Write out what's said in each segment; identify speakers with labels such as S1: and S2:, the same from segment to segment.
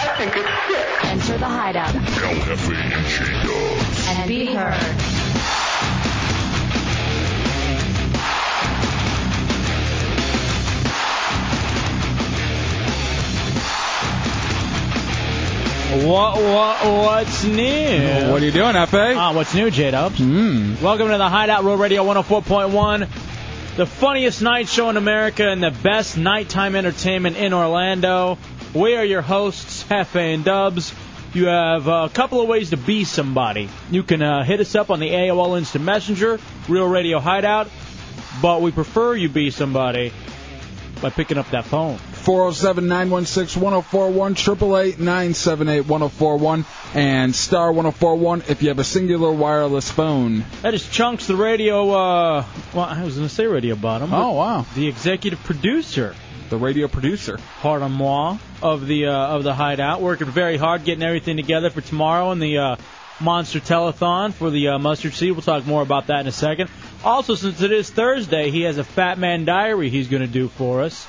S1: Enter the hideout
S2: El Jefe and She
S1: and be heard.
S3: What, what what's new?
S4: What are you doing, Efe?
S3: Ah, what's new, J Dubs?
S5: Hmm.
S3: Mm. Welcome to the Hideout Road Radio 104.1, the funniest night show in America and the best nighttime entertainment in Orlando. We are your hosts, Hefe and Dubs. You have uh, a couple of ways to be somebody. You can uh, hit us up on the AOL Instant Messenger, Real Radio Hideout, but we prefer you be somebody by picking up that phone.
S4: 407 916 1041, 888 978 1041, and star 1041 if you have a singular wireless phone.
S3: That is Chunks, the radio. Uh, well, I was going to say radio bottom. but
S4: Oh, wow.
S3: The executive producer,
S4: The radio producer.
S3: hard on moi, of the uh, of the hideout, working very hard, getting everything together for tomorrow and the uh, monster telethon for the uh, mustard seed. We'll talk more about that in a second. Also, since it is Thursday, he has a Fat Man Diary he's going to do for us,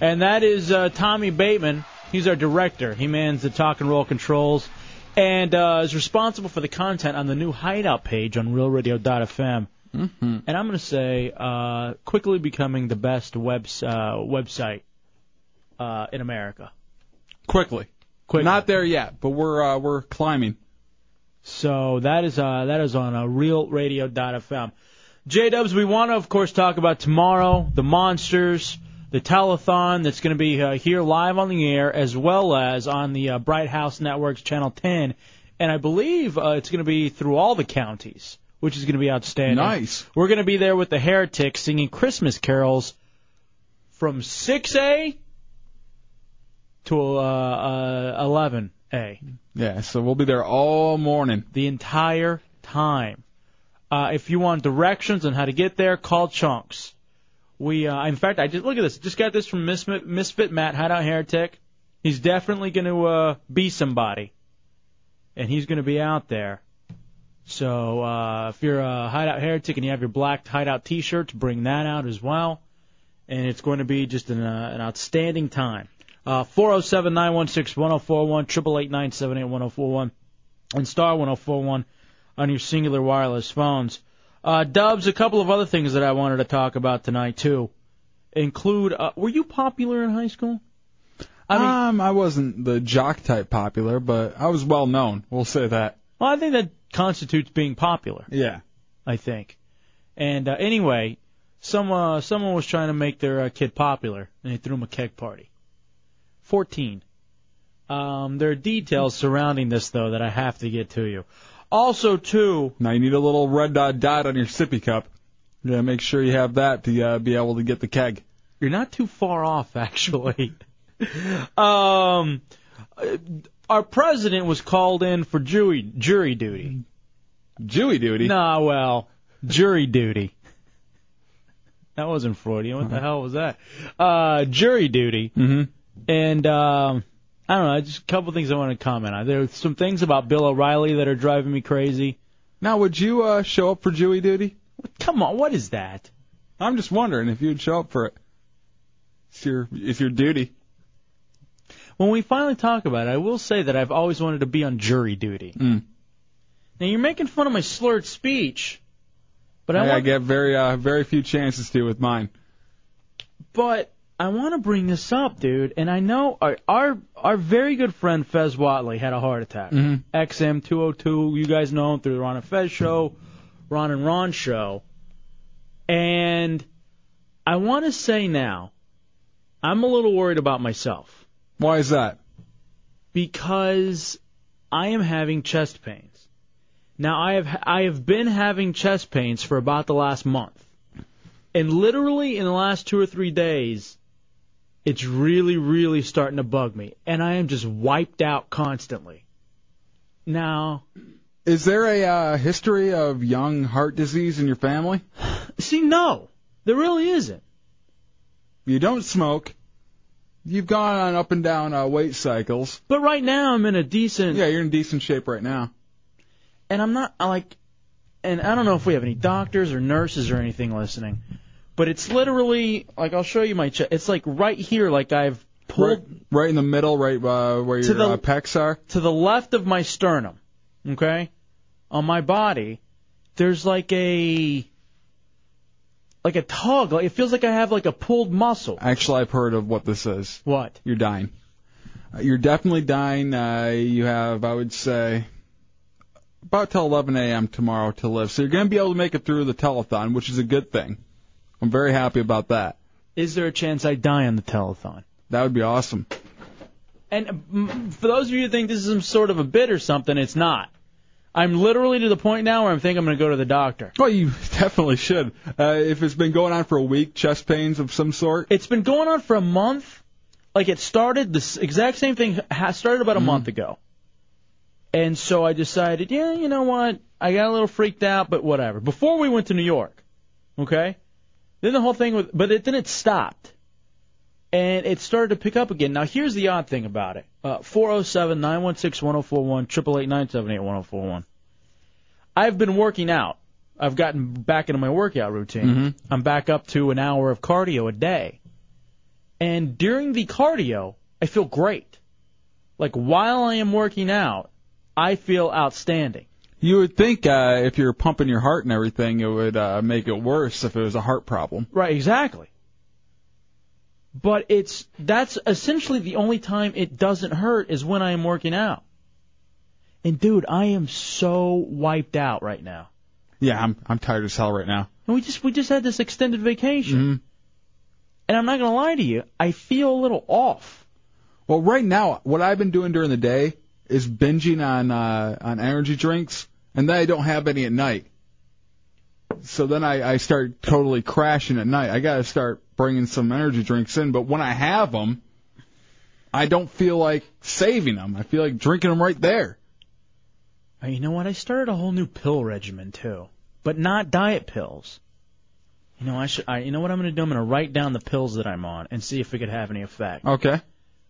S3: and that is uh, Tommy Bateman. He's our director. He mans the talk and roll controls. And uh, is responsible for the content on the new Hideout page on RealRadio.fm
S4: Mm-hmm.
S3: and I'm going to say uh, quickly becoming the best webs- uh, website uh, in America.
S4: Quickly.
S3: Quickly.
S4: Not there yet, but we're uh, we're climbing.
S3: So that is uh, that is on uh, realradio.fm. J Dubs, we want to of course talk about tomorrow, the monsters, the telethon that's going to be uh, here live on the air, as well as on the uh, Bright House Network's Channel 10, and I believe uh, it's going to be through all the counties, which is going to be outstanding.
S4: Nice.
S3: We're going to be there with the Heretics singing Christmas carols from 6a to uh, uh, 11a
S4: Yeah, so we'll be there all morning.
S3: the entire time. Uh, if you want directions on how to get there, call Chunks. We, uh, in fact, I just look at this. Just got this from Misfit, Misfit Matt, Hideout Heretic. He's definitely going to uh, be somebody, and he's going to be out there. So uh, if you're a Hideout Heretic and you have your black Hideout T-shirts, bring that out as well. And it's going to be just an, uh, an outstanding time. Uh, 407 916 1041, 888 978 1041 and star 1041 on your singular wireless phones. Uh, Dubs, a couple of other things that I wanted to talk about tonight too include. Uh, were you popular in high school? I mean,
S4: um, I wasn't the jock type popular, but I was well known. We'll say that.
S3: well, I think that constitutes being popular.
S4: Yeah.
S3: I think. And uh, anyway, some uh, someone was trying to make their uh, kid popular, and they threw him a keg party. Fourteen. Um, there are details surrounding this though that I have to get to you. Also, too,
S4: Now you need a little red dot dot on your sippy cup. Yeah, make sure you have that to uh, be able to get the keg.
S3: You're not too far off, actually. um, uh, our president was called in for jury jury duty.
S4: Jewy duty.
S3: Nah, well, jury duty. That wasn't Freudian. What the hell was that? Uh, jury duty.
S4: Mm-hmm.
S3: And um, I don't know. Just a couple things I want to comment on. There's some things about Bill O'Reilly that are driving me crazy.
S4: Now, would you uh, show up for Jewy duty?
S3: Come on, what is that?
S4: I'm just wondering if you'd show up for it. It's your it's your duty.
S3: When we finally talk about it, I will say that I've always wanted to be on jury duty.
S4: Mm.
S3: Now you're making fun of my slurred speech, but I
S4: I, I
S3: want,
S4: get very uh, very few chances to with mine.
S3: but I want to bring this up, dude. And I know our our, our very good friend Fez Watley had a heart attack.
S4: Mhm.
S3: XM202, you guys know him through the Ron and Fez show, Ron and Ron show, and I want to say now, I'm a little worried about myself
S4: Why is that?
S3: because I am having chest pains. Now I have I have been having chest pains for about the last month, and literally in the last two or three days, it's really, really starting to bug me, and I am just wiped out constantly. Now,
S4: Is there a uh, history of young heart disease in your family?
S3: See, no, there really isn't.
S4: You don't smoke. You've gone on up and down uh, weight cycles.
S3: But right now, I'm in a decent.
S4: Yeah, you're in decent shape right now.
S3: and I'm not I like, and I don't know if we have any doctors or nurses or anything listening, but it's literally like I'll show you my chest. It's like right here, like I've
S4: Right, right in the middle, right uh, where
S3: To
S4: your
S3: the-
S4: uh, pecs are.
S3: to the left of my sternum, okay, on my body, there's like a like a tug. Like it feels like I have like a pulled muscle.
S4: Actually, I've heard of what this is.
S3: What?
S4: You're dying. Uh, You're definitely dying. Uh, you have, I would say, about till 11 a.m. tomorrow to live. So you're going to be able to make it through the telethon, which is a good thing. I'm very happy about that.
S3: Is there a chance I die on the telethon?
S4: That would be awesome.
S3: And mm, for those of you who think this is some sort of a bit or something, it's not. I'm literally to the point now where I'm thinking I'm going to go to the doctor.
S4: Well, you definitely should. Uh, if it's been going on for a week, chest pains of some sort.
S3: It's been going on for a month. Like it started the s- exact same thing ha- started about a
S4: Mm-hmm.
S3: month ago. And so I decided, yeah, you know what? I got a little freaked out, but whatever. Before we went to New York, okay? Then the whole thing with but it then it stopped. And it started to pick up again. Now here's the odd thing about it. Uh 407 916 1041 888 978 1041. I've been working out. I've gotten back into my workout routine. I'm back up to an hour of cardio a day. And during the cardio, I feel great. Like while I am working out, I feel outstanding.
S4: You would think uh, if you're pumping your heart and everything, it would uh, make it worse if it was a heart problem.
S3: Right, exactly. But it's that's essentially the only time it doesn't hurt is when I am working out. And dude, I am so wiped out right now.
S4: Yeah, I'm I'm tired as hell right now.
S3: And we just we just had this extended vacation.
S4: Mm-hmm.
S3: And I'm not gonna lie to you, I feel a little off.
S4: Well, right now, what I've been doing during the day is binging on uh, on energy drinks, and then I don't have any at night. So then I, I start totally crashing at night. I got to start bringing some energy drinks in, but when I have them, I don't feel like saving them. I feel like drinking them right there.
S3: Uh, You know what? I started a whole new pill regimen too, but not diet pills. You know, I should. I, you know what I'm going to do? I'm going to write down the pills that I'm on and see if it could have any effect.
S4: Okay.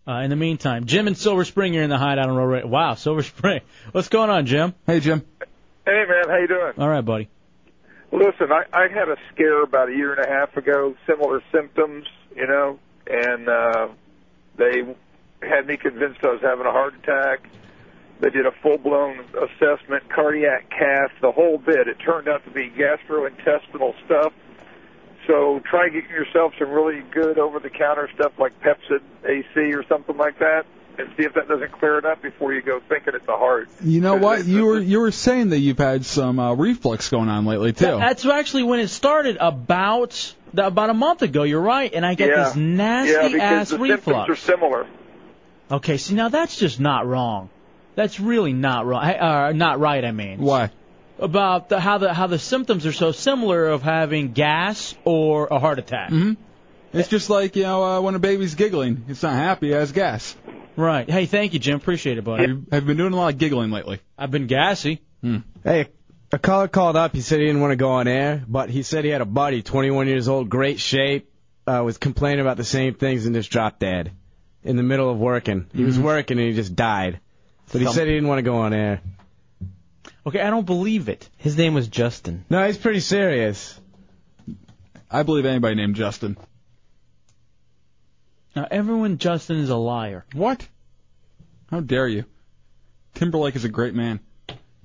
S3: Uh, in the meantime, Jim and Silver Spring here in the hideout on Roll Radio. Wow, Silver Spring. What's going on, Jim?
S4: Hey, Jim.
S6: Hey man, how you doing?
S3: All right, buddy.
S6: Listen, I, I had a scare about a year and a half ago, similar symptoms, you know, and uh, they had me convinced I was having a heart attack. They did a full blown assessment, cardiac cath, the whole bit. It turned out to be gastrointestinal stuff. So try getting yourself some really good over the counter stuff like Pepsid AC or something like that and see if that doesn't clear it up before you go thinking it's a heart.
S4: You know what? You were you were saying that you've had some uh, reflux going on lately too.
S3: That's actually when it started about about a month ago. You're right, and I get
S6: yeah.
S3: this nasty
S6: yeah, because
S3: ass
S6: the symptoms
S3: reflux.
S6: are similar.
S3: Okay, see now that's just not wrong. That's really not wrong. I- Uh, not right. I mean.
S4: Why?
S3: about the, how the how the symptoms are so similar of having gas or a heart attack. Mm-hmm.
S4: It's just like you know uh, when a baby's giggling, it's not happy, it has gas.
S3: Right. Hey, thank you, Jim. Appreciate it, buddy.
S4: Have, have you been doing a lot of giggling lately? Hmm.
S3: I've been gassy.
S5: Hey, a caller called up. He said he didn't want to go on air, but he said he had a buddy, 21 years old, great shape, uh, was complaining about the same things and just dropped dead in the middle of working. He
S3: Mm-hmm.
S5: was working and he just died. But he said he didn't want to go on air.
S3: Okay, I don't believe it.
S7: His name was Justin.
S5: No, he's pretty serious.
S4: I believe anybody named Justin.
S3: Now everyone, Justin is a liar.
S4: What? How dare you? Timberlake is a great man.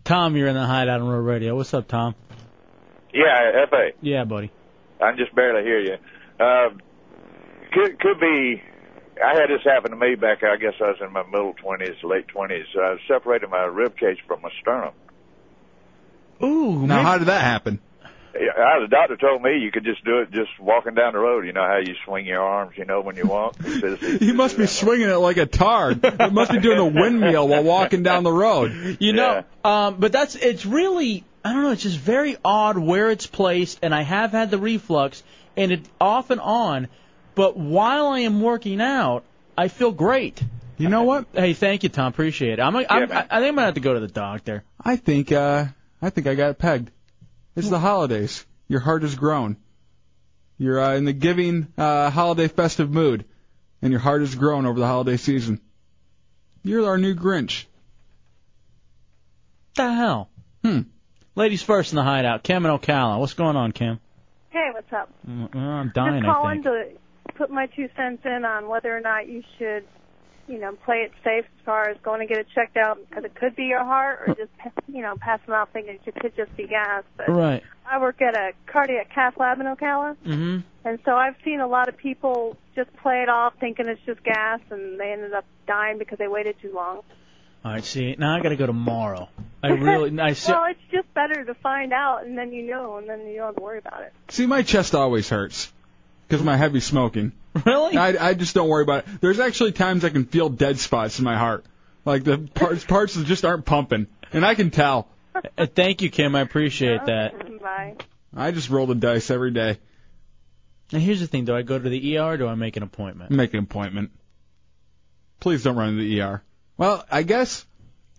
S3: Tom, you're in the hideout on Road Radio. What's up, Tom?
S6: Yeah, FA.
S3: Yeah, buddy.
S6: I just barely hear you. Uh, could could be. I had this happen to me back. I guess I was in my middle twenties, late twenties. I separated my rib cage from my sternum.
S3: Ooh,
S4: Now, how did that happen?
S6: I, the doctor told me you could just do it just walking down the road. You know how you swing your arms, you know when you walk. He says-
S4: He must be swinging it like a tard. He must be doing a windmill while walking down the road.
S3: you know, um, but that's it's really I don't know. It's just very odd where it's placed, and I have had the reflux, and it off and on. But while I am working out, I feel great.
S4: You know what?
S3: Hey, thank you, Tom. Appreciate it. I'm, I'm, I I think I'm gonna have to go to the doctor.
S4: I think uh I think I got it pegged. It's the holidays. Your heart has grown. You're uh, in the giving uh holiday festive mood and your heart has grown over the holiday season. You're our new Grinch.
S3: the hell?
S4: Hmm.
S3: Ladies first in the hideout. Cam and Ocala. What's going on, Cam?
S8: Hey, what's up?
S3: Mm, I'm dying.
S8: Just
S3: I
S8: calling
S3: think.
S8: to put my two cents in on whether or not you should, you know, play it safe as far as going to get it checked out because it could be your heart, or just you know, pass them out thinking it could just be gas. But
S3: Right.
S8: I work at a cardiac cath lab in Ocala,
S3: Mm-hmm.
S8: and so I've seen a lot of people just play it off thinking it's just gas, and they ended up dying because they waited too long.
S3: All right. See, now I gotta go tomorrow. I really. I se-
S8: well, it's just better to find out, and then you know, and then you don't have to worry about it.
S4: See, my chest always hurts because my heavy smoking.
S3: Really?
S4: I, I just don't worry about it. There's actually times I can feel dead spots in my heart, like the parts parts that just aren't pumping, and I can tell.
S3: Uh, thank you, Kim. I appreciate that.
S8: Bye.
S4: I just roll the dice every day,
S3: Now here's the thing: Do I go to the ER? or Do I make an appointment?
S4: make an appointment. Please don't run to the ER. Well, I guess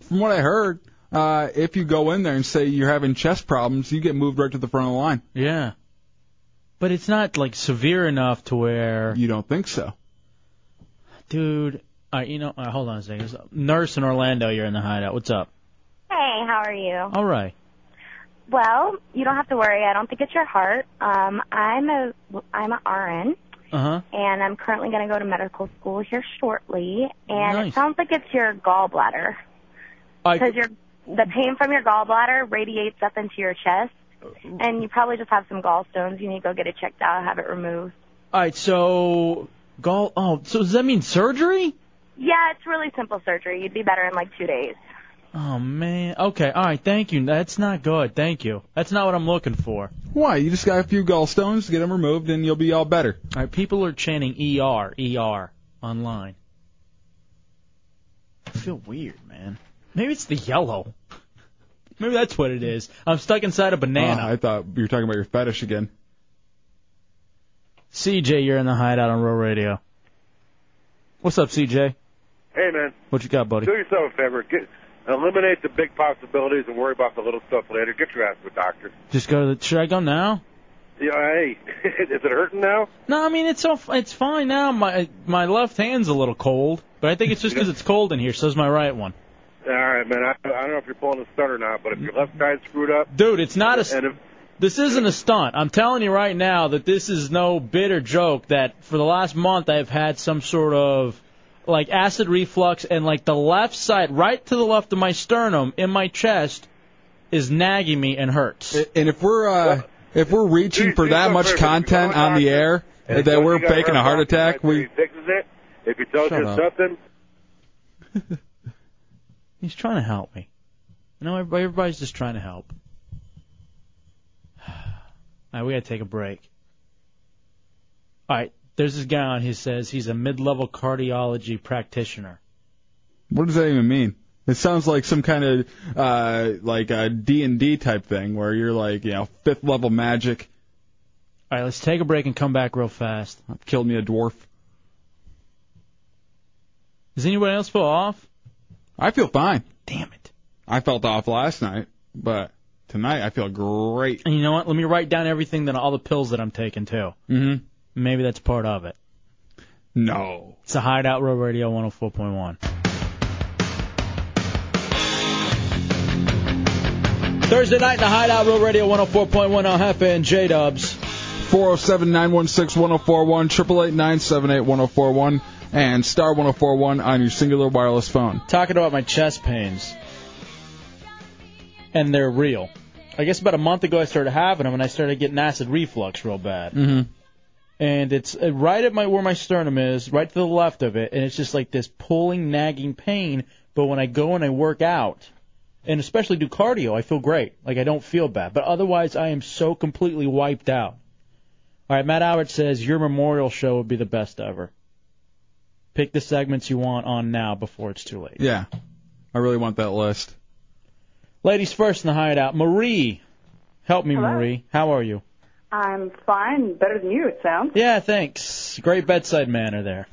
S4: from what I heard, uh, if you go in there and say you're having chest problems, you get moved right to the front of the line.
S3: Yeah. But it's not like severe enough to where,
S4: You don't think so?
S3: dude. All right, you know, all right, hold on a second. There's a Nurse in Orlando, you're in the hideout. What's up?
S9: Hey, how are you?
S3: All right.
S9: Well, you don't have to worry. I don't think it's your heart. Um, I'm a I'm a RN,
S3: Uh huh.
S9: and I'm currently going to go to medical school here shortly. And
S3: Nice.
S9: it sounds like it's your gallbladder because your the pain from your gallbladder radiates up into your chest, and you probably just have some gallstones. You need to go get it checked out, have it removed.
S3: All right. So gall. Oh, so does that mean surgery?
S9: Yeah, it's really simple surgery. You'd be better in like two days.
S3: Oh man. Okay. All right. Thank you. That's not good. Thank you. That's not what I'm looking for.
S4: Why? You just got a few gallstones, get them removed, and you'll be all better.
S3: All right. People are chanting ER ER online. I feel weird, man. Maybe it's the yellow. Maybe that's what it is. I'm stuck inside a banana.
S4: Uh, I thought you were talking about your fetish again.
S3: CJ, you're in the hideout on Real Radio. What's up, CJ?
S10: Hey, man,
S3: What you got, buddy?
S10: do yourself a favor. Get, eliminate the big possibilities and worry about the little stuff later. Get your ass to a doctor.
S3: Just go to the. Should I go now?
S10: Yeah, hey, is it hurting now?
S3: No, I mean it's all it's fine now. My my left hand's a little cold, but I think it's just because it's cold in here. So's my right one.
S10: All right, man. I, I don't know if you're pulling a stunt or not, but if your left side's screwed up,
S3: Dude, it's not a.
S10: and if,
S3: This isn't a stunt. I'm telling you right now that this is no bitter joke that for the last month I've had some sort of like acid reflux and like the left side right to the left of my sternum in my chest is nagging me and hurts.
S4: And if we're uh, if we're reaching
S10: Dude,
S4: for
S10: dude,
S4: that
S10: look,
S4: much
S10: wait, wait,
S4: content
S10: come on,
S4: on the
S10: doctor.
S4: air
S10: if
S4: that we're
S10: you got
S4: faking a heart
S10: doctor,
S4: attack,
S10: right there,
S4: we
S10: he fixes it. If he tells
S4: Shut
S10: you
S4: up.
S10: something,
S3: He's trying to help me. You know, everybody, everybody's just trying to help. All right, we gotta take a break. All right, there's this guy on who says he's a mid-level cardiology practitioner.
S4: what does that even mean? It sounds like some kind of uh, like a D and D type thing where you're like you know fifth level magic.
S3: All right, let's take a break and come back real fast.
S4: Killed me a dwarf.
S3: Does anybody else feel off?
S4: I feel fine.
S3: Damn it.
S4: I felt off last night, but tonight I feel great.
S3: And you know what? Let me write down everything that all the pills that I'm taking too.
S4: Mm-hmm.
S3: Maybe that's part of it.
S4: No.
S3: It's a Hideout Road Radio 104.1. Thursday night in the Hideout Road Radio 104.1 on Hefe and J Dubs.
S4: 407-916-1041, 888 oh and star 1041 on your singular wireless phone.
S3: Talking about my chest pains. And they're real. I guess about a month ago I started having them and I started getting acid reflux real bad.
S4: Mm-hmm.
S3: and it's uh, right at my where my sternum is, right to the left of it, and it's just like this pulling, nagging pain. But when I go and I work out, and especially do cardio, I feel great. Like I don't feel bad. But otherwise, I am so completely wiped out. All right, Matt Albert says your memorial show would be the best ever. Pick the segments you want on now before it's too late.
S4: Yeah. I really want that list.
S3: Ladies first in the hideout. Marie, help me, Marie. How are you?
S11: I'm fine, better than you, it sounds.
S3: Yeah, thanks. Great bedside manner there.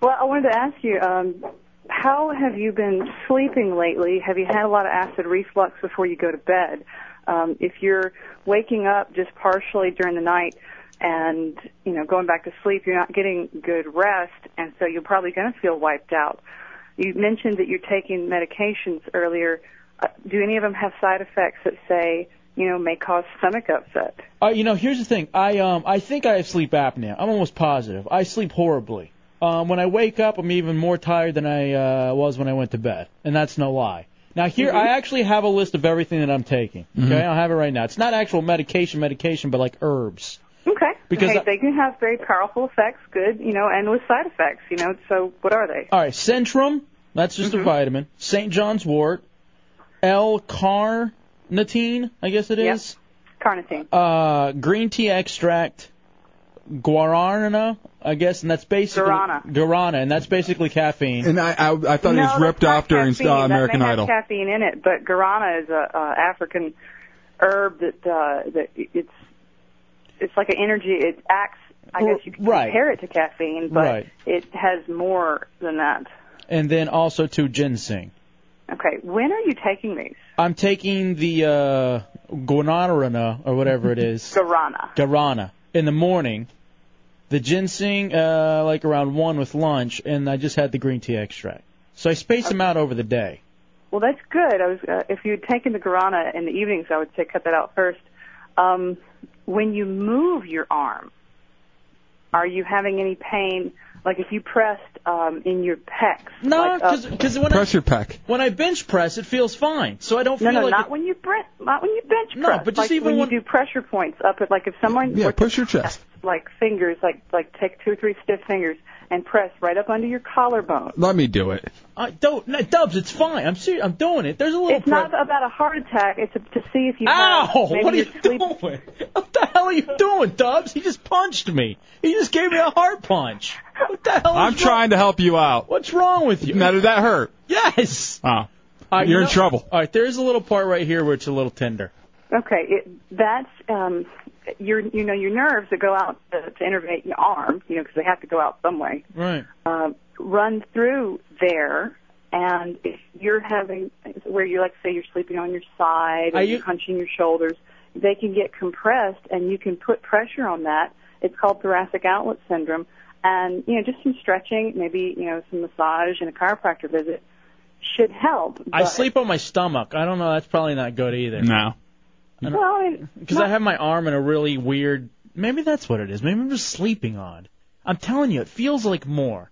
S11: Well, I wanted to ask you, um, how have you been sleeping lately? Have you had a lot of acid reflux before you go to bed? Um, if you're waking up just partially during the night and, you know, going back to sleep, you're not getting good rest, and so you're probably going to feel wiped out. You mentioned that you're taking medications earlier. Uh, do any of them have side effects that say, you know, may cause stomach upset?
S3: Uh, you know, here's the thing. I um I think I have sleep apnea. I'm almost positive. I sleep horribly. Um, when I wake up, I'm even more tired than I uh, was when I went to bed, and that's no lie. Now here,
S5: Mm-hmm.
S3: I actually have a list of everything that I'm taking. Okay, I have it right now. It's not actual medication, medication, but like herbs.
S11: Okay.
S3: Because
S11: hey,
S3: I-
S11: they can have very powerful effects, good, you know, and with side effects, you know. So what are they?
S3: All right, Centrum. That's just a vitamin. St. John's Wort. L-carnitine, I guess it
S11: Yep.
S3: is.
S11: Carnitine.
S3: Uh, green tea extract. Guarana, I guess, and that's basically
S11: Guarana.
S3: Guarana, and that's basically caffeine.
S4: And I I, I thought
S11: no,
S4: he was ripped
S11: that's
S4: off during
S11: caffeine.
S4: uh, American
S11: that may
S4: Idol.
S11: Have caffeine in it, but guarana is a uh, African herb that uh, that it's it's like an energy. It acts. I guess you can
S3: Right.
S11: compare it to caffeine, but
S3: Right.
S11: it has more than that.
S3: And then also to ginseng.
S11: Okay, when are you taking these?
S3: I'm taking the uh, guanarana or whatever it is,
S11: Guarana.
S3: guarana, in the morning. The ginseng, uh, like around one with lunch, and I just had the green tea extract. So I space them out over the day.
S11: Well, that's good. I was uh, if you'd taken the guarana in the evenings, I would say cut that out first. Um, when you move your arm, are you having any pain? Like if you pressed um, in your pecs?
S3: No,
S11: like uh, up-
S3: because when I,
S4: Press your pack.
S3: when I bench press, it feels fine. So I don't
S11: No,
S3: feel
S11: no,
S3: like
S11: not
S3: it-
S11: when you bre- not when you bench
S3: No,
S11: press.
S3: but just
S11: like
S3: even
S11: when,
S3: when-
S11: you do pressure points up at like if someone
S4: Yeah, push your chest.
S11: like fingers like like take two or three stiff fingers and press right up under your collarbone.
S4: Let me do it.
S3: I don't. No, Dubs, it's fine. I'm serious. I'm doing it. There's a little.
S11: It's not about a heart attack. It's to see if you have
S3: Ow!
S11: maybe
S3: What are
S11: your
S3: you doing? What the hell are you doing, Dubs? He just punched me. He just gave me a heart punch. What the hell?
S4: I'm
S3: is wrong?
S4: trying to help you out.
S3: What's wrong with you?
S4: Now did that hurt?
S3: Yes.
S4: Oh.
S3: All right,
S4: You're
S3: you
S4: in
S3: know-
S4: trouble.
S3: All right, there's a little part right here where it's a little tender.
S11: Okay, it, that's um, your you know your nerves that go out to, to innervate your arm, you know, because they have to go out some way.
S3: Right.
S11: Uh, run through there, and if you're having where you like say you're sleeping on your side or
S3: Are
S11: you,
S3: you-
S11: are hunching your shoulders, they can get compressed, and you can put pressure on that. It's called thoracic outlet syndrome, and you know just some stretching, maybe you know some massage and a chiropractor visit should help.
S3: I
S11: but-
S3: sleep on my stomach. I don't know. That's probably not good either.
S4: No.
S3: And-
S11: Well, I mean,
S3: Because I have my arm in a really weird. Maybe that's what it is. Maybe I'm just sleeping on. I'm telling you, it feels like more.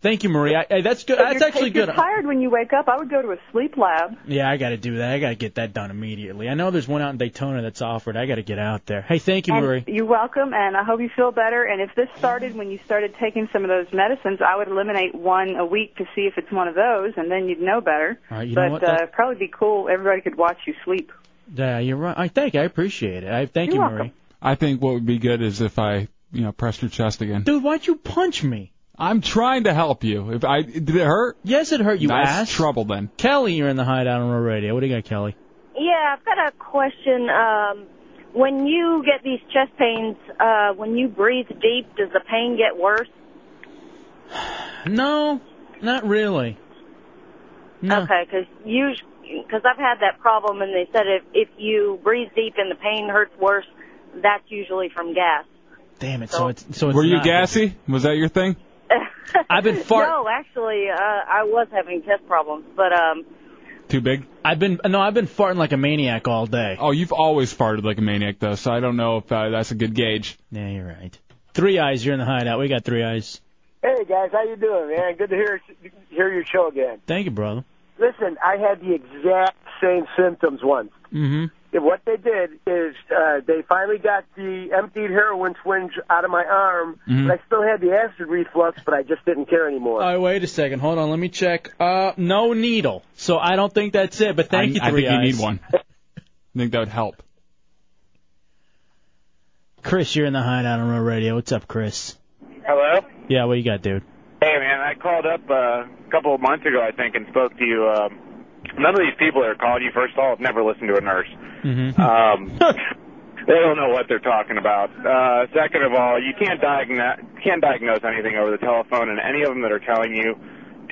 S3: Thank you, Marie. I, I, that's good.
S11: But
S3: That's
S11: you're-
S3: actually
S11: if you're
S3: good.
S11: tired when you wake up, I would go to a sleep lab.
S3: Yeah, I got to do that. I got to get that done immediately. I know there's one out in Daytona that's offered. I got to get out there. Hey, thank you,
S11: and
S3: Marie.
S11: You're welcome, and I hope you feel better. And if this started when you started taking some of those medicines, I would eliminate one a week to see if it's one of those, and then you'd know better.
S3: All right, you know
S11: but
S3: what?
S11: uh,
S3: That-
S11: it'd probably be cool. Everybody could watch you sleep.
S3: Yeah, you're right. I thank you. I appreciate it. I thank
S11: You're
S3: you,
S11: welcome.
S3: Marie.
S4: I think what would be good is if I, you know, pressed your chest again.
S3: Dude, why'd you punch me?
S4: I'm trying to help you. If I did it hurt?
S3: Yes, it hurt you,
S4: That's
S3: ass.
S4: trouble then.
S3: Kelly, you're in the hideout on Roll radio. What do you got, Kelly?
S12: Yeah, I've got a question. Um, when you get these chest pains, uh, when you breathe deep, does the pain get worse?
S3: No, not really. No.
S12: Okay, because because I've had that problem, and they said if if you breathe deep and the pain hurts worse, that's usually from gas.
S3: Damn it. So it's so it's
S4: Were you
S3: not-
S4: gassy? Was that your thing?
S3: I've been fart.
S12: No, actually, uh, I was having chest problems, but um,
S4: Too big?
S3: I've been no, I've been farting like a maniac all day.
S4: Oh, you've always farted like a maniac though, so I don't know if uh, that's a good gauge.
S3: Yeah, you're right. Three eyes, you're in the hideout. We got three eyes.
S13: Hey guys, how you doing, man? Good to hear hear your show again.
S3: Thank you, brother.
S13: Listen, I had the exact same symptoms once.
S3: Mm-hmm.
S13: And what they did is uh, they finally got the emptied heroin syringe out of my arm,
S3: Mhm.
S13: but I still had the acid reflux, but I just didn't care
S3: All
S13: anymore.
S3: right, wait a second. Hold on, let me check. Uh, no needle. So I don't think that's it. But thank you,
S4: I, I
S3: three
S4: think
S3: eyes.
S4: you need one. I think that would help.
S3: Chris, you're in the hideout on Road Radio. What's up, Chris?
S14: Hello.
S3: Yeah, what you got, dude?
S14: Hey man, I called up uh, a couple of months ago, I think, and spoke to you. Um,
S15: Uh,
S14: none of these people that are calling you first of all have never listened to a nurse.
S3: Mm-hmm.
S14: Um,
S15: They don't know what they're talking about. Uh, second of all, you can't diagnose can't diagnose anything over the telephone, and any of them that are telling you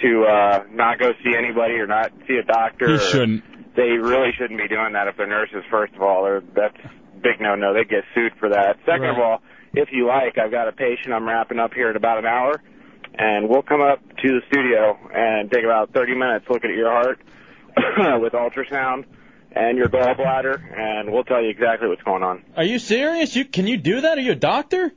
S15: to uh, not go see anybody or not see a doctor,
S4: He
S15: or-
S4: shouldn't.
S15: they really shouldn't be doing that if they're nurses. First of all, or that's big no no. They get sued for that. Second of
S16: Right.
S15: all, if you like, I've got a patient I'm wrapping up here in about an hour, and we'll come up to the studio and take about 30 minutes, look at your heart with ultrasound and your gallbladder, and we'll tell you exactly what's going on.
S3: Are you serious? You can you do that? Are you a doctor?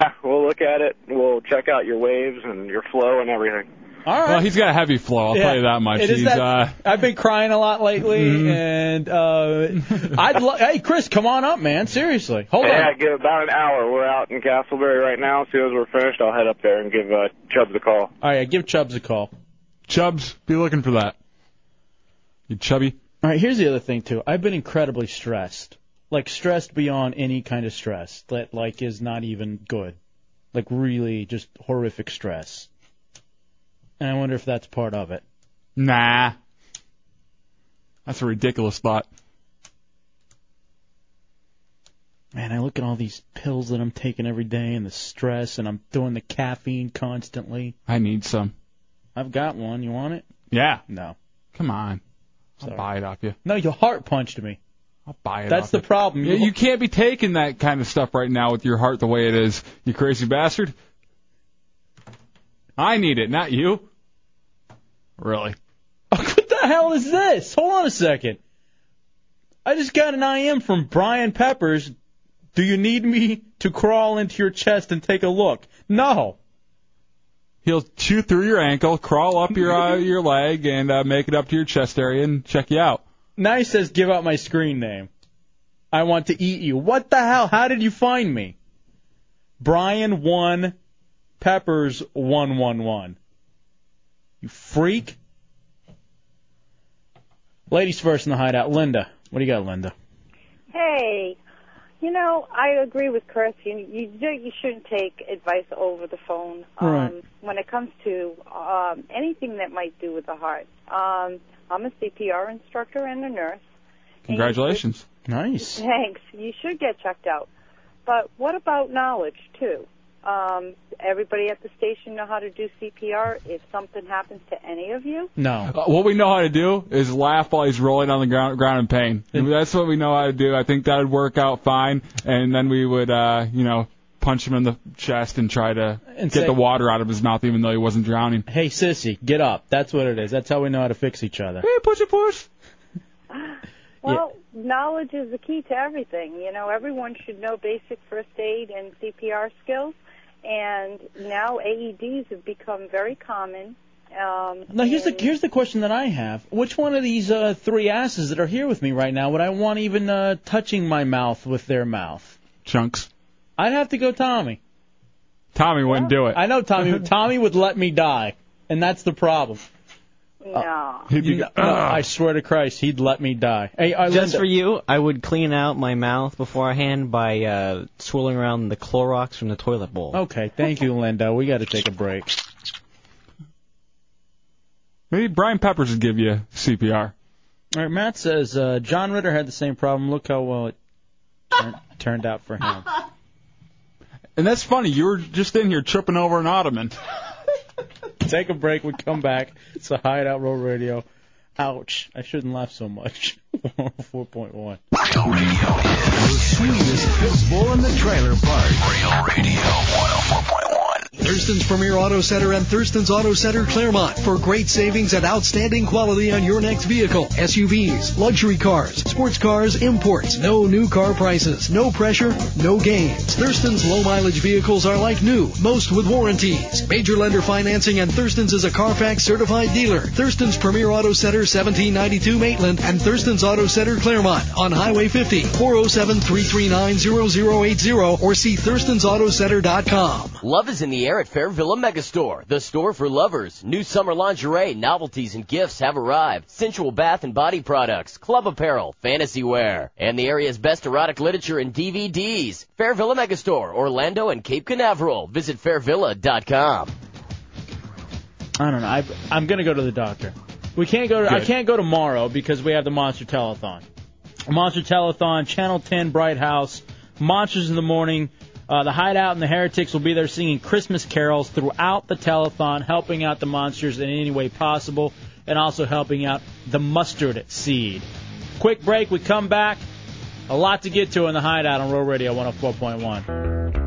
S15: We'll look at it. We'll check out your waves and your flow and everything.
S3: All right.
S4: Well, he's got a heavy flow. I'll
S3: Yeah.
S4: tell you that much.
S3: It is
S4: he's
S3: that-
S4: uh,
S3: I've been crying a lot lately,
S4: Mhm.
S3: and uh, I'd lo- hey Chris, come on up, man. Seriously, hold on.
S15: yeah, give about an hour. We're out in Castleberry right now. As soon as we're finished, I'll head up there and give uh, Chubbs a call.
S3: All right, give Chubbs a call.
S4: Chubbs, be looking for that. You chubby.
S3: All right, here's the other thing too. I've been incredibly stressed, like stressed beyond any kind of stress that like is not even good, like really just horrific stress. And I wonder if that's part of it.
S4: Nah. That's a ridiculous thought.
S3: Man, I look at all these pills that I'm taking every day and the stress, and I'm doing the caffeine constantly.
S4: I need some.
S3: I've got one. You want it?
S4: Yeah.
S3: No.
S4: Come on.
S3: Sorry.
S4: I'll buy it off you.
S3: No, you heart punched me.
S4: I'll buy it.
S3: That's
S4: off
S3: the
S4: you.
S3: problem.
S4: You, you can't be taking that kind of stuff right now with your heart the way it is. You crazy bastard. I need it, not you. Really?
S3: What the hell is this? Hold on a second. I just got an IM from Brian Peppers. Do you need me to crawl into your chest and take a look? No.
S4: He'll chew through your ankle, crawl up your uh, your leg, and uh, make it up to your chest area and check you out.
S3: Now he says, give out my screen name. I want to eat you. What the hell? How did you find me? Brian one, Peppers one one one. You freak. Ladies first in the hideout. Linda, what do you got, Linda?
S17: Hey, you know, I agree with Chris. You you, do- you shouldn't take advice over the phone um,
S3: Right.
S17: when it comes to um, anything that might do with the heart. Um, I'm a CPR instructor and a nurse.
S4: Congratulations.
S3: Nice.
S17: Thanks. You should get checked out. But what about knowledge too? Um, everybody at the station know how to do CPR. If something happens to any of you,
S3: No.
S4: Uh, what we know how to do is laugh while he's rolling on the ground, ground in pain. That's what we know how to do. I think that would work out fine. And then we would, uh, you know, punch him in the chest and try to
S3: And
S4: get
S3: say-
S4: the water out of his mouth, even though he wasn't drowning.
S3: Hey, sissy, get up. That's what it is. That's how we know how to fix each other.
S4: Hey, push it, push.
S17: Well, knowledge is the key to everything. You know, everyone should know basic first aid and CPR skills. And now AEDs have become very common. Um,
S3: Now here's the here's the question that I have. Which one of these uh, three asses that are here with me right now would I want even uh, touching my mouth with their mouth?
S4: Chunks.
S3: I'd have to go Tommy.
S4: Tommy wouldn't do it.
S3: I know Tommy. Tommy would let me die, and that's the problem.
S17: No.
S4: He'd be-
S3: You know- no, I swear to Christ, he'd let me die. Hey, uh,
S18: Just
S3: Linda,
S18: for you, I would clean out my mouth beforehand by uh, swirling around the Clorox from the toilet bowl.
S3: Okay, thank you, Linda. We got to take a break.
S4: Maybe Brian Peppers would give you CPR.
S3: All right, Matt says uh, John Ritter had the same problem. Look how well it turn, turned out for him.
S4: And that's funny. You were just in here tripping over an ottoman.
S3: Take a break. We come back. It's a Hideout Road Radio. Ouch. I shouldn't laugh so much. 4.1.
S19: Bull in the Trailer Park. Real Radio 104.1. Thurston's Premier Auto Center and Thurston's Auto Center Claremont for great savings and outstanding quality on your next vehicle. SUVs, luxury cars, sports cars, imports. No new car prices, no pressure, no gains. Thurston's low mileage vehicles are like new, most with warranties. Major lender financing and Thurston's is a Carfax certified dealer. Thurston's Premier Auto Center 1792 Maitland and Thurston's Auto Center Claremont on Highway 50 407 339 0080 or see thurstonsautocenter.com.
S20: Love is in the air at Fair Villa Megastore, the store for lovers. New summer lingerie, novelties, and gifts have arrived. Sensual bath and body products, club apparel, fantasy wear, and the area's best erotic literature and DVDs. Fair Villa Megastore, Orlando and Cape Canaveral. Visit fairvilla.com.
S3: I don't know. I, I'm going to go to the doctor. We can't go. To, I
S20: Good.
S3: can't go tomorrow because we have the Monster Telethon. Monster Telethon, Channel 10, Bright House. Monsters in the Morning. Uh, the Hideout and the Heretics will be there singing Christmas carols throughout the telethon, helping out the monsters in any way possible, and also helping out the mustard seed. Quick break, we come back. A lot to get to in the Hideout on Real Radio 104.1.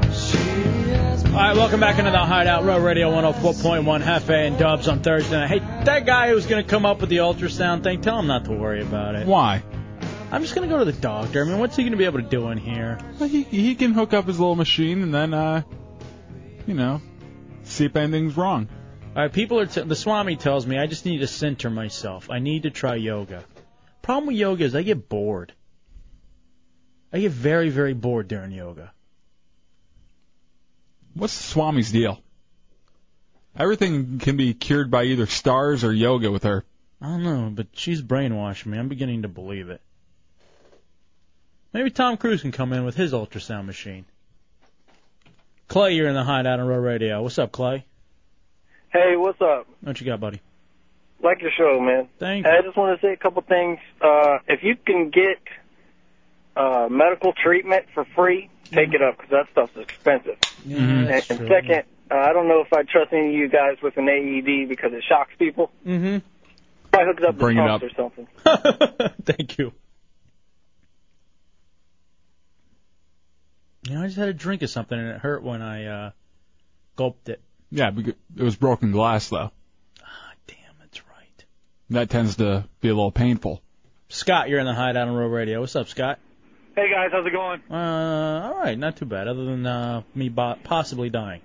S3: All right, welcome back into the Hideout Row Radio 104.1 Hefe and Dubs on Thursday night. Hey, that guy who's going to come up with the ultrasound thing, tell him not to worry about it.
S4: Why?
S3: I'm just going to go to the doctor. I mean, what's he going to be able to do in here?
S4: Well, he he can hook up his little machine and then uh, you know, see if anything's wrong.
S3: All right, people are. T- the Swami tells me I just need to center myself. I need to try yoga. Problem with yoga is I get bored. I get very, very bored during yoga.
S4: What's the Swami's deal? Everything can be cured by either stars or yoga with her.
S3: I don't know, but she's brainwashing me. I'm beginning to believe it. Maybe Tom Cruise can come in with his ultrasound machine. Clay, you're in the hideout on Row Radio. What's up, Clay?
S21: Hey, what's up?
S3: What you got, buddy?
S21: Like your show, man.
S3: Thank
S21: I just want to say a couple things. Uh, if you can get uh, medical treatment for free, take it up because that stuff's expensive. and
S3: that's true.
S21: second, uh, I don't know if I trust any of you guys with an AED because it shocks people.
S3: Mm-hmm.
S21: I hooked up
S3: Bring it
S21: with pumps
S3: up.
S21: or something.
S3: Thank you. You know, I just had a drink of something and it hurt when I uh, gulped it.
S4: Yeah, becau- it was broken glass though. Ah, damn, that's right. That tends to be a little painful.
S3: Scott, you're in the hideout on Row Radio. What's up, Scott?
S22: Hey guys, how's it going?
S3: Uh, all right, not too bad, other than uh, me bo- possibly dying.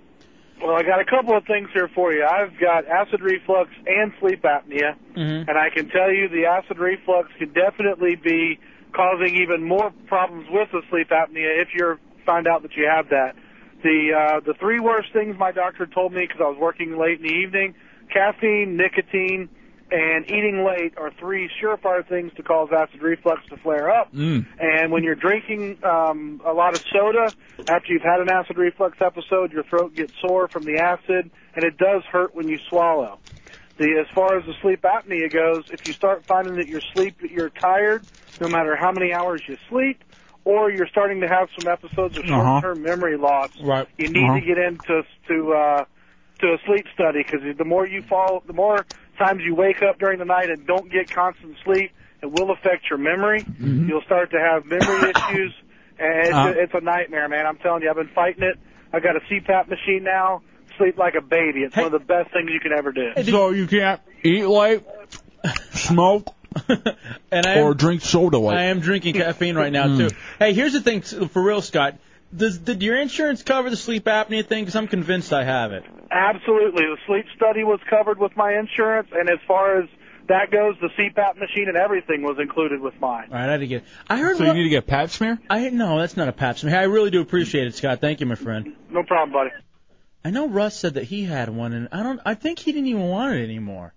S22: Well, I got a couple of things here for you. I've got acid reflux and sleep apnea,
S3: Mm-hmm.
S22: and I can tell you the acid reflux could definitely be causing even more problems with the sleep apnea if you find out that you have that. The uh, the three worst things my doctor told me because I was working late in the evening: caffeine, nicotine, and eating late are three surefire things to cause acid reflux to flare up.
S4: Mm.
S22: And when you're drinking um, a lot of soda after you've had an acid reflux episode, your throat gets sore from the acid, and it does hurt when you swallow. The, as far as the sleep apnea goes, if you start finding that your sleep you're tired, no matter how many hours you sleep, or you're starting to have some episodes of
S4: Uh-huh.
S22: short-term memory loss,
S4: Right.
S22: you need to get into to uh, to a sleep study because the more you fall, the more times you wake up during the night and don't get constant sleep, it will affect your memory.
S3: Mm-hmm.
S22: You'll start to have memory issues, and it's,
S3: Uh-huh.
S4: Uh.
S22: a, it's a nightmare, man. I'm telling you, I've been fighting it. I got a CPAP machine now. Sleep like a baby. It's one of the best things you can ever do.
S4: So you can't eat late, smoke,
S3: And I am-
S4: or drink soda late.
S3: I am drinking caffeine right now
S4: Mm.
S3: too. Hey, here's the thing t- for real, Scott. Does did your insurance cover the sleep apnea thing? Because I'm convinced I have it.
S22: Absolutely. The sleep study was covered with my insurance, and as far as that goes, the CPAP machine and everything was included with mine.
S3: All right, I had to get. I heard.
S4: So you need to get pap smear.
S3: I no, that's not a pap smear. Hey, I really do appreciate it, Scott. Thank you, my friend.
S22: No problem, buddy.
S3: I know Russ said that he had one, and I don't. I think he didn't even want it anymore.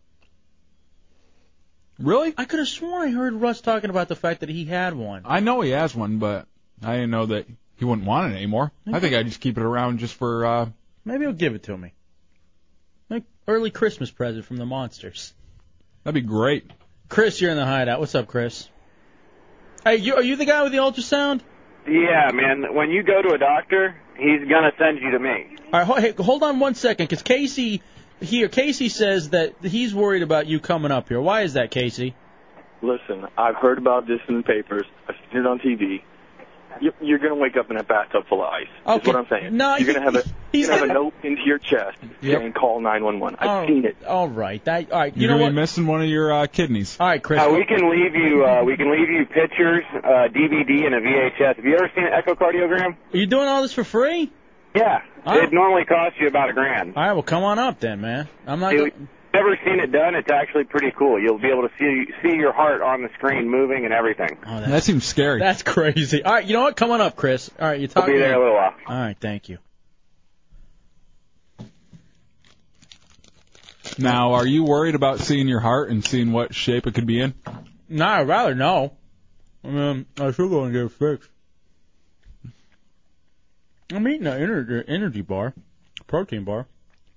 S4: Really?
S3: I could have sworn I heard Russ talking about the fact that he had one.
S4: I know he has one, but I didn't know that he wouldn't want it anymore. I think I just keep it around just for. uh
S3: Maybe he'll give it to me. Like early Christmas present from the monsters.
S4: That'd be great.
S3: Chris, you're in the hideout. What's up, Chris? Hey, you, are you the guy with the ultrasound?
S14: Yeah, man. When you go to a doctor, he's gonna send you to me.
S3: All right, ho- hey, hold on one second, because Casey here, Casey says that he's worried about you coming up here. Why is that, Casey?
S23: Listen, I've heard about this in the papers. I've seen it on TV. You- You're going to wake up in a bathtub full of ice. Is
S3: Okay.
S23: what I'm saying.
S3: No,
S23: you're
S3: he-
S23: going to have a
S3: he's
S23: you're gonna have a
S3: gonna-
S23: note into your chest
S4: Yep.
S23: saying call 911. I've
S3: Oh,
S23: seen it.
S3: All right, that all right. You
S4: You're
S3: know
S4: gonna
S3: what?
S4: be missing one of your uh, kidneys.
S3: All right, Chris.
S14: Uh, we can leave you. Uh, we can leave you pictures, uh, DVD, and a VHS. Have you ever seen an echocardiogram?
S3: Are you doing all this for free?
S14: Yeah.
S3: Oh.
S14: It normally costs you about a grand.
S3: All right, well, come on up then, man. I'm not.
S14: If
S3: gonna-
S14: you've Never seen it done. It's actually pretty cool. You'll be able to see see your heart on the screen moving and everything.
S4: that seems scary.
S3: Oh, That's crazy. All right, you know what? Come on up, Chris. All right, you
S14: We'll
S3: talk.
S14: be there in a little while.
S3: All right, thank you.
S4: Now, are you worried about seeing your heart and seeing what shape it could be in?
S3: No, I'd rather no. I mean, I should go and get it fixed. I'm eating an ener- energy bar, protein bar,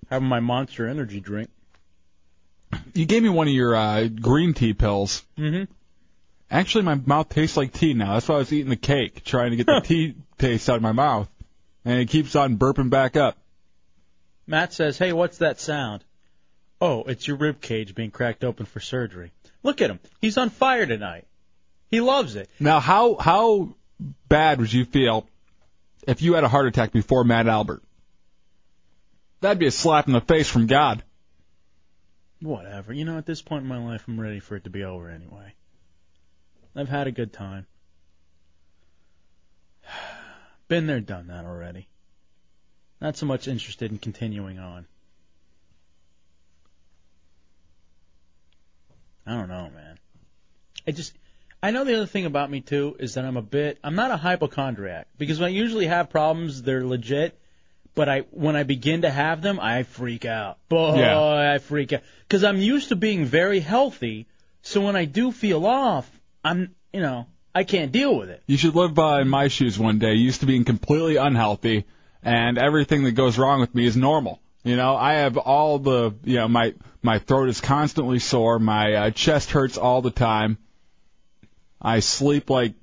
S3: having my Monster Energy drink.
S4: You gave me one of your uh, green tea pills,
S3: Mm-hmm.
S4: Actually, my mouth tastes like tea now. That's why I was eating the cake, trying to get the tea taste out of my mouth, and it keeps on burping back up.
S3: Matt says, "Hey, what's that sound?" Oh, it's your rib cage being cracked open for surgery. Look at him. He's on fire tonight. He loves it.
S4: Now, how how bad would you feel if you had a heart attack before Matt Albert? That'd be a slap in the face from God.
S3: Whatever. You know, at this point in my life, I'm ready for it to be over anyway. I've had a good time. Been there, done that already. Not so much interested in continuing on. I don't know, man. I just, I know the other thing about me too is that I'm a bit, I'm not a hypochondriac because when I usually have problems, they're legit. But I, when I begin to have them, I freak out. Boy,
S24: Yeah.
S3: I freak out because I'm used to being very healthy. So when I do feel off, I'm, you know, I can't deal with it.
S4: You should live by in my shoes one day. Used to being completely unhealthy, and everything that goes wrong with me is normal. You know, I have all the, you know, my my throat is constantly sore, my uh, chest hurts all the time. I sleep like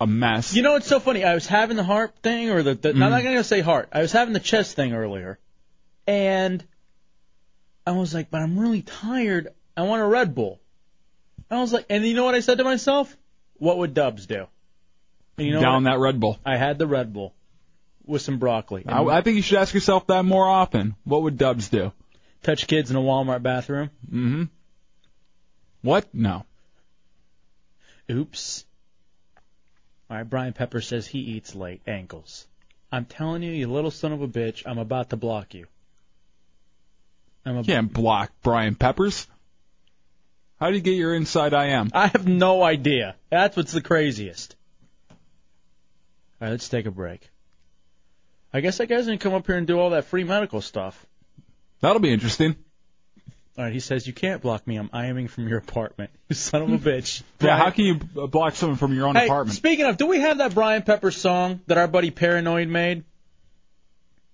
S4: a mess.
S3: You know, it's so funny. I was having the heart thing, or the, the I'm
S4: Mm.
S3: not going to say heart. I was having the chest thing earlier, and I was like, but I'm really tired. I want a Red Bull. And I was like, and you know what I said to myself? What would Dubs do? And you know
S4: down
S3: what?
S4: that Red Bull.
S3: I had the Red Bull with some broccoli.
S4: I, I think you should ask yourself that more often. What would Dubs do?
S3: Touch kids in a Walmart bathroom.
S4: Mm-hmm. What? No.
S3: Oops. All right, Brian Pepper says he eats late ankles. I'm telling you, you little son of a bitch, I'm about to block you. I'm a,
S4: Can't block Brian Peppers. How do you get your inside I am?
S3: I have no idea. That's what's the craziest. All right, let's take a break. I guess that guy's going to come up here and do all that free medical stuff.
S4: That'll be interesting.
S3: All right, he says, You can't block me. I'm IMing from your apartment. You son of a bitch.
S4: Yeah,
S3: Brian-
S4: how can you b- uh, block someone from your own
S3: Hey,
S4: apartment?
S3: speaking of, do we have that Brian Pepper song that our buddy Paranoid made?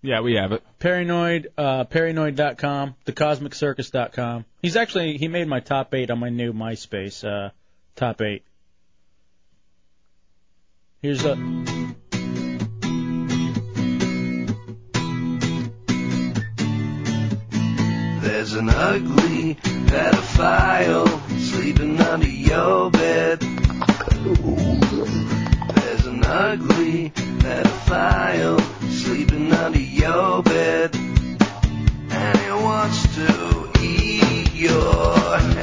S4: Yeah, we have it.
S3: Paranoid, uh, paranoid.com, thecosmiccircus.com. He's actually, he made my top eight on my new MySpace, uh, top eight. Here's a.
S20: There's an ugly pedophile sleeping under your bed. There's an ugly pedophile sleeping under your bed. And he wants to eat your angle.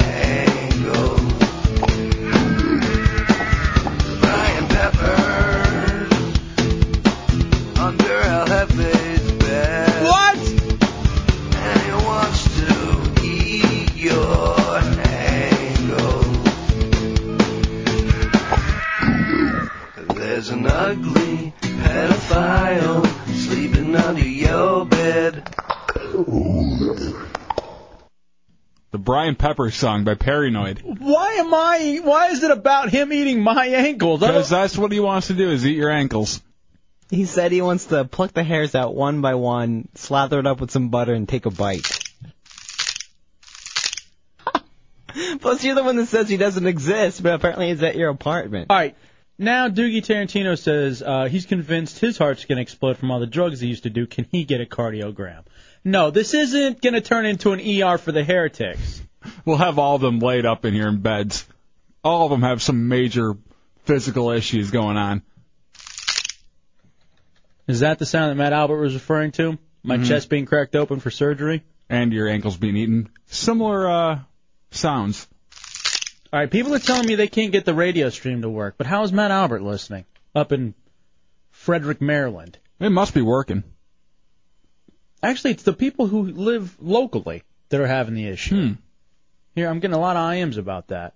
S20: Brian Pepper under El Jefe's bed. What? And he wants to eat your angle. There's an ugly pedophile sleeping under your bed.
S4: The Brian Pepper song by Paranoid.
S3: Why am I? Why is it about him eating my ankles? I
S4: Because that's what he wants to do is eat your ankles.
S18: He said he wants to pluck the hairs out one by one, slather it up with some butter, and take a bite. Plus, you're the one that says he doesn't exist, but apparently he's at your apartment.
S3: All right. Now Doogie Tarantino says uh, he's convinced his heart's going to explode from all the drugs he used to do. Can he get a cardiogram? No, this isn't going to turn into an ER for the heretics.
S4: We'll have all of them laid up in here in beds. All of them have some major physical issues going on.
S3: Is that the sound that Matt Albert was referring to? My
S4: Mhm.
S3: chest being cracked open for surgery.
S4: And your ankles being eaten. Similar uh, sounds.
S3: All right, people are telling me they can't get the radio stream to work, but how is Matt Albert listening up in Frederick, Maryland?
S4: It must be working.
S3: Actually, it's the people who live locally that are having the
S4: Hmm.
S3: issue. Here, I'm getting a lot of IMs about that.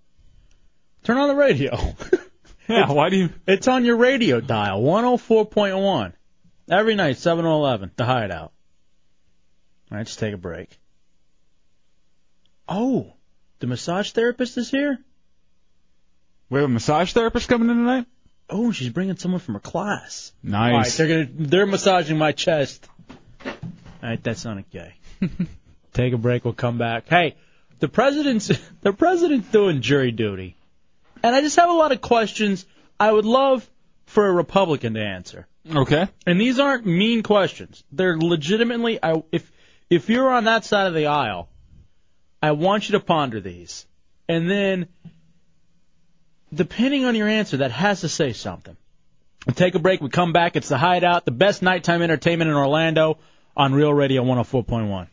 S3: Turn on the radio.
S4: yeah, why do you?
S3: It's on your radio dial, 104.1. Every night, 7 to 11, the hideout. All right, just take a break. Oh, the massage therapist is here?
S4: We have a massage therapist coming in tonight?
S3: Oh, she's bringing someone from her class. All right,
S4: Nice.
S3: they're gonna they're massaging my chest. All right, that's not okay. Take a break. We'll come back. Hey, the president's the president's doing jury duty. And I just have a lot of questions I would love for a Republican to answer.
S4: Okay.
S3: And these aren't mean questions. They're legitimately I if if you're on that side of the aisle, I want you to ponder these. And then depending on your answer, that has to say something. We take a break, we come back, it's the hideout, the best nighttime entertainment in Orlando on Real Radio 104.1.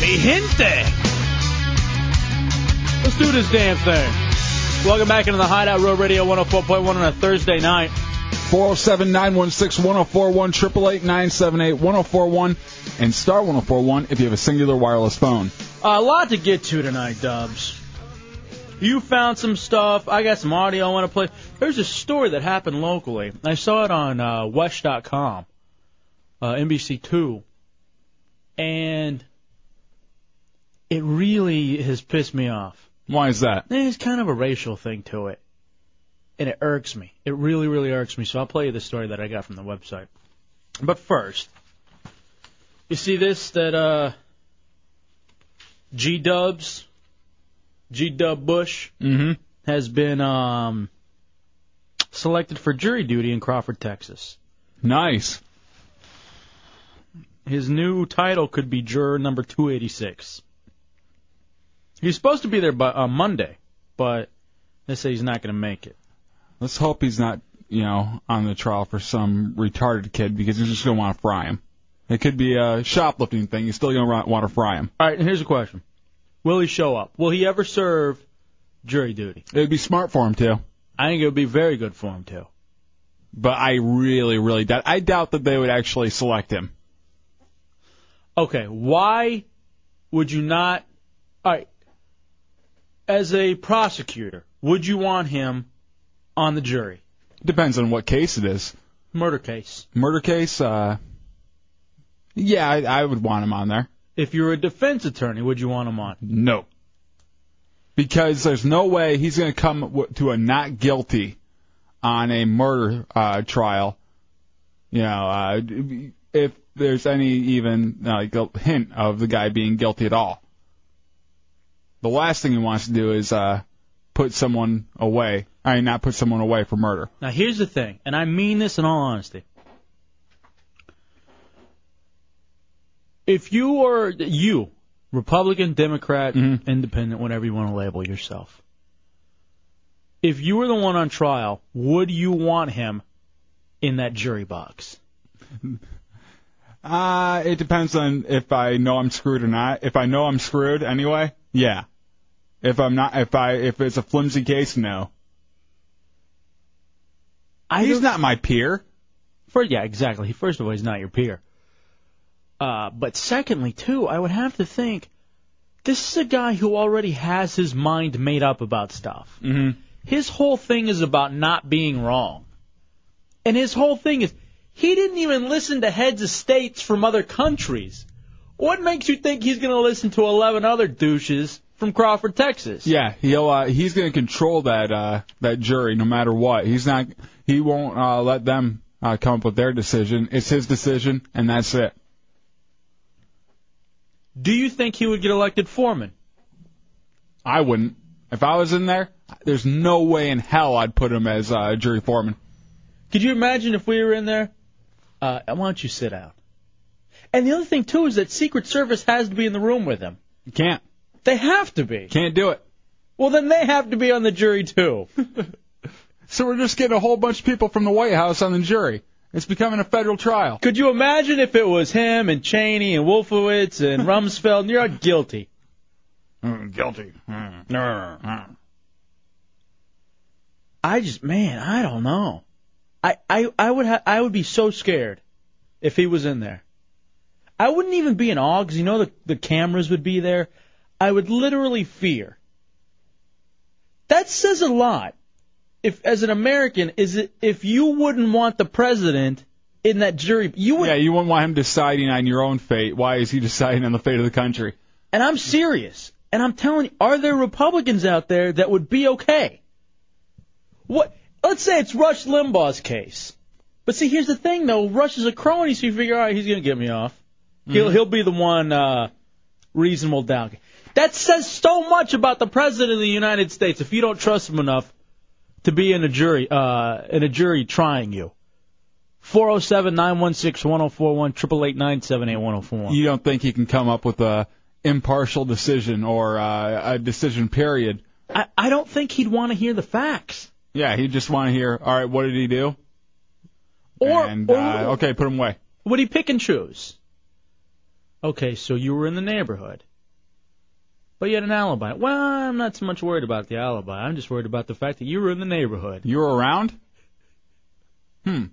S3: Mi gente. Let's do this damn thing. Welcome back into the Hideout Road Radio 104.1 on a Thursday night.
S4: 407 916 1041, 888 978 1041, and star 1041 if you have a singular wireless phone.
S3: A lot to get to tonight, Dubs. You found some stuff. I got some audio I want to play. There's a story that happened locally. I saw it on uh, West.com, uh, NBC2, and it really has pissed me off.
S4: Why is that?
S3: There's kind of a racial thing to it, and it irks me. It really, really irks me. So I'll play you the story that I got from the website. But first, you see this that uh, G Dubs, G Dub Bush,
S4: Mm-hmm.
S3: has been um, selected for jury duty in Crawford, Texas.
S4: Nice.
S3: His new title could be juror number 286. He's supposed to be there by uh, Monday, but they say he's not going to make it.
S4: Let's hope he's not, you know, on the trial for some retarded kid because you're just going to want to fry him. It could be a shoplifting thing. You're still going to want to fry him.
S3: All right, and here's a question: Will he show up? Will he ever serve jury duty?
S4: It would be smart for him, too.
S3: I think it would be very good for him too.
S4: But I really, really doubt. I doubt that they would actually select him.
S3: Okay, why would you not? All right, as a prosecutor, would you want him on the jury?
S4: Depends on what case it is.
S3: Murder case.
S4: Murder case, uh, yeah, I, I would want him on there.
S3: If you're a defense attorney, would you want him on?
S4: No. Because there's no way he's going to come w- to a not guilty on a murder uh, trial. You know, uh, if there's any even like a hint of the guy being guilty at all. The last thing he wants to do is uh, put someone away. I mean, not put someone away for murder.
S3: Now, here's the thing, and I mean this in all honesty. If you are you, Republican, Democrat, Independent, whatever you want to label yourself, if you were the one on trial, would you want him in that jury box?
S4: Uh, it depends on if I know I'm screwed or not. If I know I'm screwed anyway, yeah. If I'm not, if I, if it's a flimsy case, no. He's not my peer.
S3: For yeah, exactly. First of all, he's not your peer. Uh, but secondly, too, I would have to think this is a guy who already has his mind made up about stuff.
S4: Mm-hmm.
S3: His whole thing is about not being wrong, and his whole thing is he didn't even listen to heads of states from other countries. What makes you think he's going to listen to eleven other douches from Crawford, Texas?
S4: Yeah, he'll, uh, he's gonna control that, uh, that jury no matter what. He's not, he won't, uh, let them, uh, come up with their decision. It's his decision, and that's it.
S3: Do you think he would get elected foreman?
S4: I wouldn't. If I was in there, there's no way in hell I'd put him as, uh, jury foreman.
S3: Could you imagine if we were in there? Uh, why don't you sit out? And the other thing too is that Secret Service has to be in the room with him.
S4: You can't.
S3: They have to be.
S4: Can't do it.
S3: Well, then they have to be on the jury too.
S4: So we're just getting a whole bunch of people from the White House on the jury. It's becoming a federal trial.
S3: Could you imagine if it was him and Cheney and Wolfowitz and Rumsfeld and you're all guilty?
S4: guilty.
S3: Mm. I just, man, I don't know. I, I, I would, ha- I would be so scared if he was in there. I wouldn't even be in awe because you know the the cameras would be there. I would literally fear. That says a lot. If as an American, is it if you wouldn't want the president in that jury, you would.
S4: Yeah, you wouldn't want him deciding on your own fate. Why is he deciding on the fate of the country?
S3: And I'm serious. And I'm telling you, are there Republicans out there that would be okay? What? Let's say it's Rush Limbaugh's case. But see, here's the thing though. Rush is a crony, so you figure, all right, he's gonna get me off. He'll he'll be the one uh, reasonable doubt. That says so much about the president of the United States if you don't trust him enough to be in a jury uh, in a jury trying you. 407-916-1041, 888
S4: You don't think he can come up with a impartial decision or uh, a decision period?
S3: I, I don't think he'd want to hear the facts.
S4: Yeah, he just want to hear. All right, what did he do?
S3: Or-
S4: and,
S3: or-
S4: uh, okay, put him away.
S3: Would he pick and choose? Okay, so you were in the neighborhood. But you had an alibi. Well, I'm not so much worried about the alibi. I'm just worried about the fact that you were in the neighborhood.
S4: You were around? Hmm.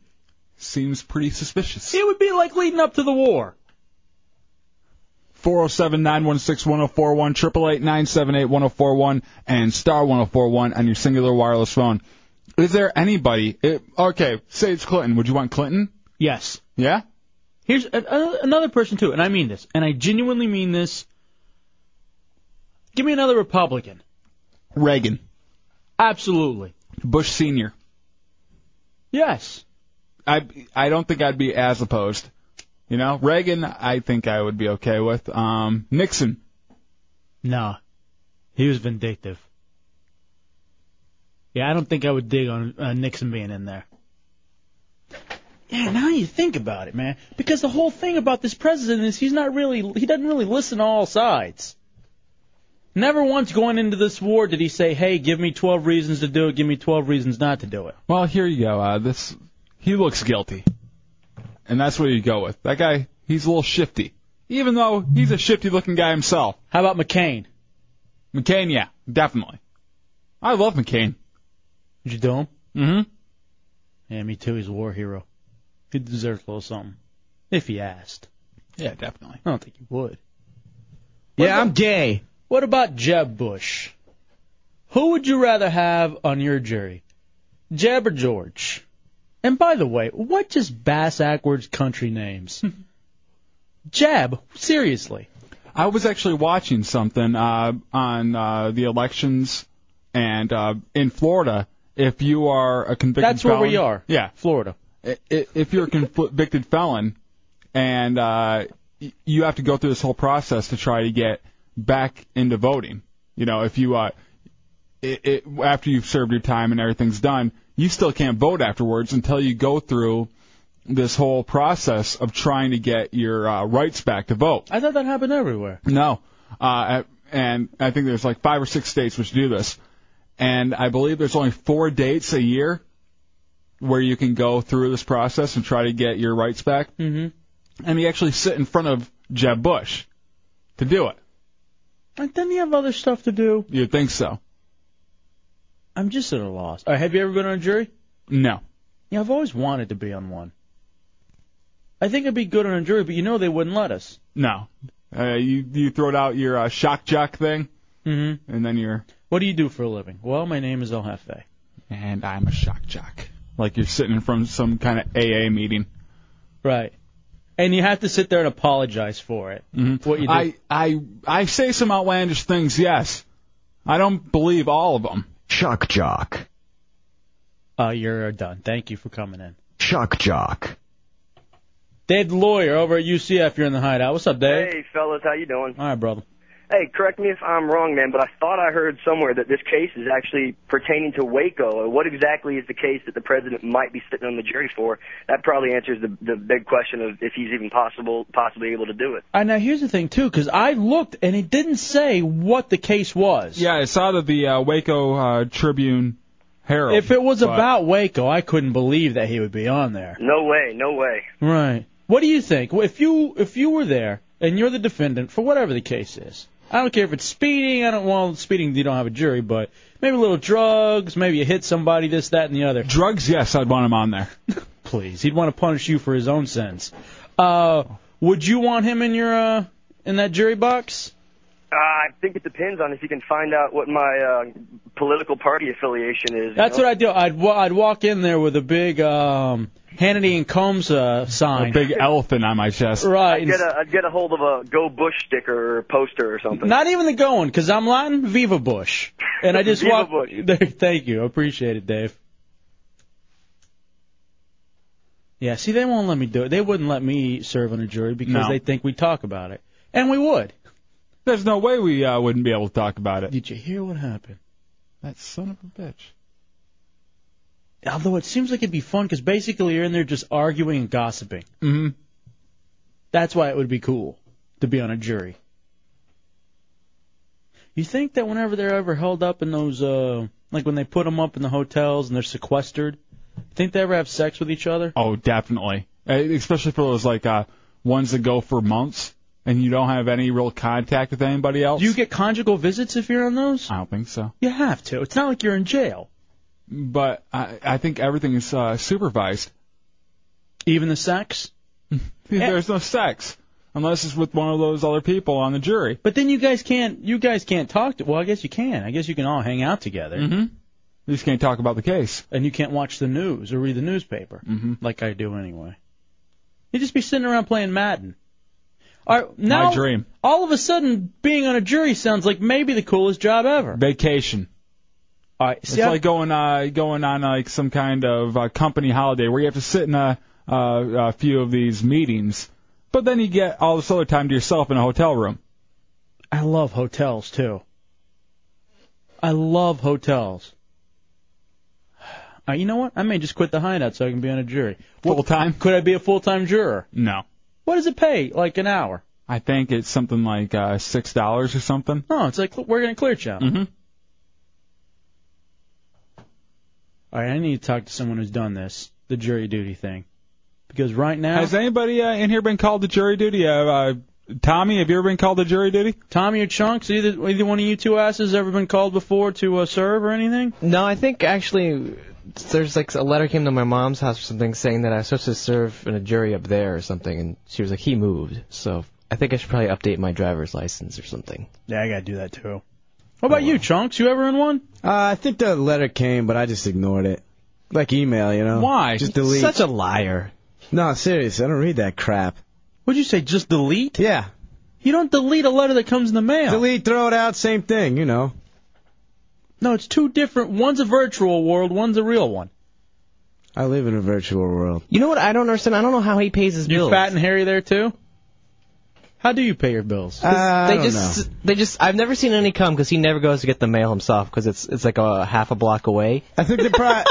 S4: Seems pretty suspicious.
S3: It would be like leading up to the war.
S4: 407-916-1041, 888 oh and star 1041 on your singular wireless phone. Is there anybody? It, okay, say it's Clinton. Would you want Clinton?
S3: Yes.
S4: Yeah?
S3: Here's a- a- another person too, and I mean this, and I genuinely mean this. Give me another Republican.
S4: Reagan.
S3: Absolutely.
S4: Bush Senior.
S3: Yes.
S4: I I don't think I'd be as opposed. You know, Reagan, I think I would be okay with. Um, Nixon.
S3: No. He was vindictive. Yeah, I don't think I would dig on uh, Nixon being in there. Yeah, now you think about it, man. Because the whole thing about this president is he's not really, he doesn't really listen to all sides. Never once going into this war did he say, hey, give me 12 reasons to do it, give me 12 reasons not to do it.
S4: Well, here you go. Uh, this he looks guilty, and that's what you go with. That guy, he's a little shifty, even though he's a shifty-looking guy himself.
S3: How about McCain?
S4: McCain, yeah, definitely. I love McCain.
S3: Did you do him?
S4: Mm-hmm.
S3: Yeah, me too. He's a war hero. He deserves a little something. If he asked.
S4: Yeah, definitely.
S3: I don't think he would. yeah, I'm gay. What about Jeb Bush? Who would you rather have on your jury? Jeb or George? And by the way, what just bass ackwards country names? Jeb, seriously.
S4: I was actually watching something uh, on uh, the elections, and uh, in Florida, if you are a convicted
S3: That's where
S4: felon,
S3: we are.
S4: Yeah,
S3: Florida.
S4: I- i- If you're a convicted felon, and uh, y- you have to go through this whole process to try to get back into voting. You know, if you uh, it, it, after you've served your time and everything's done, you still can't vote afterwards until you go through this whole process of trying to get your uh, rights back to vote.
S3: I thought that happened everywhere.
S4: No, uh, and I think there's like five or six states which do this, and I believe there's only four dates a year where you can go through this process and try to get your rights back.
S3: Mm-hmm.
S4: And you actually sit in front of Jeb Bush to do it.
S3: Like, doesn't he have other stuff to do?
S4: You'd think so.
S3: I'm just at a loss. All right, have you ever been on a jury?
S4: No.
S3: Yeah, I've always wanted to be on one. I think I'd be good on a jury, but you know they wouldn't let us.
S4: No. Uh, you you throwed out your uh, shock jock thing,
S3: Mm-hmm.
S4: and then you're
S3: What do you do for a living? Well, my name is El Jefe.
S4: and I'm a shock jock. Like you're sitting in front of some kind of AA meeting.
S3: Right. And you have to sit there and apologize for it.
S4: Mm-hmm.
S3: What you do?
S4: I I I say some outlandish things. Yes, I don't believe all of them.
S1: Shock jock.
S3: Uh, you're done. Thank you for coming in.
S1: Shock jock.
S3: Dave the lawyer over at UCF, you're in the hideout. What's up, Dave?
S2: Hey, fellas, how you doing?
S3: All right, brother.
S2: Hey, correct me if I'm wrong, man, but I thought I heard somewhere that this case is actually pertaining to Waco. What exactly is the case that the president might be sitting on the jury for? That probably answers the the big question of if he's even possible possibly able to do it.
S3: And now here's the thing too, 'cause I looked and it didn't say what the case was.
S4: Yeah, I saw that the uh, Waco uh, Tribune Herald.
S3: If it was
S4: but-
S3: about Waco, I couldn't believe that he would be on there.
S2: No way, no way.
S3: Right. What do you think? If you if you were there and you're the defendant for whatever the case is, I don't care if it's speeding. I don't well speeding. You don't have a jury, but maybe a little drugs. Maybe you hit somebody. This, that, and the other.
S4: Drugs, yes, I'd want him on there.
S3: Please, he'd want to punish you for his own sins. Uh, would you want him in your uh, in that jury box?
S2: Uh, I think it depends on if you can find out what my uh, political party affiliation is. you
S3: That's
S2: know?
S3: what I'd do. I'd wa- I'd walk in there with a big um, Hannity and Combs uh,
S4: A
S3: sign.
S4: big elephant on my chest.
S3: Right.
S2: I'd get a I'd get a hold of a Go Bush sticker or poster or something.
S3: Not even the going, 'cause I'm Latin. Viva Bush. And I just
S2: Viva
S3: walk.
S2: Bush.
S3: There, thank you. I appreciate it, Dave. Yeah, see, they won't let me do it. They wouldn't let me serve on a jury because
S4: No.
S3: they think we talk about it. And we would.
S4: There's no way we uh, wouldn't be able to talk about it.
S3: Did you hear what happened?
S4: That son of a bitch.
S3: Although it seems like it'd be fun because basically you're in there just arguing and gossiping.
S4: Mm-hmm.
S3: That's why it would be cool to be on a jury. You think that whenever they're ever held up in those, uh, like when they put them up in the hotels and they're sequestered, think they ever have sex with each other?
S4: Oh, definitely. Uh, Especially for those like uh, ones that go for months and you don't have any real contact with anybody else.
S3: Do you get conjugal visits if you're on those?
S4: I don't think so.
S3: You have to. It's not like you're in jail.
S4: But I, I think everything is uh, supervised.
S3: Even the sex?
S4: There's no sex unless it's with one of those other people on the jury.
S3: But then you guys can't. You guys can't talk to. Well, I guess you can. I guess you can all hang out together.
S4: Mm-hmm. You just can't talk about the case.
S3: And you can't watch the news or read the newspaper
S4: Mhm.
S3: like I do anyway. You just be sitting around playing Madden. All right, now
S4: My dream.
S3: all of a sudden being on a jury sounds like maybe the coolest job ever.
S4: Vacation.
S3: All right,
S4: it's like going uh, going on like some kind of uh, company holiday where you have to sit in a, uh, a few of these meetings, but then you get all this other time to yourself in a hotel room.
S3: I love hotels too. I love hotels. Uh, you know what? I may just quit the hideout so I can be on a jury.
S4: Full time?
S3: Could I be a full time juror?
S4: No,
S3: What does it pay? Like an hour?
S4: I think it's something like uh, six dollars or something.
S3: Oh, it's like we're gonna clear channel.
S4: Mm-hmm.
S3: All right, I need to talk to someone who's done this, the jury duty thing, because right now
S4: Has anybody uh, in here been called to jury duty? Uh, uh, Tommy, have you ever been called to jury duty?
S3: Tommy or Chunks, either either one of you two asses ever been called before to uh, serve or anything?
S18: No, I think actually there's like a letter came to my mom's house or something saying that I was supposed to serve in a jury up there or something, and she was like, he moved, so I think I should probably update my driver's license or something.
S3: Yeah, I gotta do that too. What about you, Chunks? You ever in one?
S5: Uh, I think the letter came, but I just ignored it. Like email, you know.
S3: Why?
S5: Just delete.
S3: Such a
S5: liar. No, seriously, I don't read that crap.
S3: What'd you say? Just delete?
S5: Yeah.
S3: You don't delete a letter that comes in the mail.
S5: Delete, throw it out, same thing, you know.
S3: No, it's two different. One's a virtual world, one's a real one.
S5: I live in a virtual world.
S18: You know what? I don't understand. I don't know how he pays his
S3: You
S18: bills.
S3: fat and hairy there too? How do you pay your
S5: Uh,
S3: bills?
S18: they just, they just. I've never seen any come because he never goes to get the mail himself because it's it's like a half a block away.
S5: I think they're probably,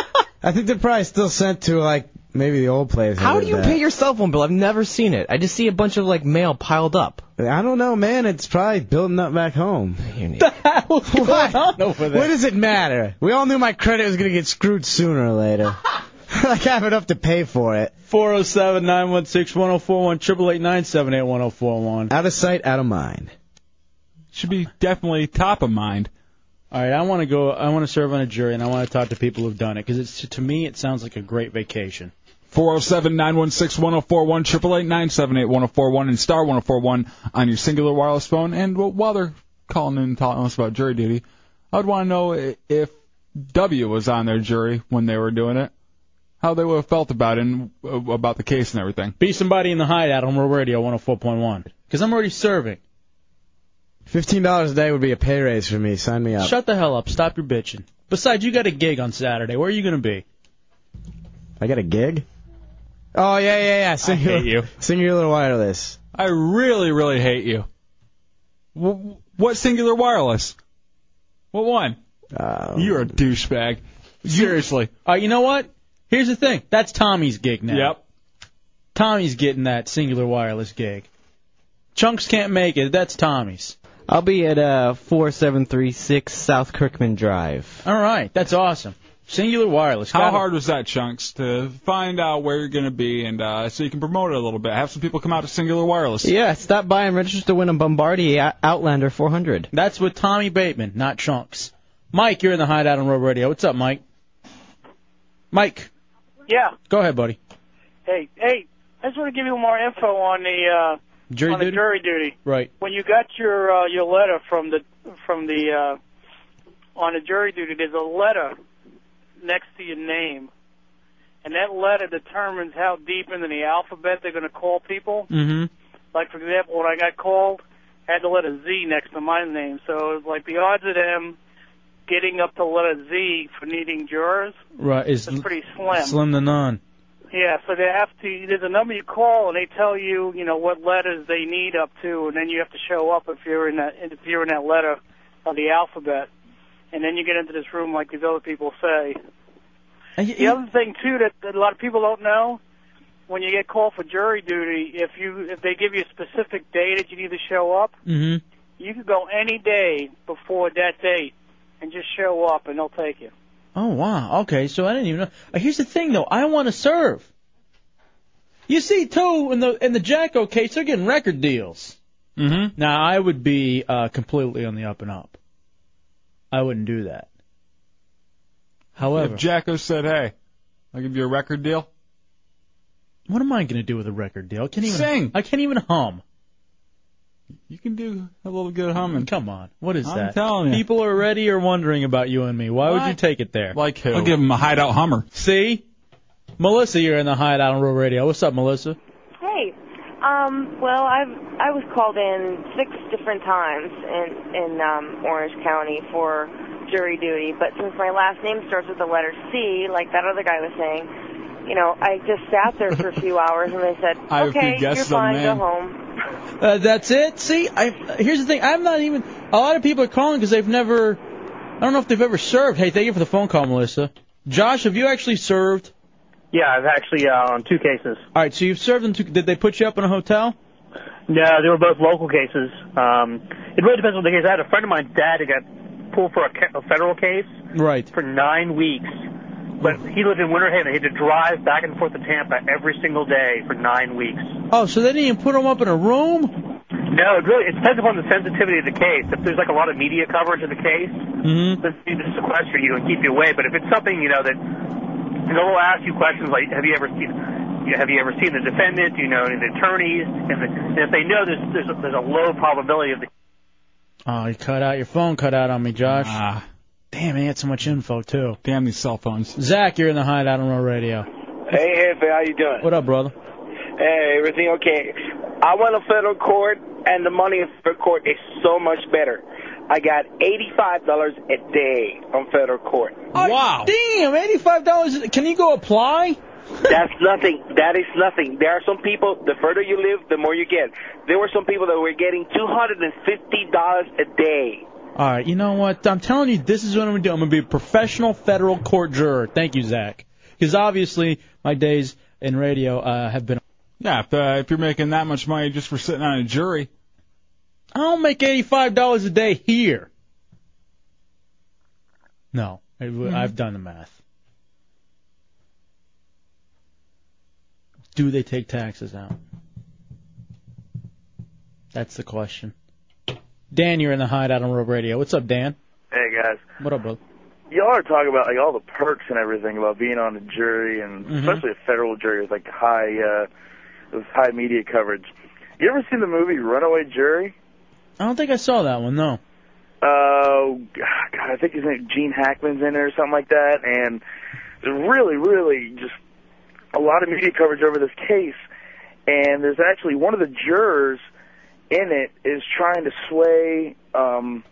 S5: I think they're probably still sent to like maybe the old place.
S18: How do you pay your cell phone bill? I've never seen it. I just see a bunch of like mail piled up.
S5: I don't know, man. It's probably building up back home.
S18: what?
S5: What does it matter? We all knew my credit was gonna get screwed sooner or later. like I have enough to pay for it.
S3: 407 916 1041
S5: Out of sight, out of mind.
S4: Should be definitely top of mind.
S3: All right, I want to go. I want to serve on a jury, and I want to talk to people who've done it because it's to me it sounds like a great vacation.
S4: Four zero seven nine one six one zero four one triple eight nine seven eight one zero four one and star one zero four one on your singular wireless phone. And well, while they're calling in and telling us about jury duty, I would want to know i- if W was on their jury when they were doing it, how they would have felt about it and uh, about the case and everything.
S3: Be somebody in the hideout on Real Radio 104.1 because I'm already serving.
S5: Fifteen dollars a day would be a pay raise for me. Sign me up.
S3: Shut the hell up. Stop your bitching. Besides, you got a gig on Saturday. Where are you gonna be?
S5: I got a gig. Oh yeah, yeah, yeah. Sing I
S4: hate you.
S5: Singular wireless.
S4: I really, really hate you. W- what singular wireless? What one?
S18: Oh.
S4: You're a douchebag. Seriously.
S3: Uh, you know what? Here's the thing. That's Tommy's gig now.
S4: Yep.
S3: Tommy's getting that singular wireless gig. Chunks can't make it. That's Tommy's.
S18: I'll be at uh, 4736 South Kirkman Drive.
S3: All right, that's awesome. Singular wireless.
S4: How
S3: Gotta-
S4: hard was that, Chunks, to find out where you're going to be and uh, so you can promote it a little bit? Have some people come out to Singular Wireless.
S18: Yeah, stop by and register to win a Bombardier Outlander 400.
S3: That's with Tommy Bateman, not Chunks. Mike, you're in the hideout on Road Radio. What's up, Mike? Mike,
S25: Yeah.
S3: go ahead, buddy.
S25: Hey, hey, I just want to give you more info on the uh,
S3: Jury
S25: on the
S3: duty?
S25: jury duty.
S3: Right.
S25: When you got your uh, your letter from the from the uh, on the jury duty, there's a letter next to your name, and that letter determines how deep into the alphabet they're going to call people.
S3: Mm-hmm.
S25: Like for example, when I got called, I had the letter Z next to my name, so it was like the odds of them getting up to letter Z for needing jurors
S3: Right. Is
S25: is pretty slim.
S3: slim to none.
S25: Yeah, so they have to. There's a number you call, and they tell you, you know, what letters they need up to, and then you have to show up if you're in that if you're in that letter of the alphabet, and then you get into this room like these other people say. the other thing too that, that a lot of people don't know, when you get called for jury duty, if you if they give you a specific day that you need to show up,
S3: Mm-hmm.
S25: you can go any day before that date and just show up, and they'll take you.
S3: Oh wow. Okay, so I didn't even know. Uh, Here's the thing though. I want to serve. You see, too, in the in the Jacko case, they're getting record deals. Mm-hmm. Now I would be uh, completely on the up and up. I wouldn't do that. However,
S4: If Jacko said, "Hey, I'll give you a record deal,"
S3: what am I going to do with a record deal? I can't even
S4: Sing.
S3: I can't even hum.
S4: you can do a little good humming.
S3: Come on, what is
S4: I'm
S3: that?
S4: telling you.
S3: People already are wondering about you and me. Why would you take it there? Like who?
S4: I'll give him a hideout hummer.
S3: See, Melissa, you're in the hideout on Rural Radio. What's up, Melissa?
S8: Hey, um, well, I've I was called in six different times in in um, Orange County for jury duty, but since my last name starts with the letter C, like that other guy was saying, you know, I just sat there for a few hours and they said,
S3: I hope you
S8: okay,
S3: guessed
S8: you're
S3: the
S8: fine,
S3: name."
S8: go home.
S3: Uh, that's it. See, I here's the thing. I'm not even. A lot of people are calling because they've never. I don't know if they've ever served. Hey, thank you for the phone call, Melissa. Josh, have you actually served?
S9: Yeah, I've actually uh, on two cases.
S3: All right, so you've served in two. Did they put you up in a hotel?
S9: No, they were both local cases. Um, it really depends on the case. I had a friend of mine's dad who got pulled for a, ca- a federal case
S3: Right.
S9: for nine weeks, but he lived in Winter Haven. He had to drive back and forth to Tampa every single day for nine weeks.
S3: Oh, so they didn't even put him up in a room?
S9: No, it really it depends upon the sensitivity of the case. If there's like a lot of media coverage of the case,
S3: Mm-hmm.
S9: then they just sequester you and keep you away. But if it's something you know that they'll ask you questions like, have you ever seen? you- Have you ever seen the defendant? Do you know any of the attorneys? And, the, and if they know, there's there's a, there's a low probability of the
S3: Oh, you cut out your phone. Cut out on me, Josh. Ah. Damn, they had so much info too.
S4: Damn these cell phones.
S3: Zach, you're in the hideout on Rural Radio.
S26: Hey, Hefe, how you doing?
S3: What up, brother?
S26: Hey, everything okay? I went to federal court, and the money in federal court is so much better. I got eighty-five dollars a day on federal court.
S3: Wow. Damn, eighty-five dollars. Can you go apply?
S26: That's nothing. That is nothing. There are some people. The further you live, the more you get. There were some people that were getting two hundred and fifty dollars a day.
S3: All right, you know what? I'm telling you, this is what I'm gonna do. I'm gonna be a professional federal court juror. Thank you, Zach. Because obviously, my days in radio uh, have been.
S4: Yeah, if, uh, if you're making that much money just for sitting on a jury,
S3: I don't make eighty-five dollars a day here. No, I, have done the math. Do they take taxes out? That's the question. Dan, you're in the hideout on Rogue Radio. What's up, Dan?
S27: Hey guys,
S3: What up, brother?
S27: y'all are talking about like all the perks and everything about being on a jury and
S3: Mhm.
S27: especially a federal jury with like high uh with high media coverage. You ever seen the movie Runaway Jury?
S3: I don't think I saw that one. No.
S27: Uh, God, I think his name Gene Hackman's in it or something like that, and really, really, just a lot of media coverage over this case. And there's actually one of the jurors in it is trying to sway um,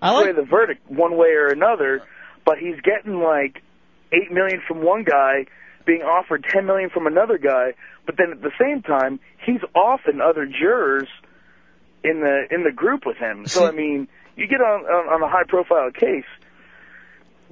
S27: sway the verdict one way or another, but he's getting like eight million from one guy, being offered ten million from another guy, but then at the same time he's offing other jurors in the in the group with him. So I mean, you get on on, on a high profile case,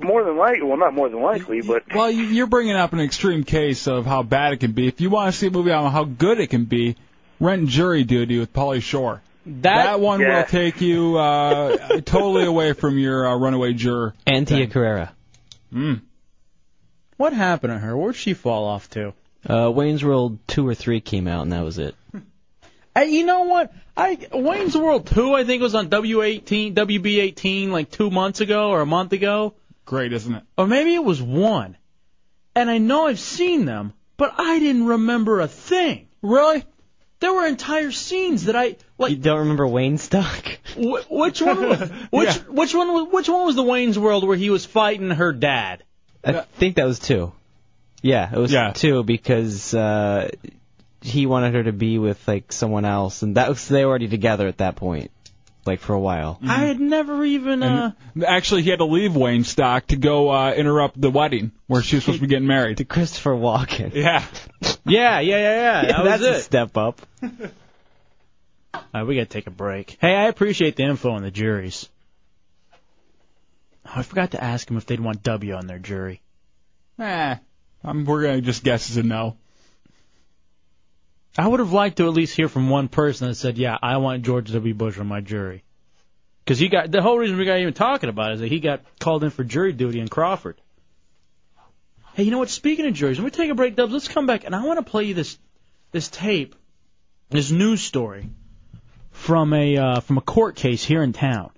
S27: more than likely, well, not more than likely, but
S4: well, you- you're bringing up an extreme case of how bad it can be. If you want to see a movie on how good it can be, rent Jury Duty with Polly Shore.
S3: That,
S4: one
S3: Yeah.
S4: will take you uh, totally away from your uh, runaway juror.
S18: And Tia Carrera.
S4: Mm.
S3: What happened to her? Where'd she fall off to?
S18: Uh, Wayne's World two or three came out, and that was it.
S3: Hey, you know what? I Wayne's World 2, I think was on W18, WB18 like 2 months ago or a month ago.
S4: Great, isn't it?
S3: Or maybe it was 1. And I know I've seen them, but I didn't remember a thing.
S4: Really?
S3: There were entire scenes that I like
S18: You don't remember Wayne Stock?
S3: wh- which one was, which which one was, which one was the Wayne's World where he was fighting her dad?
S18: I think that was two. Yeah, it was two because uh, he wanted her to be with like someone else, and that was they were already together at that point. like for a while.
S4: Mm. Mm-hmm.
S3: I had never even. Uh,
S4: Actually, he had to leave Wayne Stock to go uh, interrupt the wedding where she was supposed to be getting married. To
S18: Christopher Walken.
S4: Yeah.
S3: yeah, yeah, yeah, yeah. That was
S18: That's
S3: it.
S18: a step up.
S3: All right, we gotta take a break. Hey, I appreciate the info on the juries. Oh, I forgot to ask them if they'd want W on their jury.
S4: Eh, I'm, we're gonna just guess as a no.
S3: I would have liked to at least hear from one person that said, "Yeah, I want George W. Bush on my jury," because he got the whole reason we got even talking about it is that he got called in for jury duty in Crawford. Hey, you know what? Speaking of juries, when we take a break, Dubs, let's come back and I want to play you this this tape, this news story from a uh, from a court case here in town.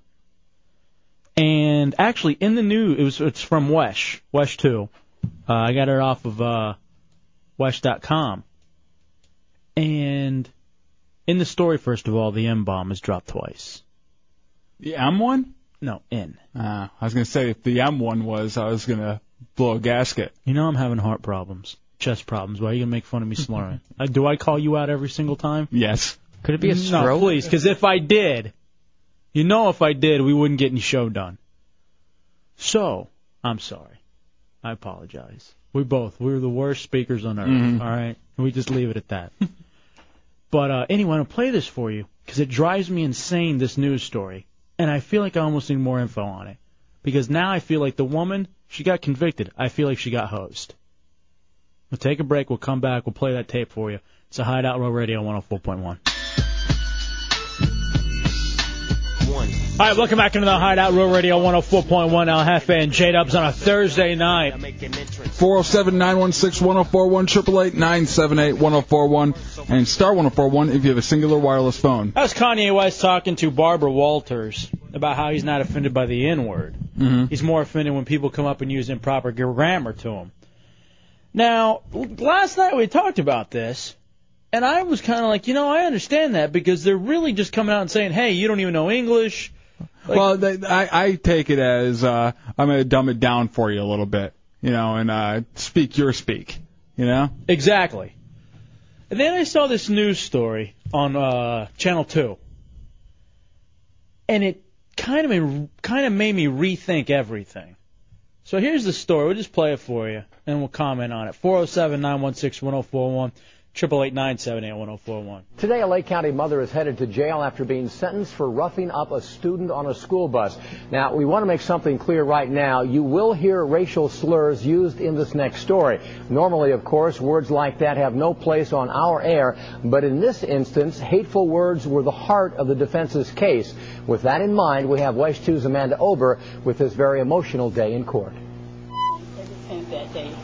S3: And actually, in the news, it was it's from Wesh, Wesh Two. Uh, I got it off of uh, Wesh.com. And in the story, first of all, the M bomb is dropped twice.
S4: The M one?
S3: No, N.
S4: Uh, I was gonna say if the M one was, I was gonna blow a gasket.
S3: You know I'm having heart problems, chest problems. Why are you gonna make fun of me slurring? uh, do I call you out every single time?
S4: Yes.
S18: Could it be a
S3: No,
S18: stroke?
S3: please, because if I did, you know, if I did, we wouldn't get any show done. So I'm sorry. I apologize. We both we were the worst speakers on earth.
S24: Mhm.
S3: all right, we just leave it at that. but uh, anyway, I'm gonna play this for you because it drives me insane. This news story, and I feel like I almost need more info on it because now I feel like the woman she got convicted. I feel like she got hosed. We'll take a break. We'll come back. We'll play that tape for you. It's a Hideout Row Radio 104.1. All right, welcome back into the Hideout Row Radio 104.1 El Jefe and J Dubs on a Thursday night.
S4: 407-916-1041, and star 1041 if you have a singular wireless phone.
S3: That's Kanye West talking to Barbara Walters about how he's not offended by the N word.
S4: Mm-hmm.
S3: He's more offended when people come up and use improper grammar to him. Now, l- last night we talked about this, and I was kind of like, you know, I understand that because they're really just coming out and saying, hey, you don't even know English.
S4: well, they, I, I take it as uh, I'm gonna dumb it down for you a little bit, you know, and uh, speak your speak, you know.
S3: Exactly. And then I saw this news story on uh, Channel Two, and it kind of made, kind of made me rethink everything. So here's the story. We'll just play it for you, and we'll comment on it. 407-916-1041, 888-978-1041.
S10: Today, a Lake County mother is headed to jail after being sentenced for roughing up a student on a school bus. Now, we want to make something clear right now. You will hear racial slurs used in this next story. Normally, of course, words like that have no place on our air, but in this instance, hateful words were the heart of the defense's case. With that in mind, we have West 2's Amanda Ober with this very emotional day in court.
S11: since that day.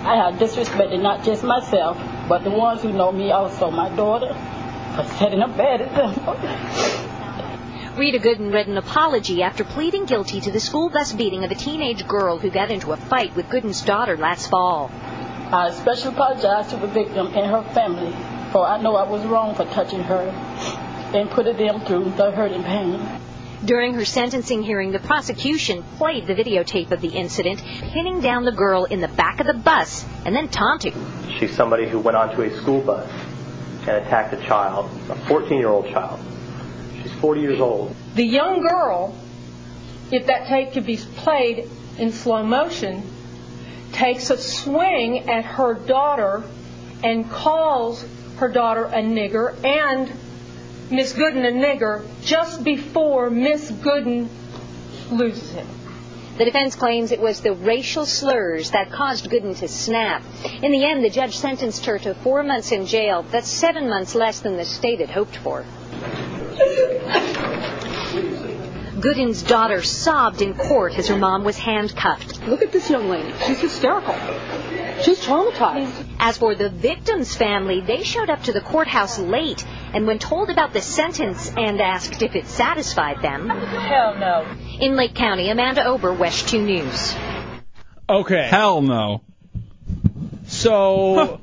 S11: I have disrespected not just myself, but the ones who know me also. My daughter, for setting up bad example.
S12: Rita Gooden read an apology after pleading guilty to the school bus beating of a teenage girl who got into a fight with Gooden's daughter last fall.
S11: I especially apologize to the victim and her family, for I know I was wrong for touching her and putting them through the hurt and pain.
S12: During her sentencing hearing, the prosecution played the videotape of the incident, pinning down the girl in the back of the bus and then taunting.
S13: She's somebody who went onto a school bus and attacked a child, a 14 year old child. She's 40 years old.
S28: The young girl, if that tape could be played in slow motion, takes a swing at her daughter and calls her daughter a nigger and Miss Gooden a nigger just before Miss Gooden loses him.
S12: The defense claims it was the racial slurs that caused Gooden to snap. In the end, the judge sentenced her to four months in jail. That's seven months less than the state had hoped for. Gooden's daughter sobbed in court as her mom was handcuffed. Look at this young lady. She's hysterical. She's traumatized. As for the victim's family, they showed up to the courthouse late and when told about the sentence and asked if it satisfied them. Hell no. In Lake County, Amanda Ober, West 2 News.
S3: Okay.
S4: Hell no.
S3: So,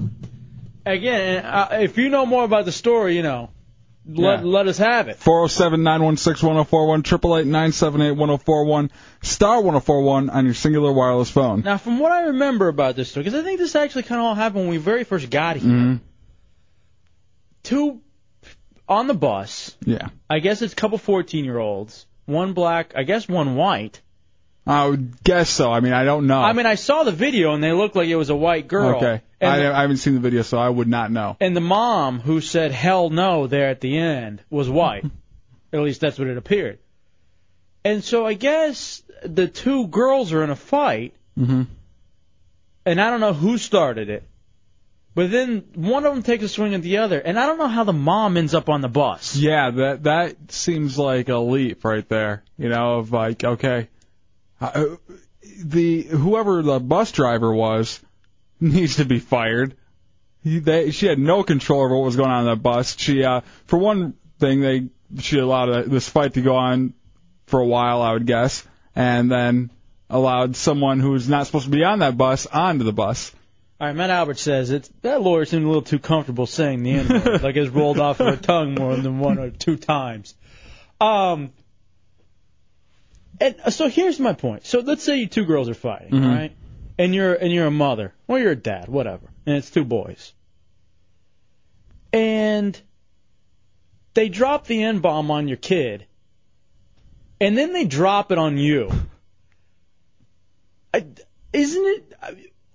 S3: again, uh, if you know more about the story, you know, let,
S4: Yeah.
S3: let us have it.
S4: 407-916-1041, 888-978-1041, star 1041 on your singular wireless phone.
S3: Now, from what I remember about this story, because I think
S4: Mm-hmm.
S3: this actually kind of all happened when we very first got here. Two on the bus.
S4: Yeah.
S3: I guess it's a couple 14 year olds, one black, I guess one white.
S4: I would guess so. I mean, I don't know.
S3: I mean, I saw the video and they looked like it was a white girl.
S4: Okay.
S3: And
S4: I,
S3: the-
S4: I haven't seen the video, so I would not know.
S3: And the mom who said hell no there at the end was white. at least that's what it appeared. And so I guess the two girls are in a fight,
S4: Mm-hmm.
S3: and I don't know who started it. But then one of them takes a swing at the other, and I don't know how the mom ends up on the bus.
S4: Yeah, that that seems like a leap right there. You know, of like, okay, uh, the whoever the bus driver was needs to be fired. He, they, she had no control over what was going on in that bus. She, uh, for one thing, they she allowed a, this fight to go on for a while, I would guess, and then allowed someone who's not supposed to be on that bus onto the bus.
S3: All right, Matt Albert says it's that lawyer seemed a little too comfortable saying the N word, like it's rolled off her tongue more than one or two times. Um, and uh, so here's my point. So let's say you two girls are fighting,
S24: Mhm.
S3: right? And you're and you're a mother, or you're a dad, whatever, and it's two boys. And they drop the N bomb on your kid, and then they drop it on you. I, isn't it?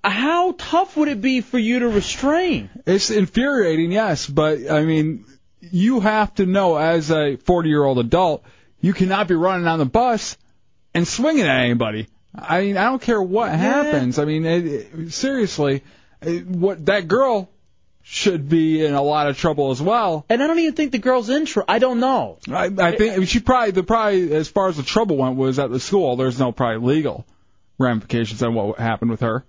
S3: How tough would it be for you to restrain?
S4: It's infuriating, yes, but I mean, you have to know as a 40 year old adult, you cannot be running on the bus and swinging at anybody. I mean, I don't care what happens. I mean, it, it- seriously, it, what that girl should be in a lot of trouble as well.
S3: And I don't even think the girl's in trouble. I don't know.
S4: I, I think I mean, she probably the probably as far as the trouble went was at the school. There's no probably legal ramifications on what happened with her.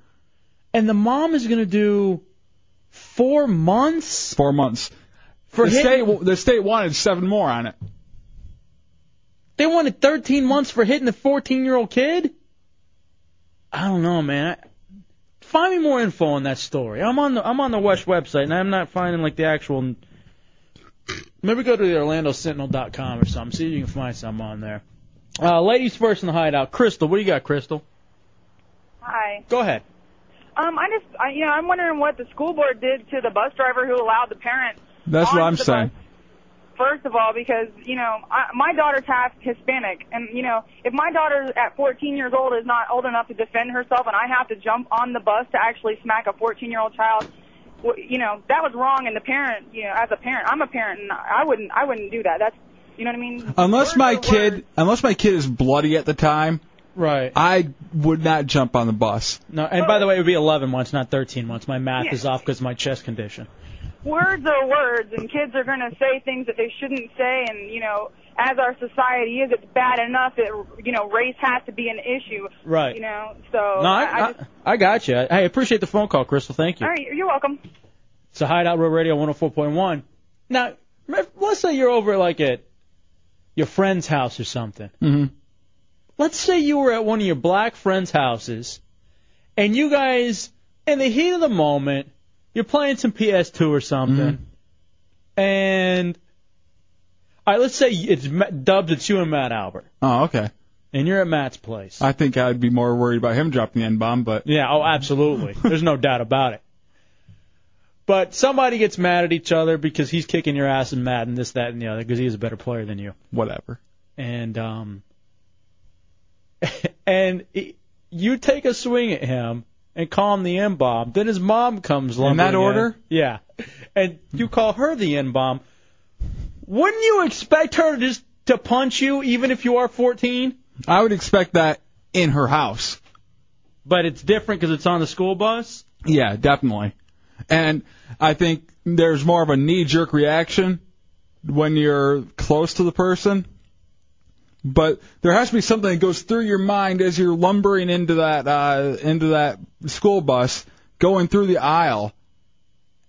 S3: And the mom is going to do four months.
S4: Four months.
S3: For
S4: the
S3: hitting-
S4: state, the state wanted seven more on it.
S3: They wanted 13 months for hitting the 14 year old kid? I don't know, man. I- Find me more info on that story. I'm on the I'm on the West website and I'm not finding like the actual. Maybe go to the OrlandoSentinel.com or something. See if you can find something on there. Uh, ladies first in the hideout. Crystal, what do you got, Crystal?
S21: Hi.
S3: Go ahead.
S21: Um, I just, I, you know, I'm wondering what the school board did to the bus driver who allowed the parents.
S4: That's what
S21: onto
S4: I'm
S21: the
S4: saying.
S21: First of all, because you know, I, my daughter's half Hispanic, and you know, if my daughter at 14 years old is not old enough to defend herself, and I have to jump on the bus to actually smack a 14-year-old child, wh- you know, that was wrong. And the parent, you know, as a parent, I'm a parent, and I wouldn't, I wouldn't do that. That's, you know what I mean?
S4: Unless my kid, unless my kid is bloody at the time,
S3: right?
S4: I would not jump on the bus.
S3: No, and by the way, it would be 11 months, not 13 months. My math is off because of my chest condition.
S21: words are words, and kids are going to say things that they shouldn't say. And you know, as our society is, it's bad enough that you know race has to be an issue.
S3: Right.
S21: You know, so
S3: no, I,
S21: I,
S3: I, I got you. I appreciate the phone call, Crystal. Thank you.
S21: all right, you're welcome.
S3: So Hideout Road Radio 104.1. Now, re- let's say you're over like at your friend's house or something.
S4: Mm-hmm.
S3: Let's say you were at one of your black friends' houses, and you guys, in the heat of the moment, you're playing some PS2 or something, and all right, let's say it's Ma- Dubs, it's you and Matt Albert,
S4: Oh, okay.
S3: and you're at Matt's place.
S4: I think I'd be more worried about him dropping the N bomb, but
S3: Yeah, oh, absolutely. There's no doubt about it. But somebody gets mad at each other because he's kicking your ass and mad and this, that, and the other because he's a better player than you.
S4: whatever.
S3: And um, and it, you take a swing at him and call him the N bomb. Then his mom comes
S4: In
S3: along.
S4: that order?
S3: yeah. And you call her the N bomb. Wouldn't you expect her to just to punch you even if you are 14?
S4: I would expect that in her house.
S3: But it's different because it's on the school bus.
S4: Yeah, definitely. And I think there's more of a knee jerk reaction when you're close to the person. But there has to be something that goes through your mind as you're lumbering into that uh, into that school bus, going through the aisle,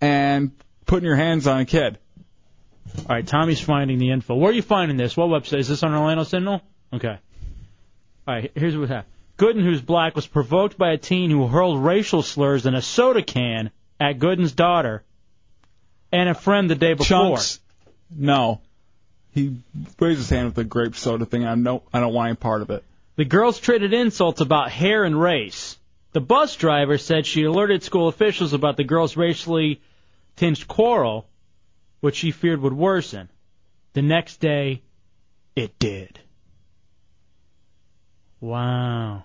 S4: and putting your hands on a kid.
S3: All right, Tommy's finding the info. Where are you finding this? What website? Is this on Orlando Sentinel? Okay. All right, here's what happened. Gooden, who's black, was provoked by a teen who hurled racial slurs in a soda can at Gooden's daughter and a friend the day before.
S4: Chunks, no, he raised his hand with the grape soda thing. I don't, I don't want any part of it.
S3: The girls traded insults about hair and race. The bus driver said she alerted school officials about the girls' racially tinged quarrel, which she feared would worsen. The next day, it did. Wow.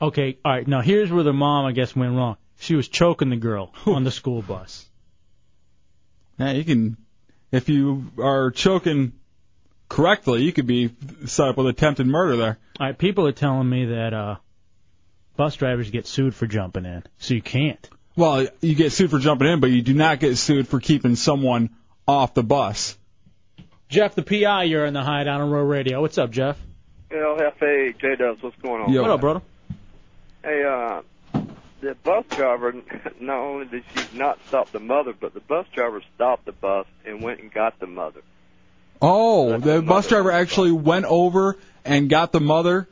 S3: Okay, all right. Now here's where the mom, I guess, went wrong. She was choking the girl on the school bus.
S4: Yeah, you can. If you are choking correctly, you could be set up with attempted murder there.
S3: All right, people are telling me that uh, bus drivers get sued for jumping in, so you can't.
S4: Well, you get sued for jumping in, but you do not get sued for keeping someone off the bus.
S3: Jeff, the PI, you're in the hideout on Row Radio. What's up, Jeff?
S17: LFA, J Dubs, what's going on?
S3: Oh, What up, brother?
S17: Hey, uh, the bus driver, not only did she not stop the mother, but the bus driver stopped the bus and went and got the mother.
S4: Oh, the bus driver actually went over and got the mother.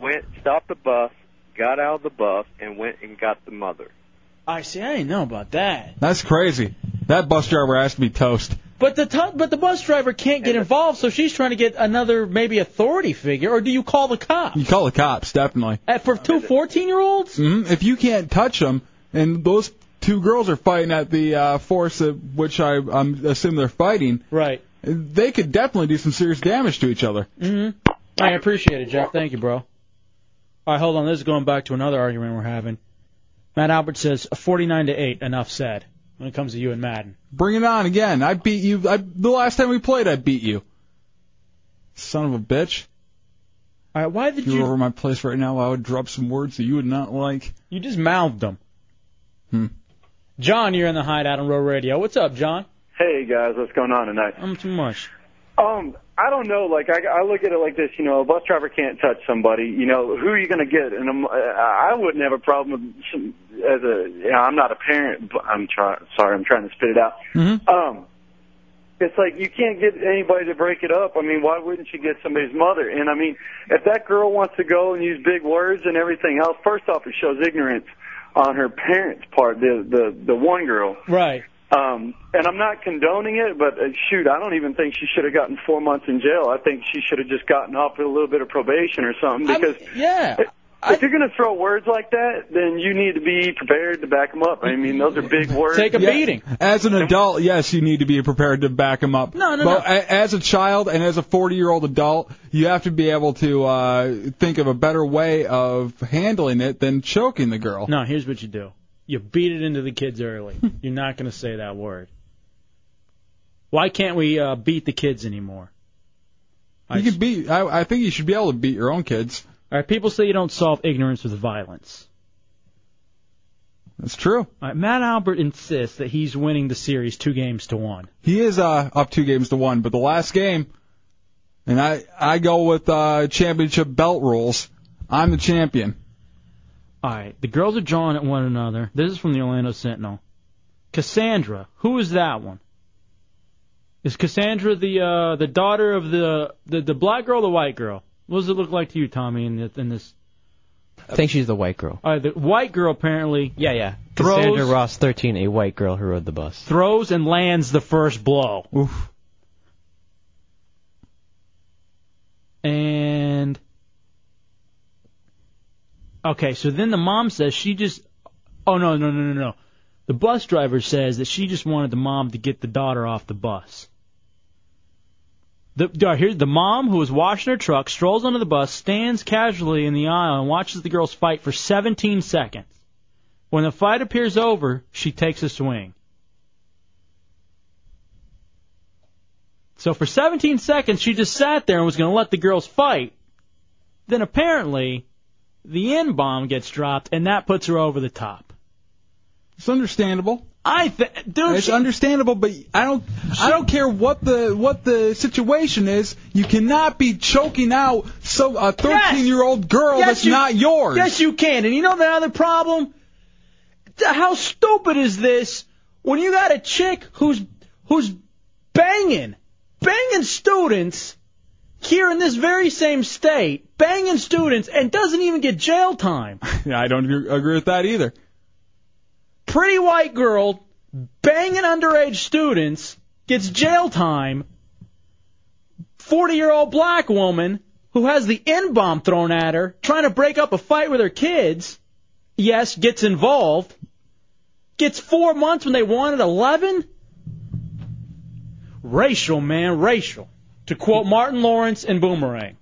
S17: Went, stopped the bus, got out of the bus, and went and got the mother.
S3: I see. I didn't know about that.
S4: That's crazy. That bus driver has to be toast.
S3: But the t- but the bus driver can't get involved, so she's trying to get another maybe authority figure, or do you call the cops?
S4: You call the cops, definitely.
S3: Uh, For two 14 year olds?
S4: hmm If you can't touch them, and those two girls are fighting at the uh, force at which I I'm, assume they're fighting,
S3: right?
S4: They could definitely do some serious damage to each other.
S3: Mm-hmm. I appreciate it, Jeff. Thank you, bro. All right, hold on. This is going back to another argument we're having. Matt Albert says 49 to 8. Enough said. When it comes to you and Madden.
S4: Bring it on again. I beat you. I, the last time we played, I beat you. Son of a bitch.
S3: All right, why did
S4: you? were over my place right now. I would drop some words that you would not like.
S3: You just mouthed them.
S4: Hmm.
S3: John, you're in the hideout on Row Radio. What's up, John?
S29: Hey guys, what's going on tonight?
S3: I'm too much.
S29: Um, I don't know. Like I, I look at it like this. You know, a bus driver can't touch somebody. You know, who are you going to get? And I'm, I I wouldn't have a problem with some, as a. You know, I'm not a parent. But I'm trying. Sorry, I'm trying to spit it out.
S3: Mm-hmm.
S29: Um, it's like you can't get anybody to break it up. I mean, why wouldn't you get somebody's mother? And I mean, if that girl wants to go and use big words and everything else, first off, it shows ignorance on her parents' part. The the the one girl.
S3: Right.
S29: Um, and I'm not condoning it, but uh, shoot, I don't even think she should have gotten four months in jail. I think she should have just gotten off with a little bit of probation or something. Because
S3: yeah,
S29: if, you're going to throw words like that, then you need to be prepared to back them up. I mean, those are big words.
S4: Yeah. As an adult, yes, you need to be prepared to back him up.
S29: No, no,
S4: but
S29: no.
S4: a- as a child and as a 40-year-old adult, you have to be able to uh, think of a better way of handling it than choking the girl.
S3: No, here's what you do. You beat it into the kids early. You're not going to say that word. Why can't we uh, beat the kids anymore?
S4: You can beat. I, I think you should be able to beat your own kids.
S3: All right, people say you don't solve ignorance with violence.
S4: That's true.
S3: All right, Matt Albert insists that he's winning the series two games to one.
S4: He is uh, up two games to one, but the last game, and I I go with uh, championship belt rules. I'm the champion.
S3: All right, the girls are jawing at one another. This is from the Orlando Sentinel. Cassandra, who is that one? Is Cassandra the uh, the daughter of the, the the black girl, or the white girl? What does it look like to you, Tommy? In, the, in this,
S18: I think she's the white girl.
S3: all right, the white girl apparently.
S18: Yeah, yeah. Cassandra
S3: Throws
S18: Ross, 13, a white girl who rode the bus.
S3: throws and lands the first blow.
S4: Oof.
S3: And okay, so then the mom says she just. Oh no no no no no. The bus driver says that she just wanted the mom to get the daughter off the bus. The, uh, here, the mom, who was washing her truck, strolls onto the bus, stands casually in the aisle, and watches the girls fight for 17 seconds. When the fight appears over, she takes a swing. So for 17 seconds, she just sat there and was going to let the girls fight. Then apparently, the N bomb gets dropped, and that puts her over the top.
S4: It's understandable.
S3: I th- dude,
S4: it's understandable, but I don't I don't care what the what the situation is. You cannot be choking out so a 13 year old girl
S3: Yes,
S4: that's
S3: you-
S4: not yours.
S3: Yes, you can. And you know the other problem? Th- How stupid is this when you got a chick who's who's banging, banging students here in this very same state, banging students, and doesn't even get jail time?
S4: Yeah, I don't agree- agree with that either.
S3: pretty white girl banging underage students gets jail time. 40 year old black woman who has the N bomb thrown at her, trying to break up a fight with her kids, yes, gets involved, gets four months when they wanted 11? Racial, man, racial. To quote Martin Lawrence and Boomerang.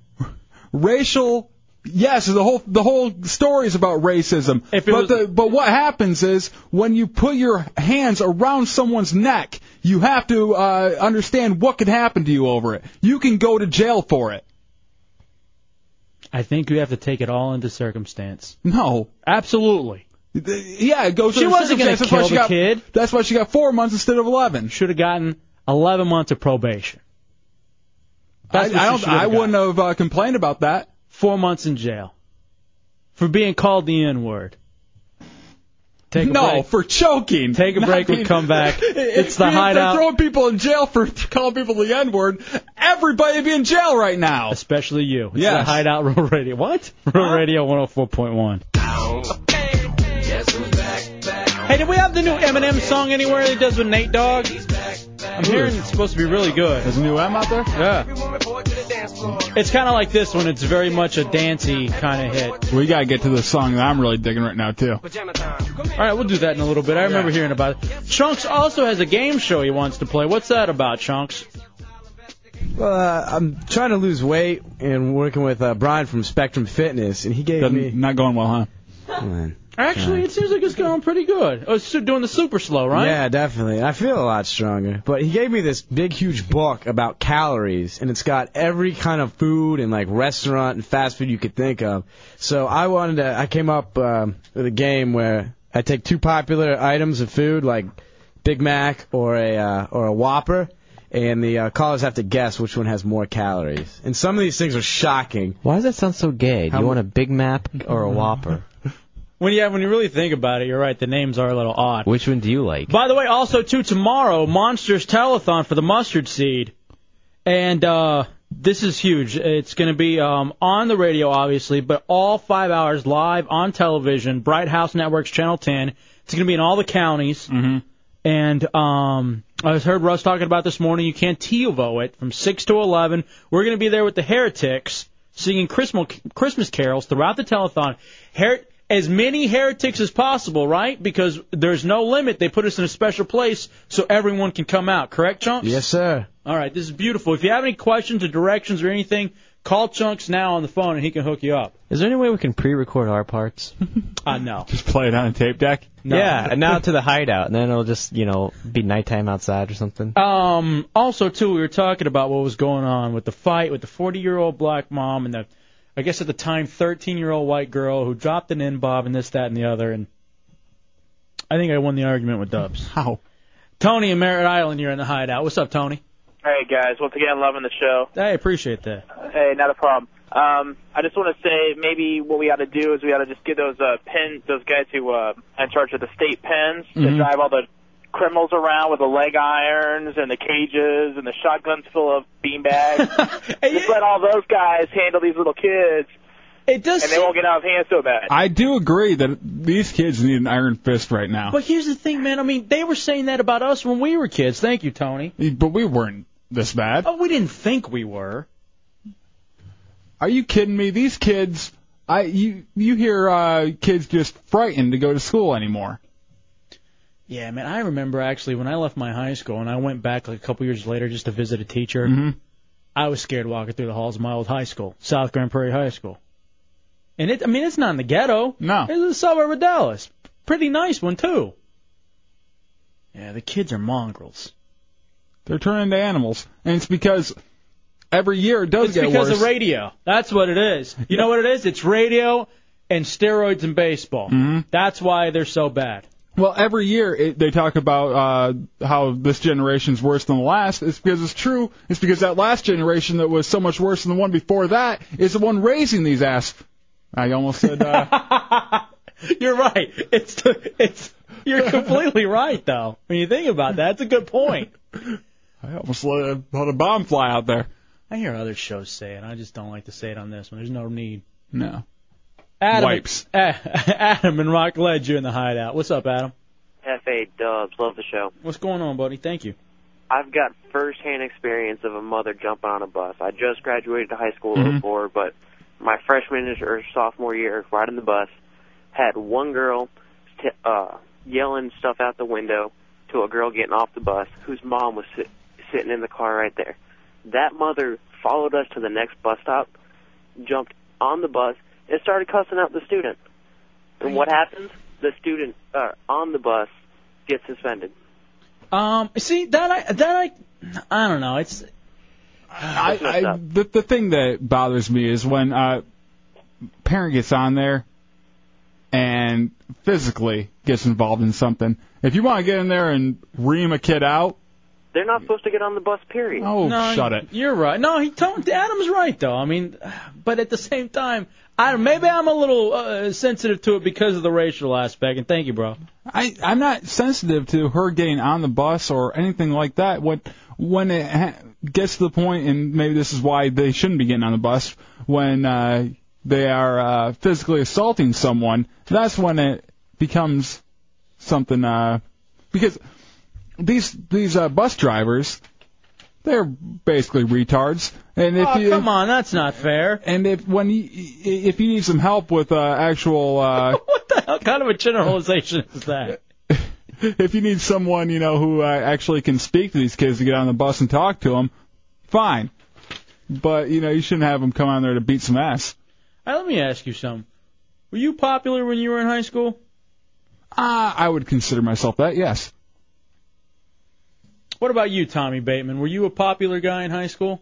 S4: racial. Yes, the whole the whole story is about racism.
S3: If it
S4: but
S3: was-
S4: the, but what happens is when you put your hands around someone's neck, you have to uh, understand what could happen to you over it. You can go to jail for it.
S3: I think you have to take it all into circumstance.
S4: No,
S3: absolutely.
S4: Yeah, it goes.
S3: She
S4: to the
S3: wasn't gonna
S4: circumstance. That's why
S3: kill
S4: she
S3: the
S4: got-
S3: kid.
S4: That's why she got four months instead of eleven.
S3: Should have gotten eleven months of probation.
S4: I, I
S3: That's what she
S4: don't.
S3: should've
S4: I wouldn't have uh, complained about that.
S3: Four months in jail for being called the N word. Take a
S4: no,
S3: break.
S4: for choking.
S3: Take a
S4: Not
S3: break. We
S4: being-
S3: come back. It's
S4: If
S3: the
S4: they're
S3: hideout,
S4: throwing people in jail for calling people the N word. Everybody would be in jail right now.
S3: especially you. It's the oh
S4: Yes.
S3: hideout. Rural radio. What? Rural radio 104.1. Hey, did we have the new Eminem song anywhere that he does with Nate Dogg? I'm hearing it's supposed to be really good.
S4: There's a new M out there?
S3: Yeah. It's kind of like this one. It's very much a dancey kind of hit.
S4: We gotta get to the song that I'm really digging right now too.
S3: All right, we'll do that in a little bit. I remember hearing about it. Chunks also has a game show he wants to play. What's that about, Chunks?
S5: Uh, I'm trying to lose weight and working with uh, Brian from Spectrum Fitness, and he gave me Oh,
S4: not going well,
S5: huh?
S3: Actually, it seems like it's going pretty good. Oh, it's still doing the super slow, right?
S5: Yeah, definitely. I feel a lot stronger. But he gave me this big, huge book about calories, and it's got every kind of food and like restaurant and fast food you could think of. So I wanted to. I came up um, with a game where I take two popular items of food, like Big Mac or a uh, or a Whopper. And the uh, callers have to guess which one has more calories. And some of these things are shocking. Um,
S18: Why does that sound so gay? Do
S5: How
S18: you
S5: mu-
S18: want a Big Mac or a Whopper?
S3: When you when you really think about it, you're right. The names are a little odd.
S18: Which one do you like?
S3: By the way, also too tomorrow, Monsters Telethon for the mustard seed, and uh, this is huge. It's going to be um, on the radio, obviously, but all five hours live on television, Bright House Networks Channel 10. It's going to be in all the counties,
S18: Mm-hmm.
S3: and um, I was heard Russ talking about this morning. You can't TiVo it from six to eleven. We're going to be there with the Heretics singing Christmas Christmas carols throughout the telethon. Her- as many heretics as possible, right? Because there's no limit. They put us in a special place so everyone can come out. Correct, Chunks?
S5: Yes, sir.
S3: All right, this is beautiful. If you have any questions or directions or anything, call Chunks now on the phone and he can hook you up.
S18: Is there any way we can pre-record our parts?
S3: I know.
S4: Just play it on a tape deck.
S18: Yeah, and now to the hideout, and then it'll just you know be nighttime outside or something.
S3: Um, also too, we were talking about what was going on with the fight with the 40-year-old black mom and the, I guess at the time 13-year-old white girl who dropped an in bob and this, that, and the other. And I think I won the argument with Dubs.
S4: How?
S3: Tony in Merritt Island, you're in the hideout. What's up, Tony?
S20: Hey guys, once again, loving the show.
S3: Hey, appreciate that.
S20: Hey, not a problem. Um, I just want to say maybe what we ought to do is we ought to just get those uh, pins, those guys who uh, are in charge of the state pens to
S3: Mm-hmm.
S14: Mhm.
S20: drive all the criminals around with the leg irons and the cages and the shotguns full of beanbags. just let all those guys handle these little kids.
S3: It does,
S20: and they won't get out of hand so bad.
S4: I do agree that these kids need an iron fist right now.
S3: But here's the thing, man. I mean, they were saying that about us when we were kids. Thank you, Tony.
S4: But we weren't this bad.
S3: Oh, we didn't think we were.
S4: Are you kidding me? These kids, I you you hear uh, kids just frightened to go to school anymore.
S3: Yeah, man. I remember actually when I left my high school and I went back like a couple years later just to visit a teacher.
S4: Mm-hmm.
S3: I was scared walking through the halls of my old high school, South Grand Prairie High School. And it, I mean, it's not in the ghetto.
S4: No.
S3: It's in the suburb of Dallas. Pretty nice one too. Yeah, the kids are mongrels.
S4: They're turning into animals, and it's because every year Oh, it does
S3: It's
S4: get
S3: because
S4: worse.
S3: of radio. That's what it is. You know what it is? It's radio and steroids and baseball.
S4: Mhm.
S3: That's why they're so bad.
S4: Well, every year it, they talk about uh, how this generation's worse than the last. It's because it's true. It's because that last generation that was so much worse than the one before that is the one raising these ass. I almost said. Uh,
S3: You're right. It's the, it's you're completely right though. When you think about that, it's a good point.
S4: I almost let a, let a bomb fly out there.
S3: I hear other shows say it. I just don't like to say it on this one. There's no need.
S4: No.
S3: Adam,
S4: Wipes.
S3: A- Adam and Rock Ledge, you're in the hideout. What's up, Adam?
S30: F8 Dubs, love the show.
S3: What's going on, buddy? Thank you.
S30: I've got first-hand experience of a mother jumping on a bus. I just graduated high school
S3: Mhm.
S30: in 04, but my freshman or sophomore year, riding the bus, had one girl t- uh, yelling stuff out the window to a girl getting off the bus whose mom was sit- sitting in the car right there. That mother followed us to the next bus stop, jumped on the bus, and started cussing out the student. And what happens? The student uh, on the bus gets suspended.
S3: Um, see that I that I I don't know. It's
S4: I, I the the thing that bothers me is when uh parent gets on there and physically gets involved in something. If you want to get in there and ream a kid out,
S30: They're not supposed to get on the bus, period.
S4: Oh, shut it.
S3: You're right. No, he told Adam's right though. I mean, but at the same time, I maybe I'm a little uh, sensitive to it because of the racial aspect. And thank you, bro.
S4: I I'm not sensitive to her getting on the bus or anything like that. When when it ha- gets to the point, and maybe this is why they shouldn't be getting on the bus when uh, they are uh, physically assaulting someone. That's when it becomes something. Uh, because these these uh, bus drivers, they're basically retards. And if
S3: Oh,
S4: you
S3: come on, that's not fair.
S4: And if when you, if you need some help with uh, actual uh,
S3: What kind of a generalization is that?
S4: if you need someone you know who uh, actually can speak to these kids to get on the bus and talk to them, fine. But you know you shouldn't have them come on there to beat some ass.
S3: All right, let me ask you something. Were you popular when you were in high school?
S4: Uh, I would consider myself that. Yes.
S3: What about you, Tommy Bateman? Were you a popular guy in high school?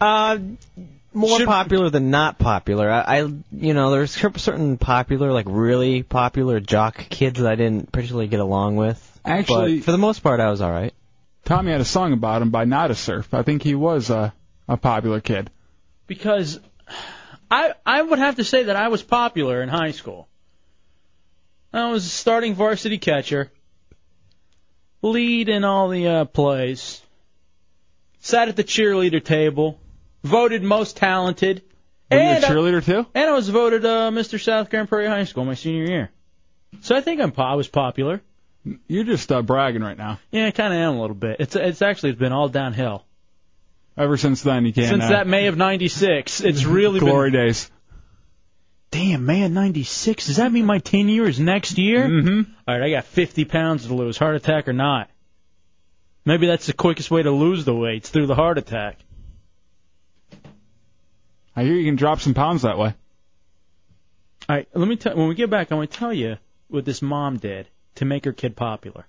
S18: Uh, more popular than not popular. I, I you know, there's cer- certain popular, like really popular jock kids that I didn't particularly get along with.
S4: Actually-
S18: but for the most part, I was all right.
S4: Tommy had a song about him by Not a Surf. I think he was a a popular kid.
S3: Because I I would have to say that I was popular in high school. I was a starting varsity catcher, lead in all the uh, plays, sat at the cheerleader table, voted most talented.
S4: Were you a
S3: and I-
S4: cheerleader too?
S3: and I was voted uh, Mr. South Grand Prairie High School my senior year. So I think I'm po- I was popular.
S4: You're just uh, bragging right now.
S3: Yeah, I kind of am a little bit. It's it's actually it's been all downhill
S4: Ever since then, you can't.
S3: since
S4: uh,
S3: that May of '96. It's really
S4: glory
S3: been,
S4: days.
S3: Damn, May of '96. Does that mean my tenure is next year? Mm-hmm. All right, I got 50 pounds to lose, heart attack or not. Maybe that's the quickest way to lose the weight. It's through the heart attack.
S4: I hear you can drop some pounds that way.
S3: All right, let me tell. When we get back, I want to tell you what this mom did to make her kid popular.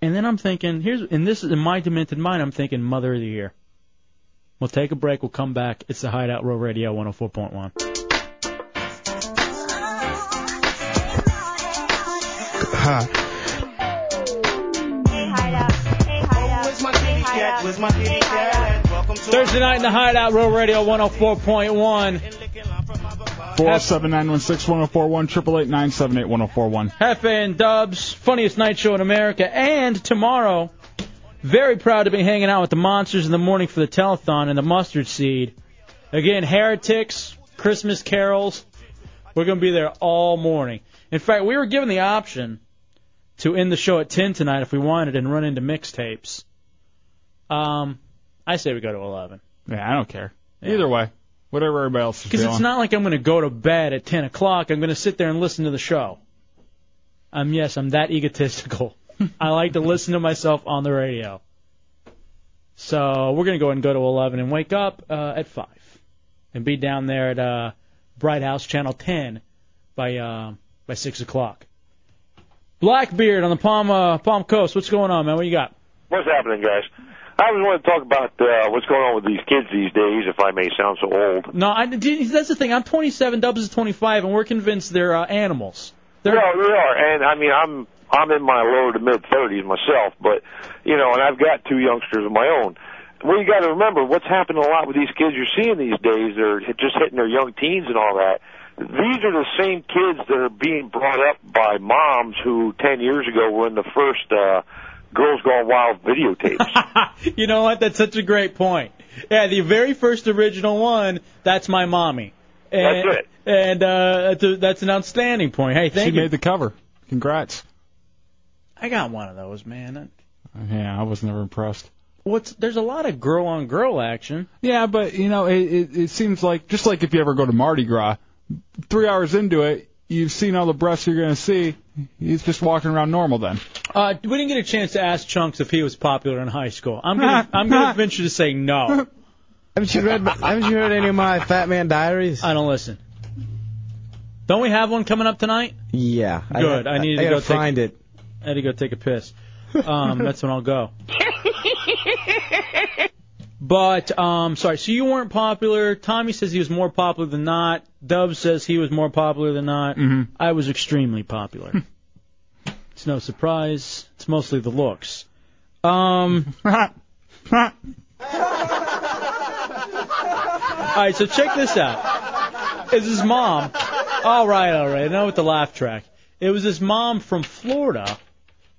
S3: And then I'm thinking, here's, and this is in my demented mind, I'm thinking Mother of the Year. We'll take a break. We'll come back. It's the Hideout Row Radio 104.1. Thursday night in the Hideout Row Radio 104.1.
S4: Four zero seven nine one six one zero four one triple eight nine seven eight one zero four one.
S3: Hefe and Dubs, funniest night show in America. And tomorrow, very proud to be hanging out with the Monsters in the morning for the telethon and the Mustard Seed. Again, Heretics, Christmas Carols. We're going to be there all morning. In fact, we were given the option to end the show at 10 tonight if we wanted and run into mixtapes. Um, I say we go to 11.
S4: Yeah, I don't care. Either way, whatever everybody else is
S3: Because
S4: doing.
S3: it's not like I'm going to go to bed at 10 o'clock. I'm going to sit there and listen to the show. Um, yes, I'm that egotistical. I like to listen to myself on the radio. So we're going to go ahead and go to 11 and wake up uh, at 5 and be down there at uh, Bright House Channel 10 by uh, by 6 o'clock. Blackbeard on the Palm uh, Palm Coast. What's going on, man? What you got?
S1: What's happening, guys? I was want to talk about uh, what's going on with these kids these days, if I may sound so old.
S3: No, I, that's the thing. I'm 27, Dubs is 25, and we're convinced they're uh, animals. They're,
S1: no, they are, and I mean, I'm I'm in my lower to mid 30s myself, but you know, and I've got two youngsters of my own. Well, you got to remember what's happening a lot with these kids you're seeing these days. They're hit- just hitting their young teens and all that. These are the same kids that are being brought up by moms who 10 years ago were in the first uh, Girls Gone Wild videotapes.
S3: You know what? That's such a great point. Yeah, the very first original one, that's my mommy. And,
S1: That's it.
S3: And uh, that's, a, that's an outstanding point. Hey, thank
S4: she
S3: you.
S4: made the cover. Congrats.
S3: I got one of those, man.
S4: Yeah, I was never impressed.
S3: What's there's a lot of girl on girl action.
S4: Yeah, but you know, it, it it seems like just like if you ever go to Mardi Gras, three hours into it, you've seen all the breasts you're going to see. He's just walking around normal then.
S3: Uh, we didn't get a chance to ask Chunks if he was popular in high school. I'm gonna, I'm gonna venture to say no.
S5: Haven't you read? Haven't you heard any of my Fat Man Diaries?
S3: I don't listen. Don't we have one coming up tonight?
S5: Yeah.
S3: Good. I, needed
S5: I
S3: to
S5: gotta
S3: go take-
S5: find it.
S3: I had to go take a piss. Um, that's when I'll go. But um, sorry. So you weren't popular. Tommy says he was more popular than not. Dub says he was more popular than not.
S5: Mm-hmm.
S3: I was extremely popular. it's no surprise. It's mostly the looks. Um. all right. So check this out. Is his mom? All right. All right. Now with the laugh track. It was his mom from Florida,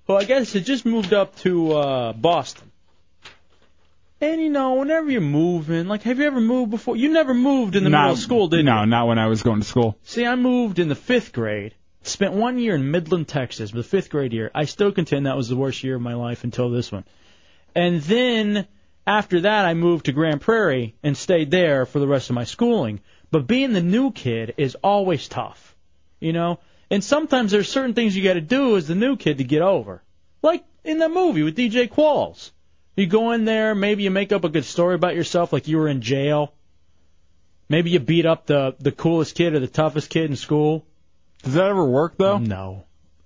S3: who I guess had just moved up to uh, Boston. And you know, whenever you're moving, like, have you ever moved before? You never moved in the middle
S4: Not-
S3: of school, did
S4: no,
S3: you?
S4: not when I was going to school.
S3: See, I moved in the fifth grade. Spent one year in Midland, Texas, the fifth grade year. I still contend that was the worst year of my life until this one. And then after that, I moved to Grand Prairie and stayed there for the rest of my schooling. But being the new kid is always tough, you know. And sometimes there's certain things you got to do as the new kid to get over, like in the movie with DJ Qualls. You go in there, maybe you make up a good story about yourself, like you were in jail. Maybe you beat up the the coolest kid or the toughest kid in school.
S4: Does that ever work though?
S3: No.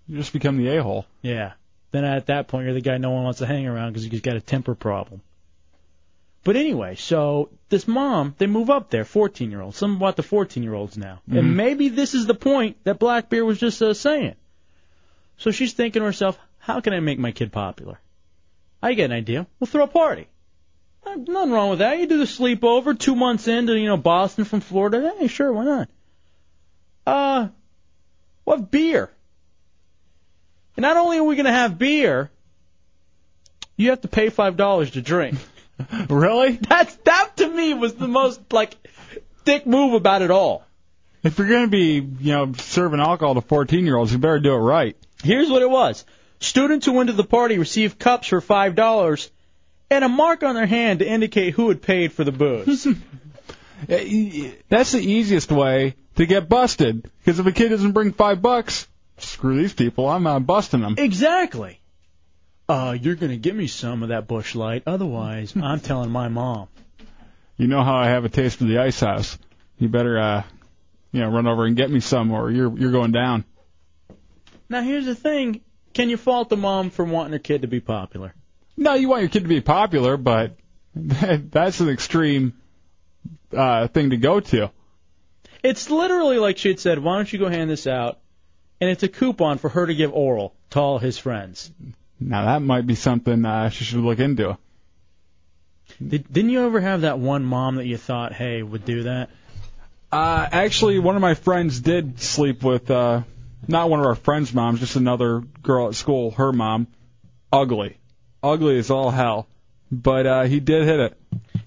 S4: You just become the a hole.
S3: Yeah. Then at that point, you're the guy no one wants to hang around because he's got a temper problem. But anyway, so this mom, they move up there, 14 year olds. Some about the 14 year olds now.
S4: Mhm.
S3: And maybe this is the point that Blackbeard was just uh, saying. So she's thinking to herself, how can I make my kid popular? I get an idea. We'll throw a party. Uh, Nothing wrong with that. You do the sleepover two months into, you know, Boston from Florida. Hey, sure, why not? Uh, what beer? And not only are we going to have beer, you have to pay five dollars to drink.
S4: really?
S3: That's that to me was the most like dick move about it all.
S4: If you're going to be, you know, serving alcohol to 14 year olds, you better do it right.
S3: Here's what it was. Students who went to the party received cups for five dollars and a mark on their hand to indicate who had paid for the booze.
S4: eh, That's the easiest way to get busted. 'Cause if a kid doesn't bring five bucks, screw these people. I'm uh, busting them.
S3: exactly. Uh, you're gonna give me some of that bush light, otherwise I'm telling my mom.
S4: You know how I have a taste of the ice house. You better, uh, you know, run over and get me some, or you're you're going down.
S3: Now here's the thing: can you fault the mom for wanting her kid to be popular?
S4: No, you want your kid to be popular, but that's an extreme uh, thing to go to.
S3: It's literally like she had said, "Why don't you go hand this out?" And it's a coupon for her to give oral to all his friends.
S4: Now that might be something uh, she should look into.
S3: Did, didn't you ever have that one mom that you thought, "Hey, would do that"?
S4: Uh, actually, one of my friends did sleep with uh, not one of our friends' moms, just another girl at school. Her mom, ugly, ugly as all hell, but uh, he did hit it.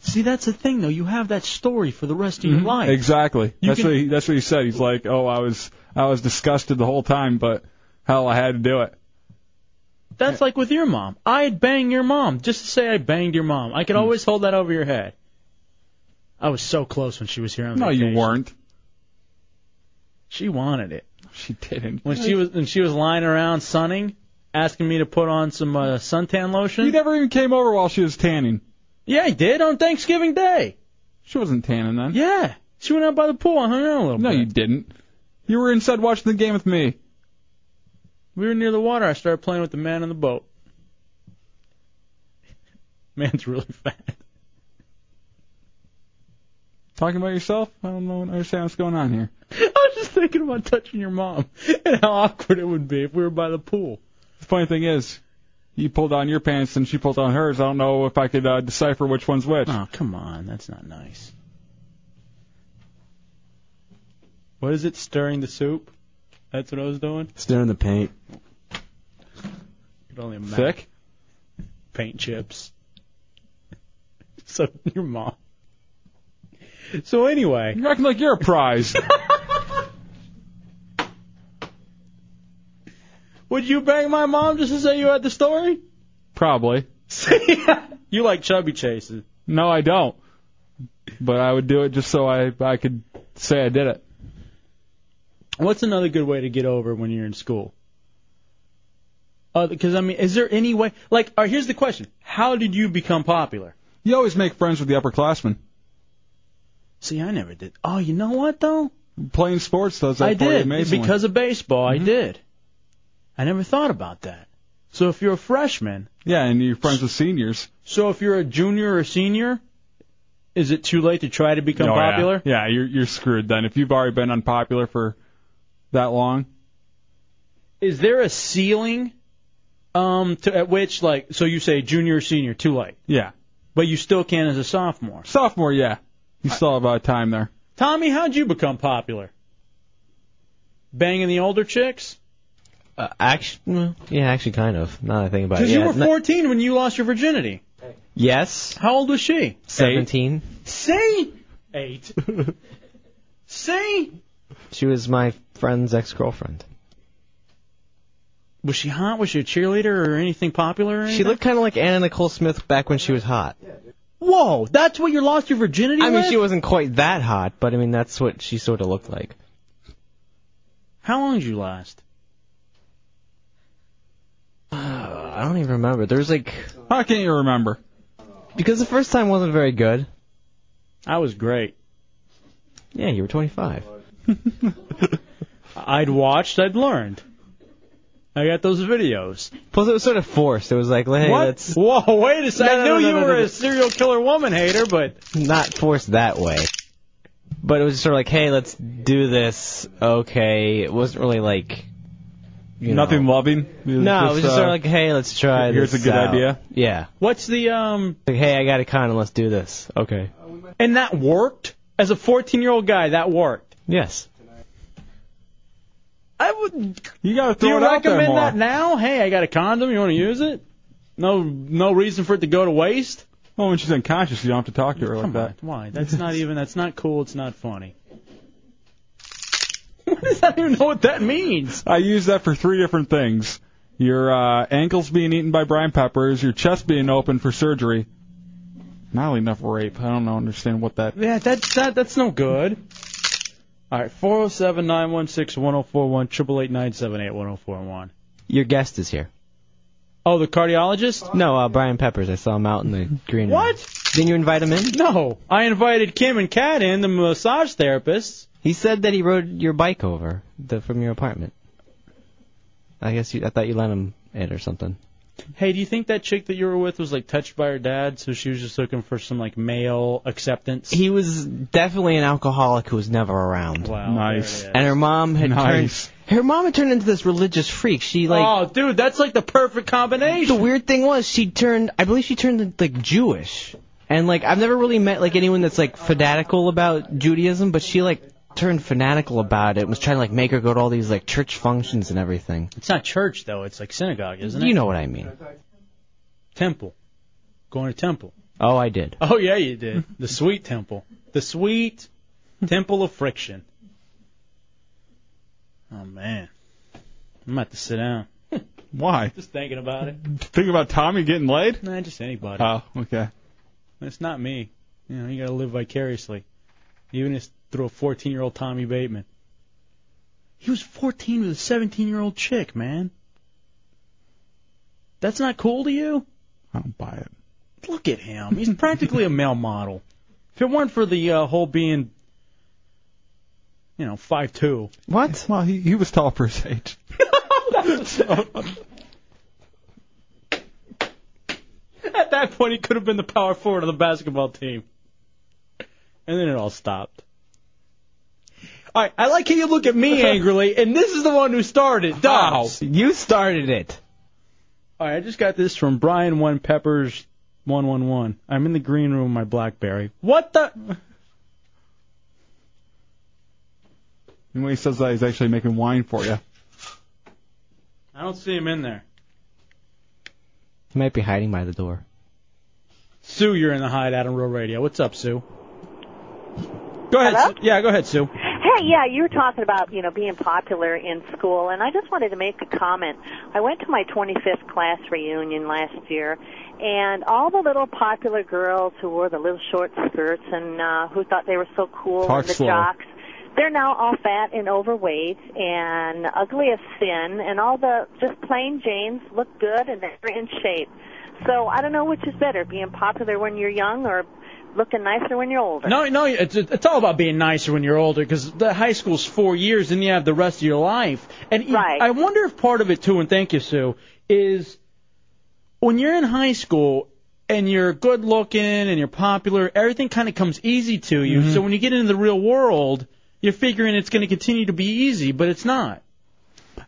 S3: See, that's the thing, though. You have that story for the rest of your life.
S4: Mm-hmm. Exactly.
S3: You
S4: that's
S3: can-
S4: what he, that's what he said. He's like, oh, I was I was disgusted the whole time, but hell, I had to do it.
S3: That's like with your mom. I'd bang your mom just to say I banged your mom. I could
S4: Mm.
S3: always hold that over your head. I was so close when she was here on
S4: No,
S3: vacation.
S4: you weren't.
S3: She wanted it.
S4: She didn't.
S3: When she was when she was lying around sunning, asking me to put on some uh, suntan lotion.
S4: You never even came over while she was tanning.
S3: Yeah, I did on Thanksgiving Day.
S4: She wasn't tanning then.
S3: Yeah, she went out by the pool. I hung out a little
S4: No, you didn't. You were inside watching the game with me.
S3: We were near the water. I started playing with the man on the boat. Man's really fat.
S4: Talking about yourself? I don't know. Understand what's going on here.
S3: I was just thinking about touching your mom and how awkward it would be if we were by the pool.
S4: The funny thing is, you pulled on your pants and she pulled on hers. I don't know if I could uh, decipher which one's which.
S3: Oh, come on. That's not nice. What is it? Stirring the soup? That's what I was doing.
S5: Stirring the paint.
S3: Could only imagine.
S5: Thick?
S3: Paint chips. so your mom. So anyway,
S4: you're acting like you're a prize.
S3: Would you bang my mom just to say you had the story?
S4: Probably.
S3: you like chubby chases.
S4: No, I don't. But I would do it just so I I could say I did it.
S3: What's another good way to get over when you're in school? Because I mean, is there any way? Like, all right, here's the question: How did you become popular?
S4: You always make friends with the upperclassmen.
S3: See, I never did. Oh, you know what though?
S4: Playing sports does that
S3: I
S4: for you
S3: did
S4: amazingly.
S3: because of baseball.
S4: Mm-hmm.
S3: I did. I never thought about that. So if you're a freshman,
S4: yeah, and you're friends with seniors.
S3: So if you're a junior or senior, is it too late to try to become
S4: Oh, yeah.
S3: popular?
S4: Yeah. you're you're screwed then if you've already been unpopular for that long.
S3: Is there a ceiling um, to, at which, like, so you say junior or senior, too late,
S4: Yeah,
S3: but you still can as a sophomore?
S4: sophomore, yeah, you still have about time there.
S3: Tommy, how'd you become popular? Banging the older chicks?
S18: Uh, actually, yeah, actually, kind of. Now that I think about it.
S3: Because
S18: Yeah,
S3: you were
S18: not-
S3: 14 when you lost your virginity.
S18: yes.
S3: How old was she?
S18: Seventeen.
S3: Say eight. Say
S18: She was my friend's ex-girlfriend.
S3: was she hot? Was she a cheerleader or anything popular? Or anything?
S18: She looked kind of like Anna Nicole Smith back when she was hot.
S3: Whoa, that's what you lost your virginity
S18: I mean,
S3: with?
S18: she wasn't quite that hot, but I mean, that's what she sort of looked like.
S3: How long did you last?
S18: Uh, I don't even remember. There was like.
S4: How can't you remember?
S18: Because the first time wasn't very good.
S3: I was great.
S18: Yeah, you were 25.
S3: I'd watched, I'd learned. I got those videos.
S18: Plus, it was sort of forced. It was like, hey,
S3: what?
S18: let's
S3: Whoa, wait a second.
S18: No, no,
S3: I knew
S18: no,
S3: you
S18: no, no,
S3: were
S18: no.
S3: a serial killer woman hater, but
S18: not forced that way. But it was sort of like, hey, let's do this. Okay. It wasn't really like. You
S4: Nothing loving.
S18: No, it was just
S4: uh,
S18: sort of like, hey, let's try
S4: here's
S18: this
S4: a good
S18: out.
S4: idea.
S18: Yeah.
S3: What's the um?
S18: Like, hey, I got a condom. Let's do this. Okay.
S3: and that worked? As a 14-year-old guy, that worked.
S18: Yes.
S3: I would
S4: You gotta
S3: Do
S4: throw
S3: you
S4: it out there
S3: recommend
S4: more.
S3: that now? Hey, I got a condom. You want to use it? No, no reason for it to go to waste.
S4: Well, when she's unconscious, you don't have to talk to her like that.
S3: Why? That's not even. That's not cool. It's not funny. What does that even know what that means?
S4: I use that for three different things. Your uh, ankles being eaten by brine peppers, your chest being open for surgery. Not enough rape. I don't know, understand what that.
S3: Yeah, that that that's no good. All right, four zero seven nine one six one zero four one triple eight nine seven eight one zero four one.
S18: Your guest is here.
S3: Oh, the cardiologist?
S18: No, uh, Brian Peppers. I saw him out in the green room.
S3: What?
S18: Didn't you invite him in?
S3: No. I invited Kim and Kat in, the massage therapists.
S18: He said that he rode your bike over the, from your apartment. I guess you, I thought you lent him it or something.
S3: Hey, do you think that chick that you were with was like touched by her dad, so she was just looking for some like male acceptance?
S18: He was definitely an alcoholic who was never around.
S3: Wow. Nice.
S18: And her mom had
S4: Nice.
S18: turned. Her mom had turned into this religious freak. She like.
S3: oh, dude, that's like the perfect combination.
S18: The weird thing was she turned. I believe she turned like Jewish. And like I've never really met like anyone that's like fanatical about Judaism, but she like turned fanatical about it. and Was trying to like make her go to all these like church functions and everything.
S3: It's not church though; it's like synagogue, isn't it?
S18: You know what I mean?
S3: temple, going to temple.
S18: Oh, I did.
S3: Oh yeah, you did. The sweet temple, the sweet temple of friction. Oh man, I'm about to sit down.
S4: Why?
S3: Just thinking about it.
S4: Think about Tommy getting laid?
S3: Nah, just anybody.
S4: Oh, okay.
S3: It's not me. You know, you gotta live vicariously, even if it's through a 14-year-old Tommy Bateman. He was 14 with a 17-year-old chick, man. That's not cool to you?
S4: I don't buy it.
S3: Look at him. He's practically a male model. If it weren't for the uh, whole being, you know, five two.
S18: What?
S4: Well, he, he was tall for his age.
S3: At that point, he could have been the power forward of the basketball team. And then it all stopped. All right, I like how you look at me angrily, and this is the one who started. Dobbs.
S18: You started it.
S3: All right, I just got this from Brian One Peppers One One One. I'm in the green room with my BlackBerry. What the?
S4: And when he says that, he's actually making wine for you.
S3: I don't see him in there.
S18: He might be hiding by the door.
S3: Sue, you're in the hideout on Real Radio. What's up, Sue? Go ahead. Sue. Yeah, go ahead, Sue.
S2: Hey, yeah, you were talking about, you know, being popular in school, and I just wanted to make a comment. I went to my 25th class reunion last year, and all the little popular girls who wore the little short skirts and uh, who thought they were so cool
S25: Talk
S2: and the
S25: slow.
S2: jocks, They're now all fat and overweight and ugly as sin, and all the just plain Janes look good and they're in shape. So I don't know which is better, being popular when you're young or looking nicer when you're older.
S3: No, no, it's it's all about being nicer when you're older because the high school's four years, and you have the rest of your life. And you- I wonder if part of it too, and thank you, Sue, is when you're in high school and you're good looking and you're popular, everything kind of comes easy to you. So when you get into the real world, you're figuring it's going to continue to be easy, but it's not.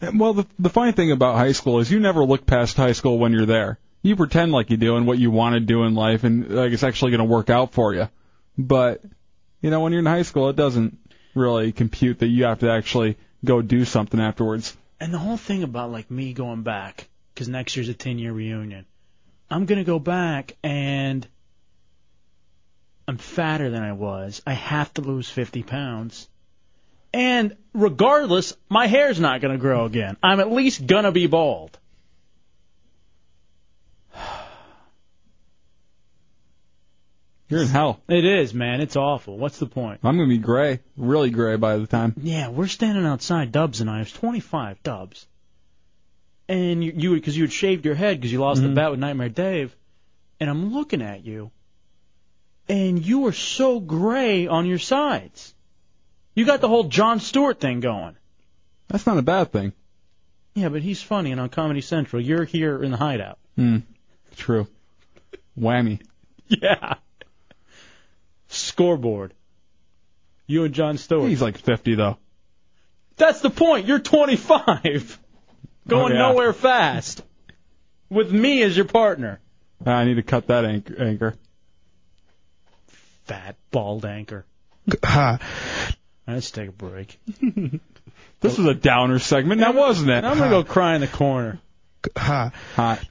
S4: And, Well, the, the funny thing about high school is you never look past high school when you're there. You pretend like you do and what you want to do in life and like it's actually going to work out for you. But, you know, when you're in high school, it doesn't really compute that you have to actually go do something afterwards.
S3: And the whole thing about like me going back, 'cause next year's a 10 year reunion. I'm gonna go back and I'm fatter than I was. I have to lose 50 pounds. And regardless, my hair's not gonna grow again. I'm at least gonna be bald.
S4: You're in hell.
S3: It is, man. It's awful. What's the point?
S4: I'm going to be gray, really gray by the time.
S3: Yeah, we're standing outside Dubs and I. I was 25 Dubs, and you you because you had shaved your head because you lost
S4: Mm-hmm.
S3: the bet with Nightmare Dave, and I'm looking at you, and you were so gray on your sides. You got the whole John Stewart thing going.
S4: That's not a bad thing.
S3: Yeah, but he's funny and on Comedy Central. You're here in the hideout.
S4: Hmm. True. Whammy.
S3: Yeah. Scoreboard. You and John Stewart.
S4: He's like 50 though.
S3: That's the point. You're 25, going
S4: Oh, yeah.
S3: nowhere fast, with me as your partner.
S4: I need to cut that anchor. anchor.
S3: Fat bald anchor. Let's take a break.
S4: This was a downer segment, now wasn't it?
S3: I'm gonna go cry in the corner.
S4: Hot.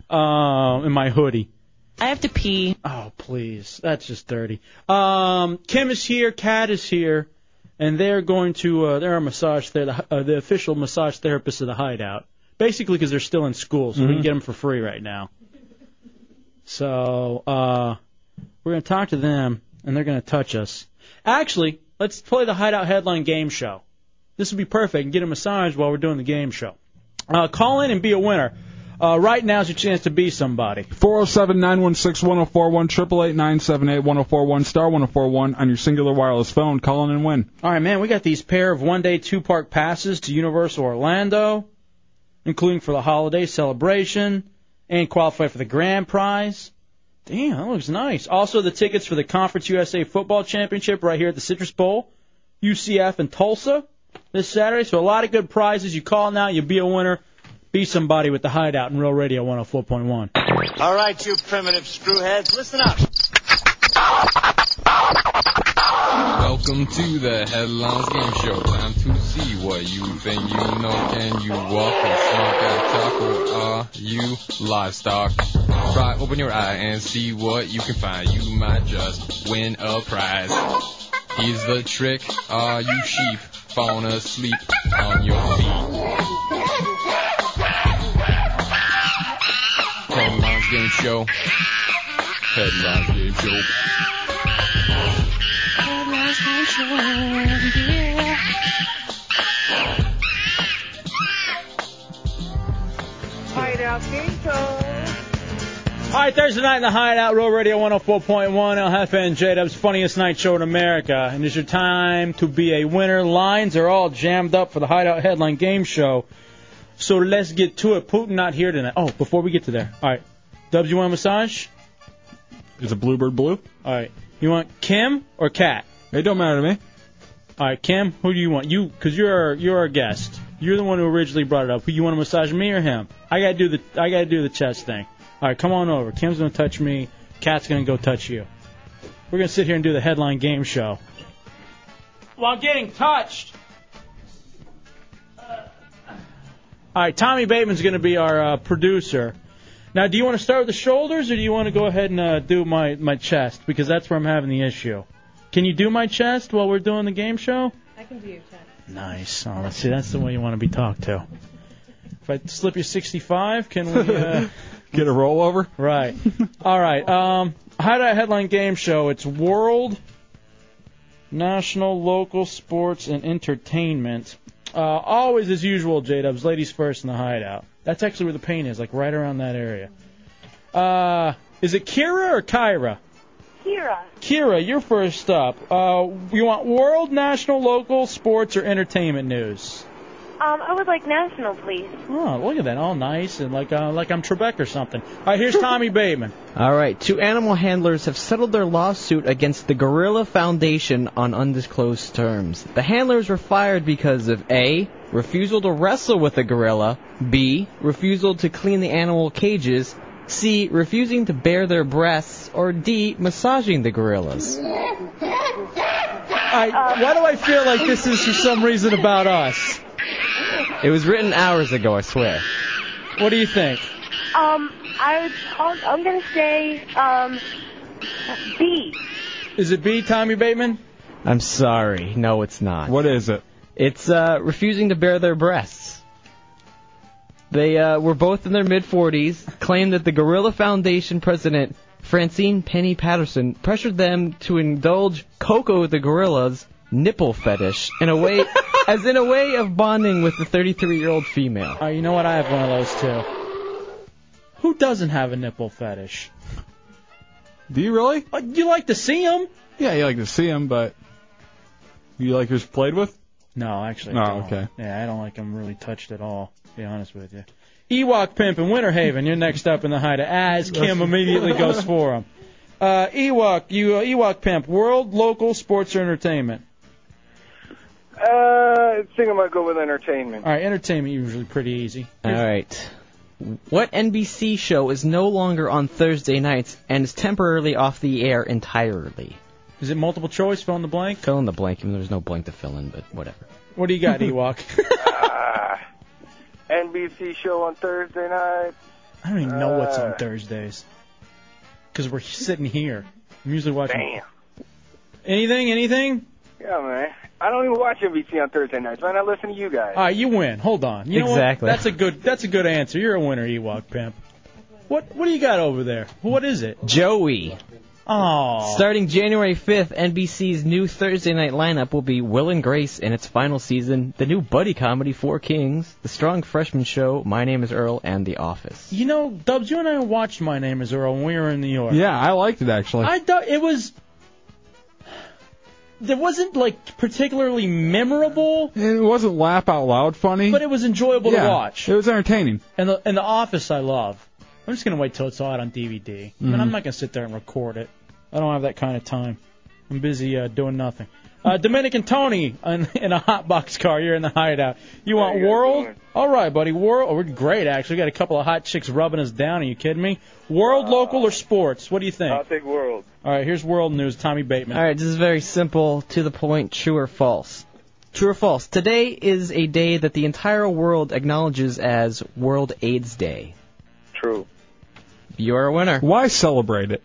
S3: Um, in my hoodie.
S25: I have to pee.
S3: Oh please, that's just dirty. Um, Kim is here, Kat is here, and they're going to uh, they're our massage they're the, uh, the official massage therapist of the hideout. Basically, because they're still in school, so we can
S24: Mhm.
S3: get them for free right now. So uh, we're gonna talk to them, and they're gonna touch us. Actually, let's play the hideout headline game show. This would be perfect. And get a massage while we're doing the game show. Uh, call in and be a winner. Uh, right now's your chance to be somebody.
S4: 407 916 1041, 888 978 1041, star 1041 on your singular wireless phone. Call in and win.
S3: All right, man, we got these pair of one day two park passes to Universal Orlando, including for the holiday celebration and qualify for the grand prize. Damn, that looks nice. Also, the tickets for the Conference USA Football Championship right here at the Citrus Bowl, UCF and Tulsa this Saturday. So, a lot of good prizes. You call now, you'll be a winner. Be somebody with the hideout in Real Radio 104.1.
S8: All right, you primitive screwheads, listen up.
S14: Welcome to the Headlines Game Show. Time to see what you think you know. Can you walk or smoke a talk or are you livestock? Try open your eye and see what you can find. You might just win a prize. Here's the trick. Are you sheep falling asleep on your feet? Headlines Game Show. Headlines Game Show.
S21: Hideout Game Show.
S3: All right, Thursday night in the Hideout, Real Radio 104.1, LFN, J-Dub's funniest night show in America. And it's your time to be a winner. Lines are all jammed up for the Hideout Headline Game Show. So let's get to it. Putin not here tonight. Oh, before we get to there. All right. Dubs, you want a massage?
S4: Is a bluebird blue?
S3: All right. You want Kim or Kat?
S4: It don't matter to me.
S3: All right, Kim, who do you want? You, because you're our, you're our guest. You're the one who originally brought it up. Who you want to massage, me or him? I gotta do the I gotta do the chest thing. All right, come on over. Kim's gonna touch me. Kat's gonna go touch you. We're gonna sit here and do the headline game show. While getting touched. All right, Tommy Bateman's gonna be our uh, producer. Now, do you want to start with the shoulders, or do you want to go ahead and uh, do my my chest because that's where I'm having the issue? Can you do my chest while we're doing the game show?
S25: I can do your chest.
S3: Nice. Oh, let's see. That's the way you want to be talked to. If I slip you 65, can we uh,
S4: get a rollover?
S3: Right. All right. Um, hideout headline game show. It's World National, local, sports, and entertainment. Uh, always as usual, J Dubs, ladies first in the hideout. That's actually where the pain is, like right around that area. Uh, is it Kira or Kyra?
S31: Kira.
S3: Kira, you're first up. Uh, you want world, national, local, sports, or entertainment news?
S8: Um, I would like national, please.
S3: Oh, look at that, all nice and like uh, like I'm Trebek or something. All right, here's Tommy Bateman.
S18: All right. Two animal handlers have settled their lawsuit against the Gorilla Foundation on undisclosed terms. The handlers were fired because of A. Refusal to wrestle with the gorilla. B. Refusal to clean the animal cages. C. Refusing to bare their breasts. Or D. Massaging the gorillas.
S3: I, why do I feel like this is for some reason about us?
S18: It was written hours ago, I swear.
S3: What do you think?
S8: Um, I would, I'll- I'm gonna say, um, B.
S3: Is it B, Tommy Bateman?
S18: I'm sorry. No, it's not.
S4: What is it?
S18: It's uh, refusing to bare their breasts. They uh, were both in their mid 40s, claimed that the Gorilla Foundation president, Francine Penny Patterson, pressured them to indulge Coco the Gorilla's nipple fetish in a way as in a way of bonding with the 33-year-old female.
S3: Oh, you know what? I have one of those too. Who doesn't have a nipple fetish?
S4: Do you really?
S3: you like to see him?
S4: Yeah, you like to see him, but you like who's played with?
S3: No, actually. I
S4: Oh,
S3: don't.
S4: okay.
S3: Yeah, I don't like them really touched at all. To be honest with you. Ewok Pimp in Winter Haven, you're next up in the hideout. As Kim immediately goes for him. Uh, Ewok, you uh, Ewok Pimp, world, local, sports, or entertainment?
S27: Uh, I think I'm gonna go with entertainment.
S3: All right, entertainment usually pretty easy.
S18: All right. What NBC show is no longer on Thursday nights and is temporarily off the air entirely?
S3: Is it multiple choice? Fill in the blank.
S18: Fill in the blank. I mean, there's no blank to fill in, but whatever.
S3: What do you got, Ewok?
S27: NBC show on Thursday night.
S3: I don't even know what's on
S27: Uh.
S3: Thursdays. 'Cause we're sitting here. I'm usually watching.
S27: Damn.
S3: Anything? Anything?
S27: Yeah, man. I don't even watch NBC on Thursday nights, man. I listen to you guys.
S3: All right, you win. Hold on. You know what?
S18: Exactly.
S3: That's a good. That's a good answer. You're a winner, Ewok Pimp. What What do you got over there? What is it?
S18: Joey.
S3: Oh.
S18: Starting January 5th, NBC's new Thursday night lineup will be Will and Grace in its final season, the new buddy comedy Four Kings, the strong freshman show My Name is Earl, and The Office.
S3: You know, Dubs, you and I watched My Name Is Earl when we were in New York.
S4: Yeah, I liked it actually.
S3: I thought it was. There wasn't like particularly memorable,
S4: And it wasn't laugh out loud funny,
S3: but it was enjoyable
S4: yeah,
S3: to watch.
S4: It was entertaining.
S3: And the and the Office I love. I'm just gonna wait till it's out on DVD. I mean, I'm not gonna sit there and record it. I don't have that kind of time. I'm busy uh, doing nothing. Uh, Dominican Tony in, in a hot box car. You're in the hideout. You want world? All right, buddy. World. oh, We're great actually. We got a couple of hot chicks rubbing us down. Are you kidding me? World, local, or sports? What do you think?
S32: I'll take world.
S3: All right, here's world news. Tommy Bateman.
S18: All right, this is very simple, to the point, true or false. True or false? Today is a day that the entire world acknowledges as World AIDS Day.
S27: True.
S18: You're a winner.
S4: Why celebrate it?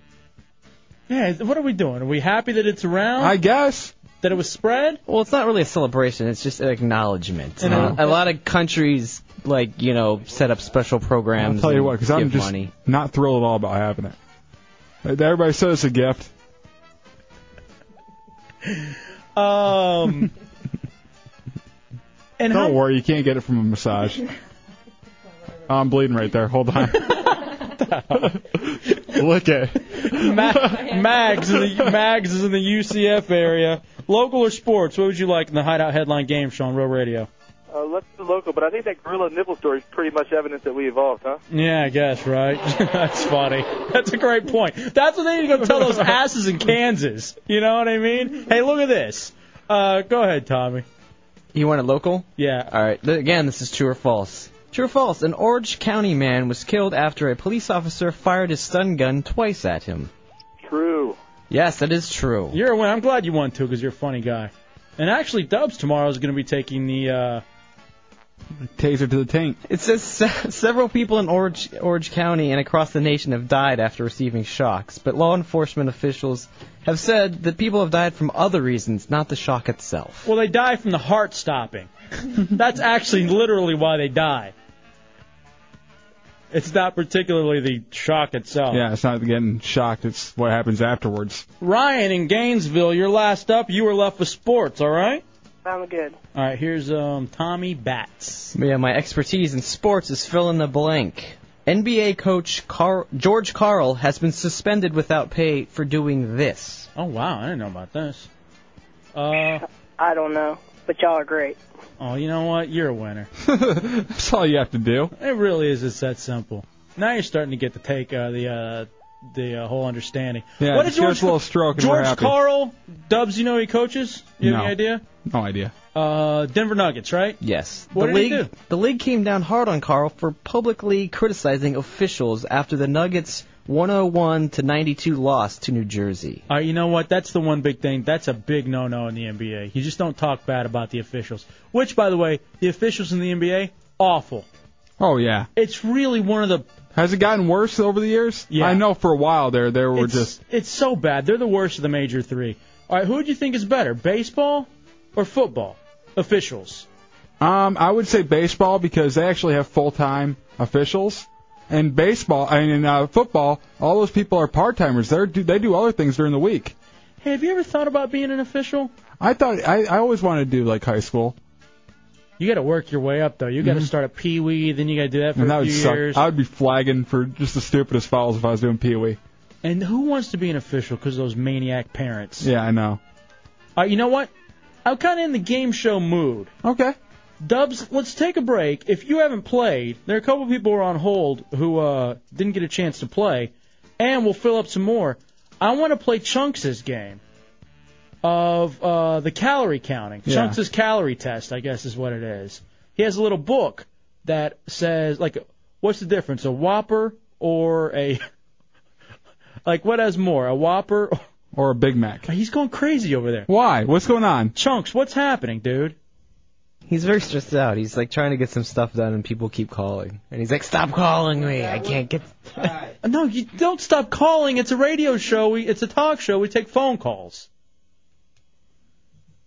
S3: Yeah. What are we doing? Are we happy that it's around?
S4: I guess.
S3: That it was spread?
S18: Well, it's not really a celebration, it's just an acknowledgement.
S4: And
S18: Uh,
S4: it-
S18: a lot of countries, like, you know, set up special programs.
S4: I'll tell you
S18: and
S4: what, because I'm
S18: give
S4: just
S18: money.
S4: not thrilled at all about having it. Everybody says it's a gift.
S3: Um.
S4: Don't
S3: and how-
S4: worry, you can't get it from a massage. I'm bleeding right there. Hold on. Look at.
S3: Ma- Mags, in the, Mags is in the UCF area. Local or sports? What would you like in the Hideout headline game show on Real Radio?
S27: Uh, let's do local, but I think that gorilla nipple story is pretty much evidence that we evolved, huh?
S3: Yeah, I guess, right? That's funny. That's a great point. That's what they need to go tell those asses in Kansas. You know what I mean? Hey, look at this. Uh, go ahead, Tommy.
S18: You want it local?
S3: Yeah.
S18: All right. th- Again, this is true or false. True or false? An Orange County man was killed after a police officer fired his stun gun twice at him.
S27: True.
S18: Yes, that is true.
S3: You're a winner. I'm glad you won, too, because you're a funny guy. And actually, Dubs tomorrow is going to be taking the. Uh,
S4: Taser to the tank.
S18: It says se- several people in Orange, Orange County and across the nation have died after receiving shocks, but law enforcement officials have said that people have died from other reasons, not the shock itself.
S3: Well, they die from the heart stopping. That's actually literally why they die. It's not particularly the shock itself.
S4: Yeah, it's not getting shocked. It's what happens afterwards.
S3: Ryan in Gainesville, you're last up. You were left with sports, all right?
S10: I'm good.
S3: All right, here's um, Tommy Batts.
S10: Yeah, my expertise in sports is fill in the blank. NBA coach Carl, George Carl has been suspended without pay for doing this.
S3: Oh, wow. I didn't know about this. Uh,
S10: I don't know, but y'all are great.
S3: oh, you know what? You're a winner.
S4: That's all you have to do.
S3: It really is. It's that simple. Now you're starting to get to take uh, the uh, the uh, whole understanding.
S4: Yeah,
S3: what did
S4: just give
S3: George
S4: us a little stroke and we're
S3: George
S4: happy.
S3: Carl Dubs? You know he coaches. You have
S4: No.
S3: any idea?
S4: No idea.
S3: Uh, Denver Nuggets, right?
S10: Yes.
S3: What
S10: the
S3: did he
S10: league, The league came down hard on Carl for publicly criticizing officials after the Nuggets 101 to 92 loss to New Jersey.
S3: All right, you know what? That's the one big thing. That's a big no-no in the NBA. You just don't talk bad about the officials. Which, by the way, the officials in the NBA awful.
S4: Oh yeah.
S3: It's really one of the.
S4: Has it gotten worse over the years? Yeah. I know for a while there, there were
S3: it's,
S4: just
S3: it's so bad. They're the worst of the major three. All right, who do you think is better, baseball or football officials?
S4: Um, I would say baseball because they actually have full-time officials. And baseball, I mean, in uh, football, all those people are part-timers. They do they do other things during the week.
S3: Hey, have you ever thought about being an official?
S4: I thought I, I always wanted to do like high school.
S3: You got to work your way up, though. You got to start at Pee Wee, then you got to do that for
S4: Mm-hmm. and that
S3: a
S4: would
S3: few
S4: suck.
S3: years.
S4: I would be flagging for just the stupidest fouls if I was doing Pee Wee.
S3: And who wants to be an official because of those maniac parents?
S4: Yeah, I know.
S3: All right, you know what? I'm kind of in the game show mood.
S4: Okay.
S3: Dubs, let's take a break. If you haven't played, there are a couple people who are on hold who uh, didn't get a chance to play, and we'll fill up some more. I want to play Chunks' game of uh, the calorie counting.
S24: Yeah.
S3: Chunks' calorie test, I guess, is what it is. He has a little book that says, like, what's the difference, a Whopper or a. like, what has more, a Whopper or.
S4: Or a Big Mac.
S3: He's going crazy over there.
S4: Why? What's going on?
S3: Chunks, what's happening, dude?
S10: He's very stressed out. He's like trying to get some stuff done, and people keep calling. And he's like, "Stop calling me! I can't get."
S3: No, you don't stop calling. It's a radio show. We, it's a talk show. We take phone calls.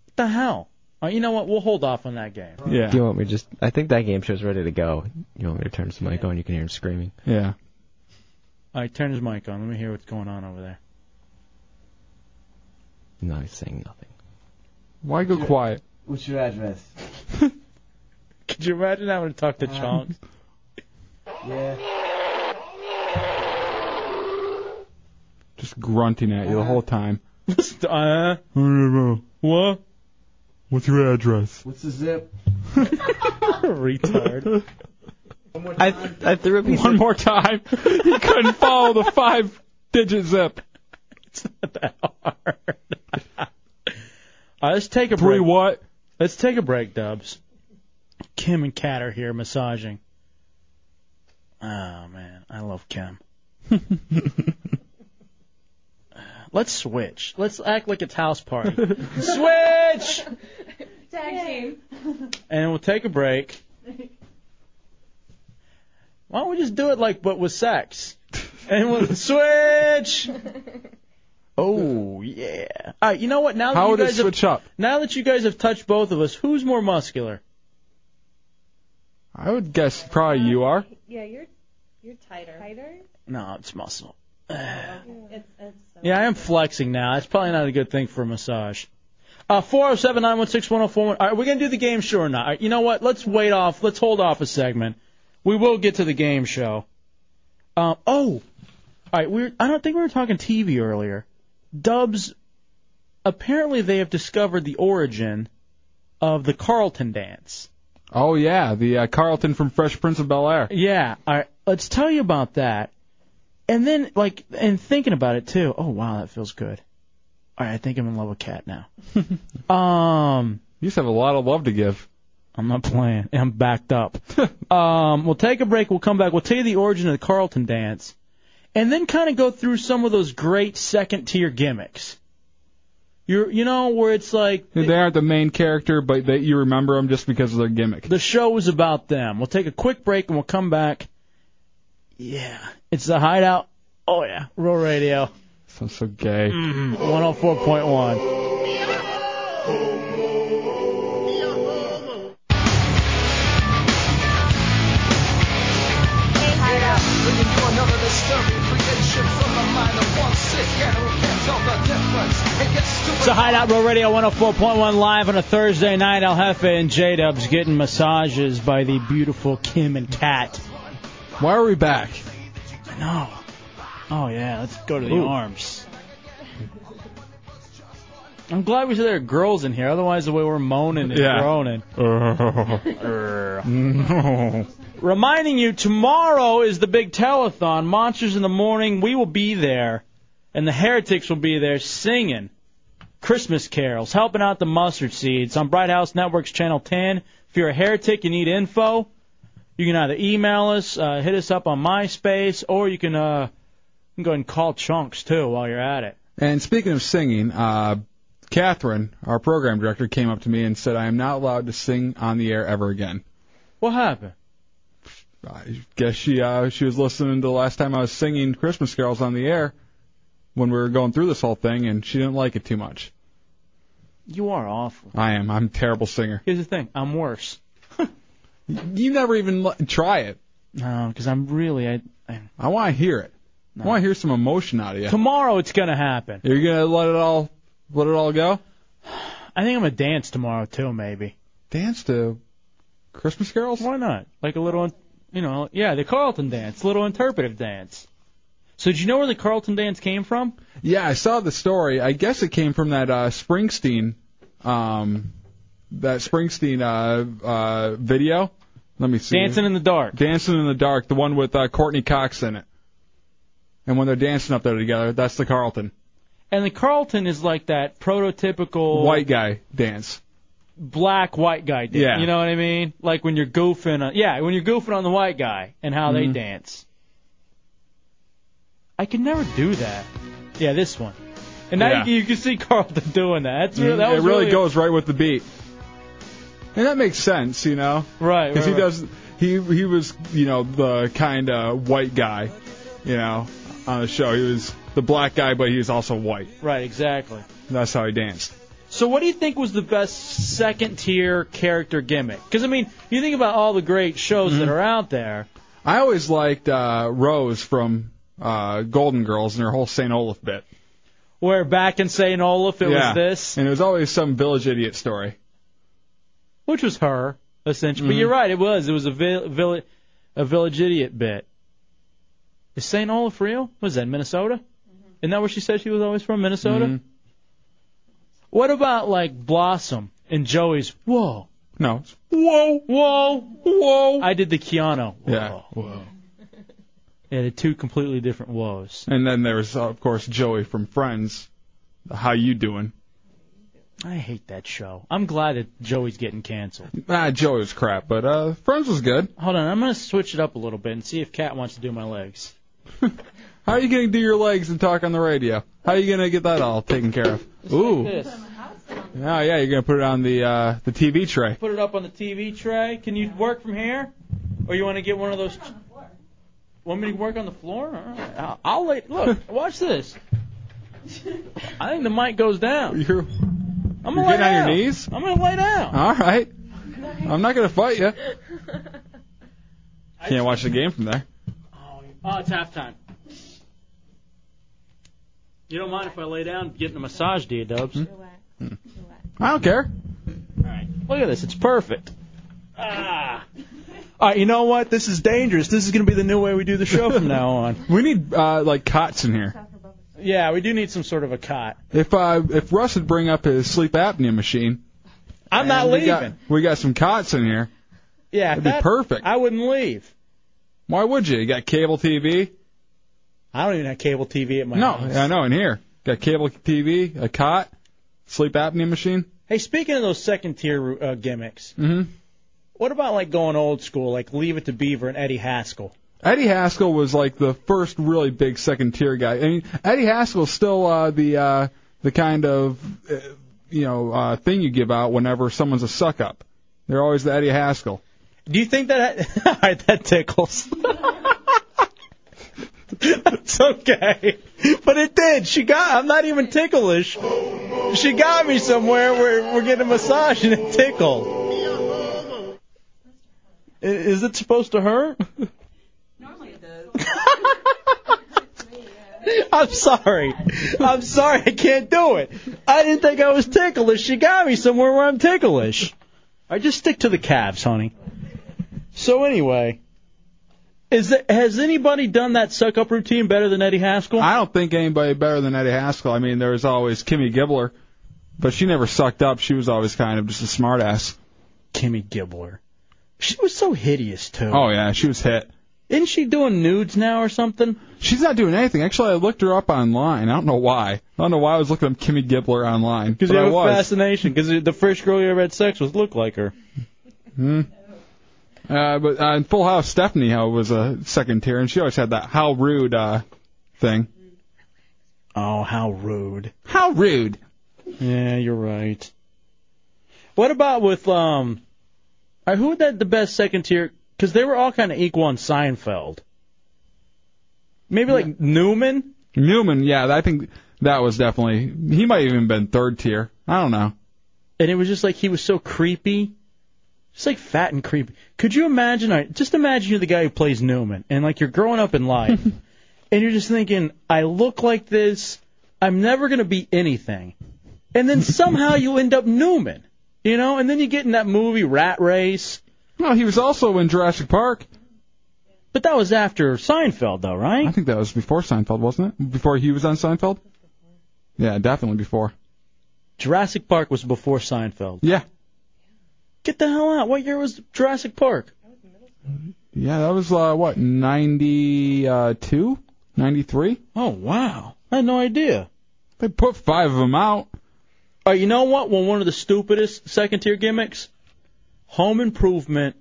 S3: What the hell? All right, you know what? We'll hold off on that game.
S4: Yeah.
S10: Do you want me to just? I think that game show's ready to go. You want me to turn his mic on? You can hear him screaming.
S4: Yeah.
S3: All right, turn his mic on. Let me hear what's going on over there.
S10: No, he's saying nothing.
S4: Why go quiet?
S5: What's your address? Um,
S3: Could you imagine having to talk to Chunks?
S5: Yeah.
S4: Just grunting at you the whole time.
S3: uh, what?
S4: What's your address?
S5: What's the zip?
S3: Retard.
S10: I, I threw a piece
S4: One
S10: of,
S4: more time. You couldn't follow the five-digit zip.
S3: All right, let's take a
S4: Three
S3: break.
S4: what?
S3: Let's take a break, Dubs. Kim and Kat are here massaging. Oh man, I love Kim. Let's switch. Let's act like it's house party. switch,
S25: Tag team.
S3: and we'll take a break. Why don't we just do it like, but with sex? And we'll switch. Oh yeah. All right, you know what? Now that
S4: How
S3: you
S4: would it
S3: guys have-
S4: switch up?
S3: now that you guys have touched both of us, who's more muscular?
S4: I would guess probably you are.
S25: Yeah, you're you're tighter. Tighter?
S3: No, it's muscle.
S25: It's, it's
S3: Yeah, I am flexing now. That's probably not a good thing for a massage. Uh, 407 916 1041. All right, we're going to do the game show or not. All right, you know what? Let's wait off. Let's hold off a segment. We will get to the game show. Um, oh, all right. We were, I don't think we were talking TV earlier. Dubs, apparently they have discovered the origin of the Carlton dance.
S4: Oh yeah, the uh, Carlton from Fresh Prince of Bel Air.
S3: Yeah. All right. Let's tell you about that. And then, like, and thinking about it too. Oh wow, that feels good. All right, I think I'm in love with Cat now. um,
S4: you used to have a lot of love to give.
S3: I'm not playing. I'm backed up. um, we'll take a break. We'll come back. We'll tell you the origin of the Carlton dance, and then kind of go through some of those great second tier gimmicks. You're, you know, where it's like
S4: They aren't the main character, but they, you remember them just because of their gimmick.
S3: The show is about them. We'll take a quick break and we'll come back. Yeah, it's the Hideout. Oh yeah, Rural Radio.
S4: Sounds so gay.
S3: Mm-hmm. 104.1.
S25: Hey,
S3: So Hideout Row Radio 104.1 live on a Thursday night. Al Jefe and J Dubs getting massages by the beautiful Kim and Kat.
S4: Why are we back?
S3: No. Oh yeah, let's go to the
S4: Ooh.
S3: arms. I'm glad we said there are girls in here. Otherwise, the way we're moaning and
S24: Yeah.
S3: groaning. Reminding you, tomorrow is the big telethon. Monsters in the morning. We will be there, and the heretics will be there singing Christmas carols, helping out the mustard seeds on Bright House Networks Channel 10. If you're a heretic, you need info. You can either email us, uh, hit us up on MySpace, or you can, uh, you can go ahead and call Chunks too while you're at it.
S4: And speaking of singing, uh, Catherine, our program director, came up to me and said, "I am not allowed to sing on the air ever again."
S3: What happened?
S4: I guess she uh, she was listening to the last time I was singing Christmas carols on the air when we were going through this whole thing, and she didn't like it too much.
S3: You are awful.
S4: I am. I'm a terrible singer.
S3: Here's the thing, I'm worse.
S4: you never even l- try it.
S3: No, because I'm really I. I,
S4: want to hear it. I want to hear some emotion out of you.
S3: Tomorrow it's gonna happen.
S4: You're gonna let it all let it all go.
S3: I think I'm gonna dance tomorrow too, maybe.
S4: Dance to Christmas carols?
S3: Why not? Like a little, you know, yeah, the Carlton dance, little interpretive dance. So did you know where the Carlton dance came from?
S4: Yeah, I saw the story. I guess it came from that uh, Springsteen, um, that Springsteen uh, uh, video. Let me see.
S3: Dancing in the dark.
S4: Dancing in the dark, the one with uh, Courtney Cox in it. And when they're dancing up there together, that's the Carlton
S3: And the Carlton is like that prototypical
S4: white guy dance.
S3: black white guy dance.
S4: Yeah.
S3: You know what I mean? Like when you're goofing, on, yeah, when you're goofing on the white guy and how
S4: Mhm.
S3: they dance. I could never do that. Yeah, this one. And now
S4: Yeah. Mm,
S3: you, you can see Carlton doing that. That's real, that
S4: it
S3: was
S4: really,
S3: really
S4: goes right with the beat. And that makes sense, you know.
S3: Right.
S4: Because
S3: right,
S4: he
S3: right.
S4: does. He he was you know the kind of white guy, you know, on the show. He was the black guy, but he was also white.
S3: Right, exactly.
S4: That's how he danced.
S3: So what do you think was the best second tier character gimmick? Because I mean, you think about all the great shows Mm-hmm. that are out there.
S4: I always liked uh, Rose from uh, Golden Girls and her whole St. Olaf bit.
S3: Where back in St. Olaf, it
S4: Mm-hmm. yeah.
S3: was this,
S4: And it was always some village idiot story.
S3: which was her essentially. But
S4: Mhm.
S3: you're right, it was. It was a vi- village, a village idiot bit. Is St. Olaf real? Was that Minnesota? Isn't that where she said she was always from, Minnesota?
S4: Mm-hmm.
S3: What about like Blossom and Joey's? Whoa,
S4: No.
S3: whoa, whoa, whoa! I did the Keanu.
S4: Yeah.
S3: Yeah, they're two completely different woes.
S4: And then there was, uh, of course, Joey from Friends. How you doing?
S3: I hate that show. I'm glad that Joey's getting canceled.
S4: Ah, Joey was crap, but uh, Friends was good.
S3: Hold on, I'm gonna switch it up a little bit and see if Kat wants to do my legs.
S4: How are you going to do your legs and talk on the radio? How are you going to get that all taken care of? Ooh.
S3: This.
S4: Oh, yeah, you're going to put it on the uh, the TV tray.
S3: Put it up on the TV tray. Can you work from here, or you want to get one of those? Want me to work on the floor? All right. I'll, I'll lay. Look, watch this. I think the mic goes down.
S4: You're,
S3: I'm
S4: you're
S3: gonna lay
S4: getting on your
S3: down.
S4: knees?
S3: I'm gonna lay down.
S4: All right. I'm not going to fight you. Can't watch the game from there.
S3: Oh, it's halftime. You don't mind if I lay down, getting a massage, do you, Dubs?
S4: I don't care.
S3: Look at this. It's perfect. Ah. All right, you know what? This is dangerous. This is going to be the new way we do the show from now on.
S4: We need uh, like cots in here.
S3: Yeah, we do need some sort of a cot.
S4: If uh, if Russ would bring up his sleep apnea machine,
S3: I'm not
S4: and we
S3: leaving.
S4: got, we got some cots in here.
S3: yeah,
S4: It'd be
S3: that-
S4: perfect.
S3: I wouldn't leave.
S4: Why would you? You got cable TV?
S3: I don't even have cable TV at my
S4: no,
S3: house.
S4: I know in here. Got cable TV, a cot, sleep apnea machine.
S3: Hey, speaking of those second tier uh, gimmicks,
S4: hmm
S3: what about like going old school, like Leave It to Beaver and Eddie Haskell?
S4: Eddie Haskell was like the first really big second tier guy. I mean, Eddie Haskell's still uh, the uh, the kind of uh, you know uh, thing you give out whenever someone's a suck up. They're always the Eddie Haskell.
S3: Do you think that? All right, that tickles. That's okay, but it did. She got. I'm not even ticklish. She got me somewhere where we're getting a massage and it tickled. I- Is it supposed to hurt?
S33: I'm sorry. I'm sorry. I can't do it. I didn't think I was ticklish. She got me somewhere where I'm ticklish.
S3: I just stick to the Cavs, honey. So anyway, is there, has anybody done that suck up routine better than Eddie Haskell?
S4: I don't think anybody better than Eddie Haskell. I mean, there was always Kimmy Gibbler, but she never sucked up. She was always kind of just a smartass.
S3: Kimmy Gibbler. She was so hideous too.
S4: Oh yeah, she was hit.
S3: Isn't she doing nudes now or something?
S4: She's not doing anything. Actually, I looked her up online. I don't know why. I don't know why I was looking up Kimmy Gibbler online.
S3: Because
S4: but
S3: you
S4: I
S3: have a
S4: was.
S3: fascination. Because the first girl you ever had sex with looked like her.
S4: Hmm. Uh, but uh, in Full House, Stephanie Howe was a second tier, and she always had that "how rude" uh, thing.
S3: Oh, how rude!
S4: How rude!
S3: Yeah, you're right. What about with um? all right, who had the best second tier? Because they were all kind of equal on Seinfeld. Maybe like Newman.
S4: Newman, yeah, I think that was definitely. He might have even been third tier. I don't know.
S3: and it was just like he was so creepy, just like fat and creepy. Could you imagine? all right, Just imagine you're the guy who plays Newman, and like you're growing up in life, and you're just thinking, I look like this. I'm never gonna be anything, and then somehow you end up Newman, you know, and then you get in that movie Rat Race.
S4: No, he was also in Jurassic Park.
S3: But that was after Seinfeld, though, right?
S4: I think that was before Seinfeld, wasn't it? Before he was on Seinfeld. Yeah, definitely before.
S3: Jurassic Park was before Seinfeld.
S4: Yeah.
S3: Get the hell out! What year was Jurassic Park?
S4: Yeah, that was uh, what ninety uh, two, ninety three.
S3: Oh wow, I had no idea.
S4: They put five of them out.
S3: Oh, you know what? Well, one of the stupidest second tier gimmicks: Home Improvement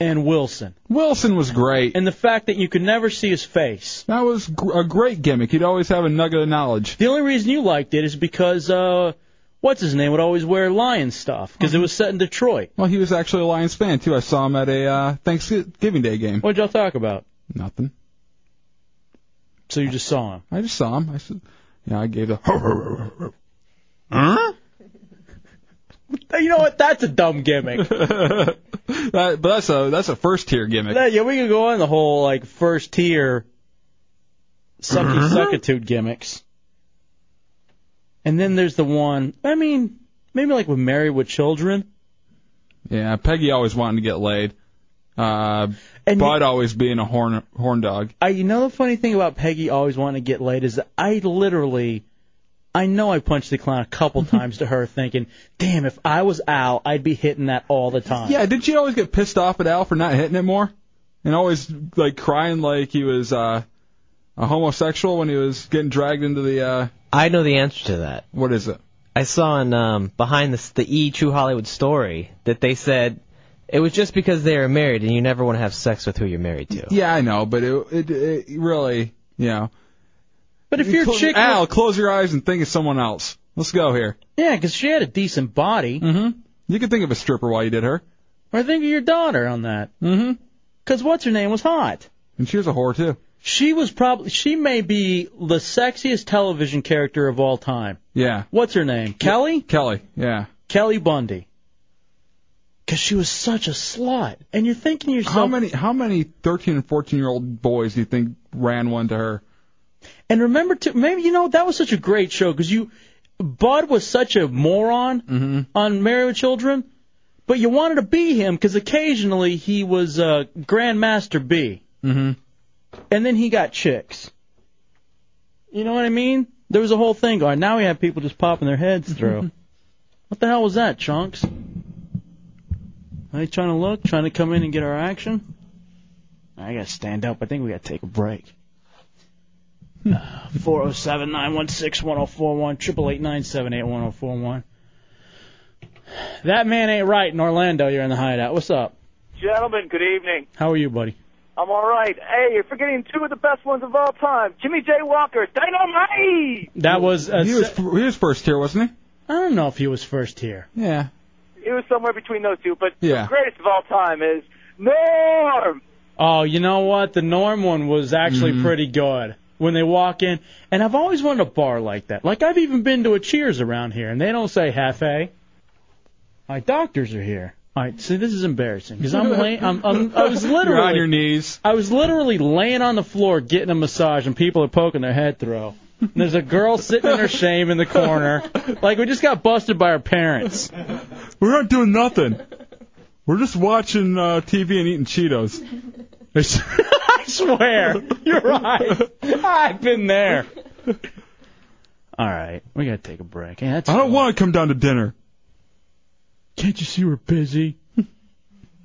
S3: and Wilson.
S4: Wilson was great.
S3: And the fact that you could never see his face.
S4: That was gr- a great gimmick. He'd always have a nugget of knowledge.
S3: The only reason you liked it is because uh, what's his name would always wear lion stuff because it was set in Detroit.
S4: Well, he was actually a Lions fan too. I saw him at a uh, Thanksgiving Day game.
S3: What'd y'all talk about?
S4: Nothing.
S3: So you just saw him.
S4: I just saw him. I said, yeah, I gave the. huh?
S3: You know what? That's a dumb gimmick.
S4: that, but that's a that's a first tier gimmick.
S3: Yeah, yeah, we could go on the whole like first tier sucky
S4: Mm-hmm.
S3: suckitude gimmicks. And then there's the one I mean, maybe like with Married with Children.
S4: Yeah, Peggy always wanting to get laid. Uh, Bud always being a horn horn dog.
S3: I you know the funny thing about Peggy always wanting to get laid is that I literally I know I punched the clown a couple times to her thinking, damn, if I was Al, I'd be hitting that all the time.
S4: Yeah, did she always get pissed off at Al for not hitting it more? And always like crying like he was uh, a homosexual when he was getting dragged into the. Uh,
S18: I know the answer to that.
S4: What is it?
S18: I saw in um, behind the the E True Hollywood story that they said it was just because they are married and you never want to have sex with who you're married to.
S4: yeah, I know, but it it, it really you know.
S3: But if you're
S4: Cl-
S3: chick,
S4: Al, close your eyes and think of someone else. Let's go here.
S3: Yeah, 'cause she had a decent body.
S4: Mm-hmm. You could think of a stripper while you did her.
S3: Or think of your daughter on that.
S4: Mm-hmm.
S3: Because what's her name was hot.
S4: And she was a whore too.
S3: She was probably she may be the sexiest television character of all time.
S4: Yeah.
S3: What's her name? Kelly.
S4: Kelly. Yeah.
S3: Kelly Bundy. Because she was such a slut, and you're thinking to yourself,
S4: How many how many 13 and 14 year old boys do you think ran one to her?
S3: And remember, too, maybe you know that was such a great show because you, Bud was such a moron on Married with Children, but you wanted to be him because occasionally he was uh, Grandmaster B,
S4: Mm-hmm.
S3: and then he got chicks. You know what I mean? There was a whole thing going. Now we have people just popping their heads through. what the hell was that, Chunks? Are you trying to look? Trying to come in and get our action? I gotta stand up. I think we gotta take a break. Four zero seven nine one six one zero four one triple eight nine seven eight one zero four one. That man ain't right in Orlando. You're in the hideout. What's up?
S27: Gentlemen, good evening.
S3: How are you, buddy?
S27: I'm all right. Hey, you're forgetting two of the best ones of all time. Jimmy J. Walker, Dynamite!
S3: That was. A
S4: he was he was first tier, wasn't
S3: he? I don't know if he was first tier.
S4: he? Yeah.
S27: It was somewhere between those two, but
S4: Yeah.
S27: the greatest of all time is Norm!
S3: Oh, you know what? The Norm one was actually
S4: Mm-hmm.
S3: pretty good. When they walk in, and I've always wanted a bar like that. Like I've even been to a Cheers around here, and they don't say half a. My doctors are here. All right, see, this is embarrassing because I'm, lay- I'm, I'm I was literally
S5: You're on your
S3: knees. I was literally laying on the floor getting a massage, and people are poking their head through. And there's a girl sitting in her shame in the corner, like we just got busted by our parents.
S4: We're not doing nothing. We're just watching uh, TV and eating Cheetos.
S3: I swear, you're right. I've been there. All right, we gotta take a break. Yeah, that's
S4: I don't want to come down to dinner.
S3: Can't you see we're busy?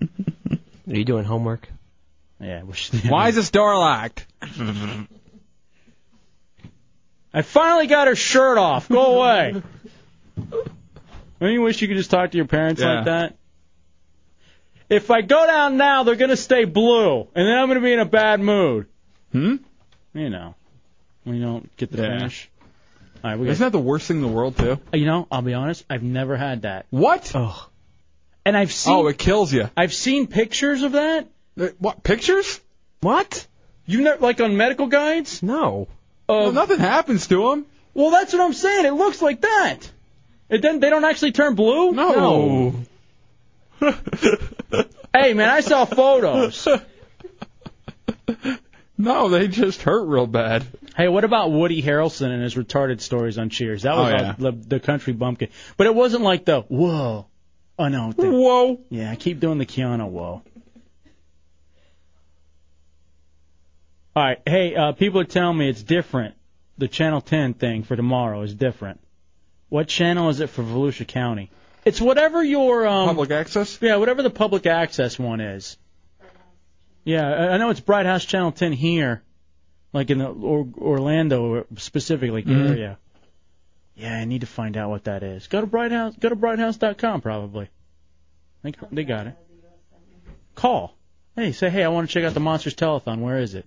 S30: Are you doing homework?
S3: Yeah. We're
S34: Why is this door locked?
S3: I finally got her shirt off. Go away. Don't you wish you could just talk to your parents
S5: Yeah.
S3: like that? If I go down now, they're gonna stay blue, and then I'm gonna be in a bad mood.
S4: Hmm.
S3: You know, we don't get the
S4: Yeah.
S3: finish. All right, we
S4: Isn't
S3: got,
S4: that the worst thing in the world too?
S3: You know, I'll be honest. I've never had that.
S4: What?
S3: Oh. And I've seen.
S4: Oh, it kills you.
S3: I've seen pictures of that.
S4: Uh, What pictures?
S3: What? You know, like on medical guides?
S30: No.
S3: Well,
S4: nothing happens to them.
S3: Well, that's what I'm saying. It looks like that. It then they don't actually turn blue.
S4: No.
S3: hey man, I saw photos.
S4: No, they just hurt real bad.
S3: Hey, what about Woody Harrelson and his retarded stories on Cheers? That was
S4: Oh, yeah.
S3: all the, the country bumpkin. But it wasn't like the whoa. Oh no. the-
S4: Whoa.
S3: Yeah, I keep doing the Keanu whoa. All right. Hey, uh, people are telling me it's different. The Channel 10 thing for tomorrow is different. What channel is it for Volusia County? It's whatever your um, public
S4: access.
S3: Yeah, whatever the public access one is. Yeah, I I know it's Bright House Channel 10 here, like in the or- Orlando specifically
S4: Mm-hmm.
S5: Mhm.
S3: area. Yeah, I need to find out what that is. Go to Bright House. Go to brighthouse.com probably. They they got it. Call. Hey, say hey, I want to check out the Monsters Telethon. Where is it?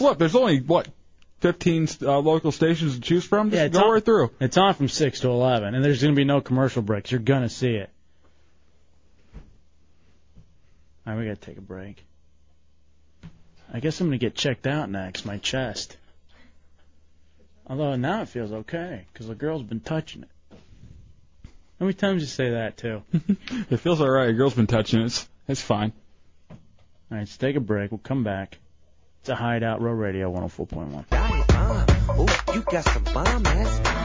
S4: Look, there's only what 15 uh, local stations to choose from. Just
S3: Yeah,
S4: go right through.
S3: It's on from six to eleven, and there's going to be no commercial breaks. You're going to see it. All right, we got to take a break. I guess I'm going to get checked out next. My chest. Although now it feels okay, 'cause the girl's been touching it. How many times you say that too?
S4: It feels all right. A girl's been touching it. It's, it's fine.
S3: All right, let's take a break. We'll come back. It's a Hideout Row Radio 104.1.
S27: You got some bomb ass. Bomb.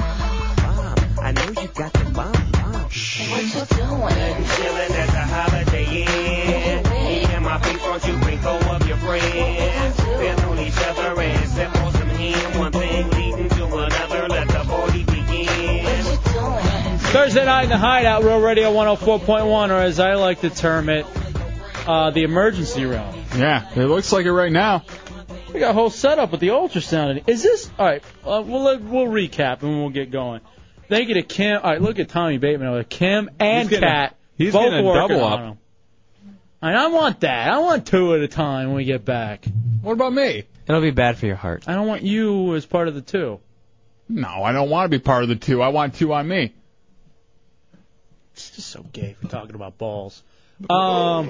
S27: I know you got the bomb. bomb. What you doing? Chilling at the Holiday Inn. Me and my people, you bring four of your friends. Feel on each other and sip on some hen. One thing leading to another. Let the party begin.
S3: Thursday night in the Hideout, Real Radio 104.1, or as I like to term it, uh, the emergency room.
S4: Yeah, it looks like it right now.
S3: We got a whole setup with the ultrasound. Is this all right? Uh, we'll let- we'll recap and we'll get going. Thank you to Kim. All right, look at Tommy Bateman over there. Kim and
S5: getting a-
S3: Kat.
S5: he's
S3: both
S5: getting a
S3: working
S5: double
S3: on
S5: up.
S3: them. And I want that. I want two at a time when we get back.
S4: What about me?
S30: It'll be bad for your heart.
S3: I don't want you as part of the two.
S4: No, I don't want to be part of the two. I want two on me.
S3: It's just so gay for talking about balls. Um,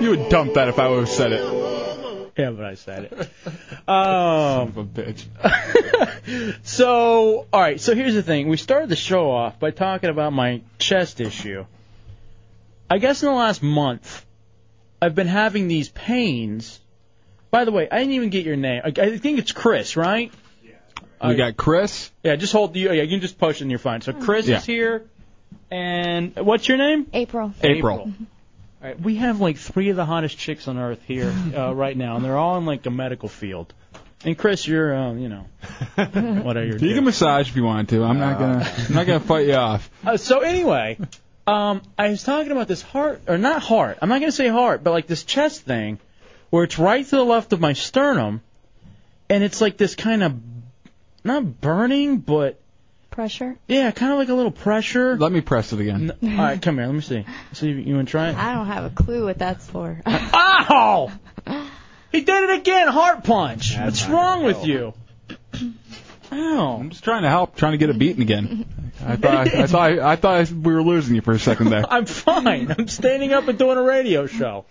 S4: You would dump that if I would have said it.
S3: yeah, but I said it. Um,
S4: a bitch.
S3: so, all right. So here's the thing. We started the show off by talking about my chest issue. I guess in the last month, I've been having these pains. By the way, I didn't even get your name. I, I think it's Chris, right?
S4: We got Chris.
S3: Yeah, just hold. You, yeah, you can just post it and you're fine. So Chris
S4: Yeah.
S3: is here, and what's your name?
S23: April.
S4: April.
S3: All right, we have like three of the hottest chicks on earth here uh, right now, and they're all in like a medical field. And Chris, you're, um, you know, what are your?
S4: You can massage if you want to. I'm not gonna. I'm not gonna fight you off.
S3: Uh, so anyway, um, I was talking about this heart, or not heart. I'm not gonna say heart, but like this chest thing, where it's right to the left of my sternum, and it's like this kind of, not burning, but
S23: Pressure.
S3: yeah, kind of like a little pressure. Let
S4: me press it again.
S3: all right, come here. Let me see. See, you want to try it?
S23: I don't have a clue what that's for.
S3: Ow! He did it again. Heart punch. What's wrong with you? Ow! I'm
S4: just trying to help. Trying to get it beaten again. I thought. I thought. I thought we were losing you for a second there.
S3: I'm fine. I'm standing up and doing a radio show.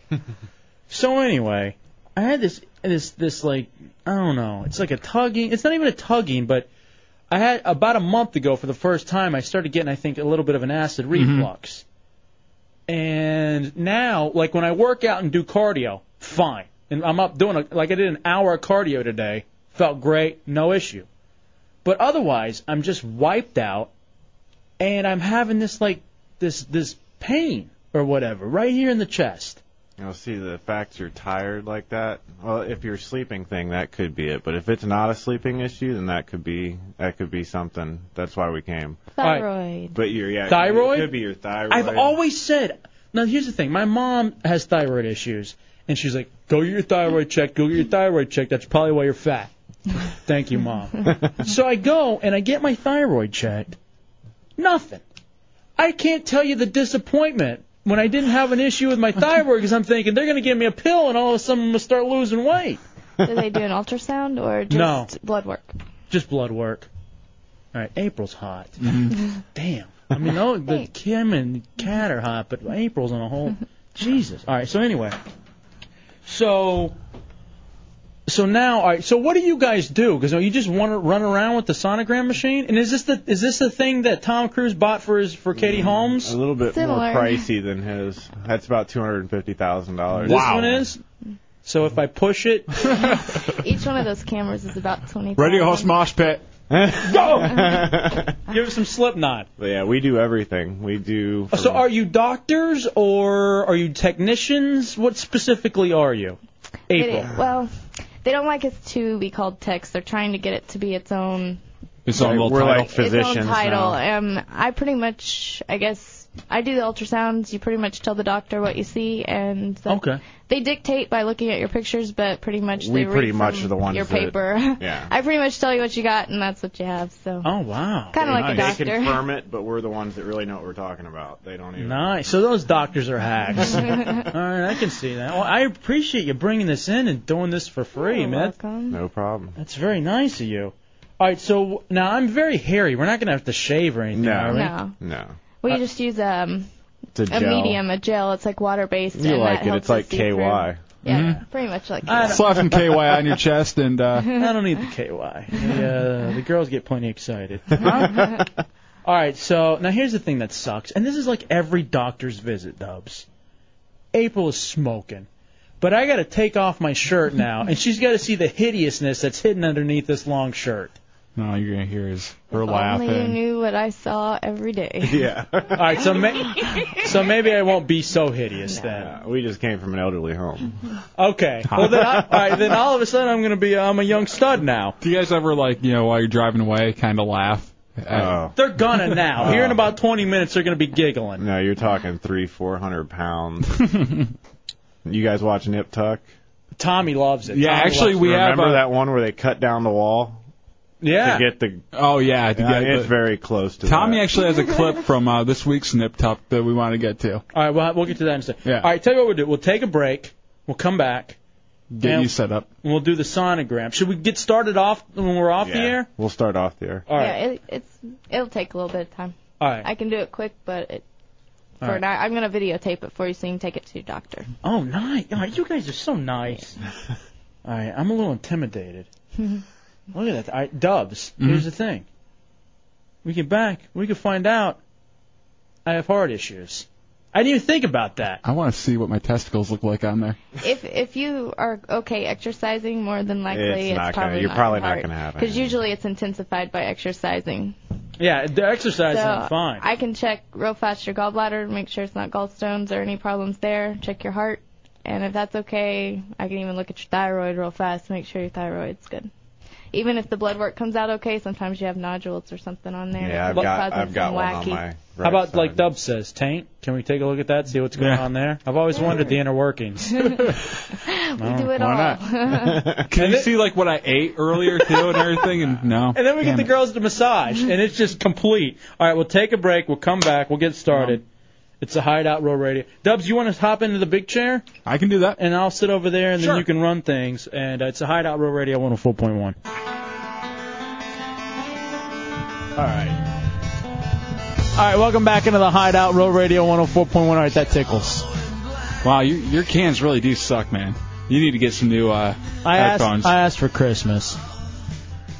S3: so anyway, I had this this this like I don't know. It's like a tugging. It's not even a tugging, but I had about a month ago for the first time I started getting I think a little bit of an acid reflux. And now like when I work out and do cardio, fine. And I'm up doing a, like I did an hour of cardio today, felt great, no issue. But otherwise, I'm just wiped out and I'm having this like this this pain or whatever right here in the chest.
S24: You know, see the fact you're tired like that. Well, if you're sleeping thing, that could be it. But if it's not a sleeping issue, then that could be that could be something. That's why we came.
S23: Thyroid.
S24: But your yeah,
S3: Thyroid?
S24: It could be your thyroid.
S3: I've always said. Now here's the thing. My mom has thyroid issues, and she's like, "Go get your thyroid check. Go get your thyroid check. That's probably why you're fat." Thank you, mom. so I go and I get my thyroid checked. Nothing. I can't tell you the disappointment when I didn't have an issue with my thyroid because I'm thinking they're going to give me a pill and all of a sudden I'm going to start losing weight.
S23: Did they do an ultrasound or just
S3: No.
S23: blood work?
S3: Just blood work. All right, April's hot.
S24: Mm-hmm.
S3: Damn. I mean, oh, the Kim and Kat are hot, but April's on a whole. Jesus. All right. So anyway, so so now, all right. So what do you guys do? Because you just want to run around with the sonogram machine. And is this the is this the thing that Tom Cruise bought for his for Katie Holmes?
S24: Mm, A little bit
S3: Similar.
S24: more pricey than his. That's about two hundred and fifty thousand dollars.
S3: This one is. So if I push it,
S23: Each one of those cameras is about twenty.
S24: mosh pit. Go.
S3: Give us some Slipknot.
S24: But yeah, we do everything. We do.
S3: Oh, so are you doctors or are you technicians? What specifically are you?
S23: They
S3: April.
S23: didn't- well, they don't like us to be called techs. They're trying to get it to be its own
S3: It's all
S24: we're like
S23: its own
S24: physicians
S23: title.
S24: now.
S23: Um, I pretty much, I guess, I do the ultrasounds. You pretty much tell the doctor what you see, and the-
S24: Okay.
S23: they dictate by looking at your pictures, but pretty much
S24: We
S23: they read
S24: pretty much
S23: from
S24: are the ones
S23: your
S24: that-
S23: paper.
S24: yeah.
S23: I pretty much tell you what you got, and that's what you have. So.
S3: Oh wow.
S23: Kinda like a doctor.
S24: They confirm it, but we're the ones that really know what we're talking about. They don't even.
S3: Nice. So those doctors are hacks. All right, I can see that. Well, I appreciate you bringing this in and doing this for free, man.
S24: No problem.
S3: That's very nice of you. All right, so now I'm very hairy. We're not gonna have to shave or anything, are we?
S23: No.
S24: No.
S23: We just use um
S24: It's a gel.
S23: medium, a gel. It's like water based.
S24: You
S23: and
S24: like
S23: that
S24: it.
S23: helps
S24: It's like
S23: us see through.
S24: KY.
S3: Mm-hmm.
S23: Yeah, pretty much like.
S3: I don't-
S4: Slap some KY on your chest and uh,
S3: I don't need the KY. The, uh, the girls get plenty excited. All right, so now here's the thing that sucks, and this is like every doctor's visit, Dubs. April is smoking, but I got to take off my shirt now, and she's got to see the hideousness that's hidden underneath this long shirt.
S4: No, you're gonna hear is her
S23: Only you knew what I saw every day.
S24: Yeah. All
S3: right, so ma- so maybe I won't be so hideous then.
S24: We just came from an elderly home.
S3: Okay. Well, then I, all right, then all of a sudden I'm gonna be uh, I'm a young stud now.
S4: Do you guys ever like you know while you're driving away kind of laugh? Oh.
S3: They're gonna now. Here in about 20 minutes, they're gonna be giggling.
S24: No, you're talking three, four hundred pounds. you guys watch Nip Tuck?
S3: Tommy loves it.
S4: Yeah,
S3: Tommy
S4: actually,
S3: loves it.
S4: we have uh,
S24: Remember
S4: a-
S24: that one where they cut down the wall?
S3: Yeah.
S24: To get the.
S4: Oh yeah, to
S24: Yeah,
S4: get
S24: it's
S4: the-
S24: very close to.
S4: Tommy
S24: that.
S4: actually has a clip from uh, this week's Nip Tuck that we want to get to.
S3: All right, well, we'll get to that in a second.
S4: Yeah.
S3: All right, tell you what we'll do. We'll take a break. We'll come back.
S4: Get
S3: and
S4: you set up.
S3: and we'll do the sonogram. Should we get started off when we're off the air?
S24: We'll start off there.
S3: All right.
S23: Yeah, it, it's it'll take a little bit of time.
S3: All right.
S23: I can do it quick, but it, for
S3: All right.
S23: now I'm gonna videotape it for you so you can take it to your doctor.
S3: Oh, nice. All right, you guys are so nice. All right, I'm a little intimidated. Look at that. All right, Dubs,
S4: Mm-hmm.
S3: here's the thing. We get back, we can find out I have heart issues. I didn't even think about that.
S4: I want to see what my testicles look like on there.
S23: if if you are okay exercising, more than likely
S4: It's
S23: it's,
S4: not gonna-
S23: probably
S4: you're
S23: not
S4: probably not
S23: hard,
S4: gonna have it.
S23: because usually it's intensified by exercising.
S3: Yeah, the exercise
S23: so
S3: is fine.
S23: I can check real fast your gallbladder, make sure it's not gallstones or any problems there. Check your heart, and if that's okay, I can even look at your thyroid real fast, make sure your thyroid's good. Even if the blood work comes out okay, sometimes you have nodules or something on there. that
S24: Yeah, I've
S23: could be
S24: got
S23: causing
S24: I've got
S23: some
S24: one
S23: wacky.
S24: on my.
S3: How about like Dub says, taint? Can we take a look at that? See what's going on there? I've always wondered the inner workings. we
S23: do it all.
S4: Can you see like what I ate earlier too and everything? And no.
S3: And then we get
S4: Damn
S3: the
S4: it.
S3: girls to massage, and it's just complete. All right, we'll take a break. We'll come back. We'll get
S4: Uh-huh.
S3: started. It's a hideout row radio. Dubs, you want to hop into the big chair?
S4: I can do that.
S3: And I'll sit over there, and then you can run things. And uh, it's a hideout row radio 104.1.
S24: All right.
S3: All right, welcome back into the hideout row radio 104.1. All right, that tickles.
S4: Wow, you, your cans really do suck, man. You need to get some new uh,
S3: I asked,
S4: headphones.
S3: I asked for Christmas.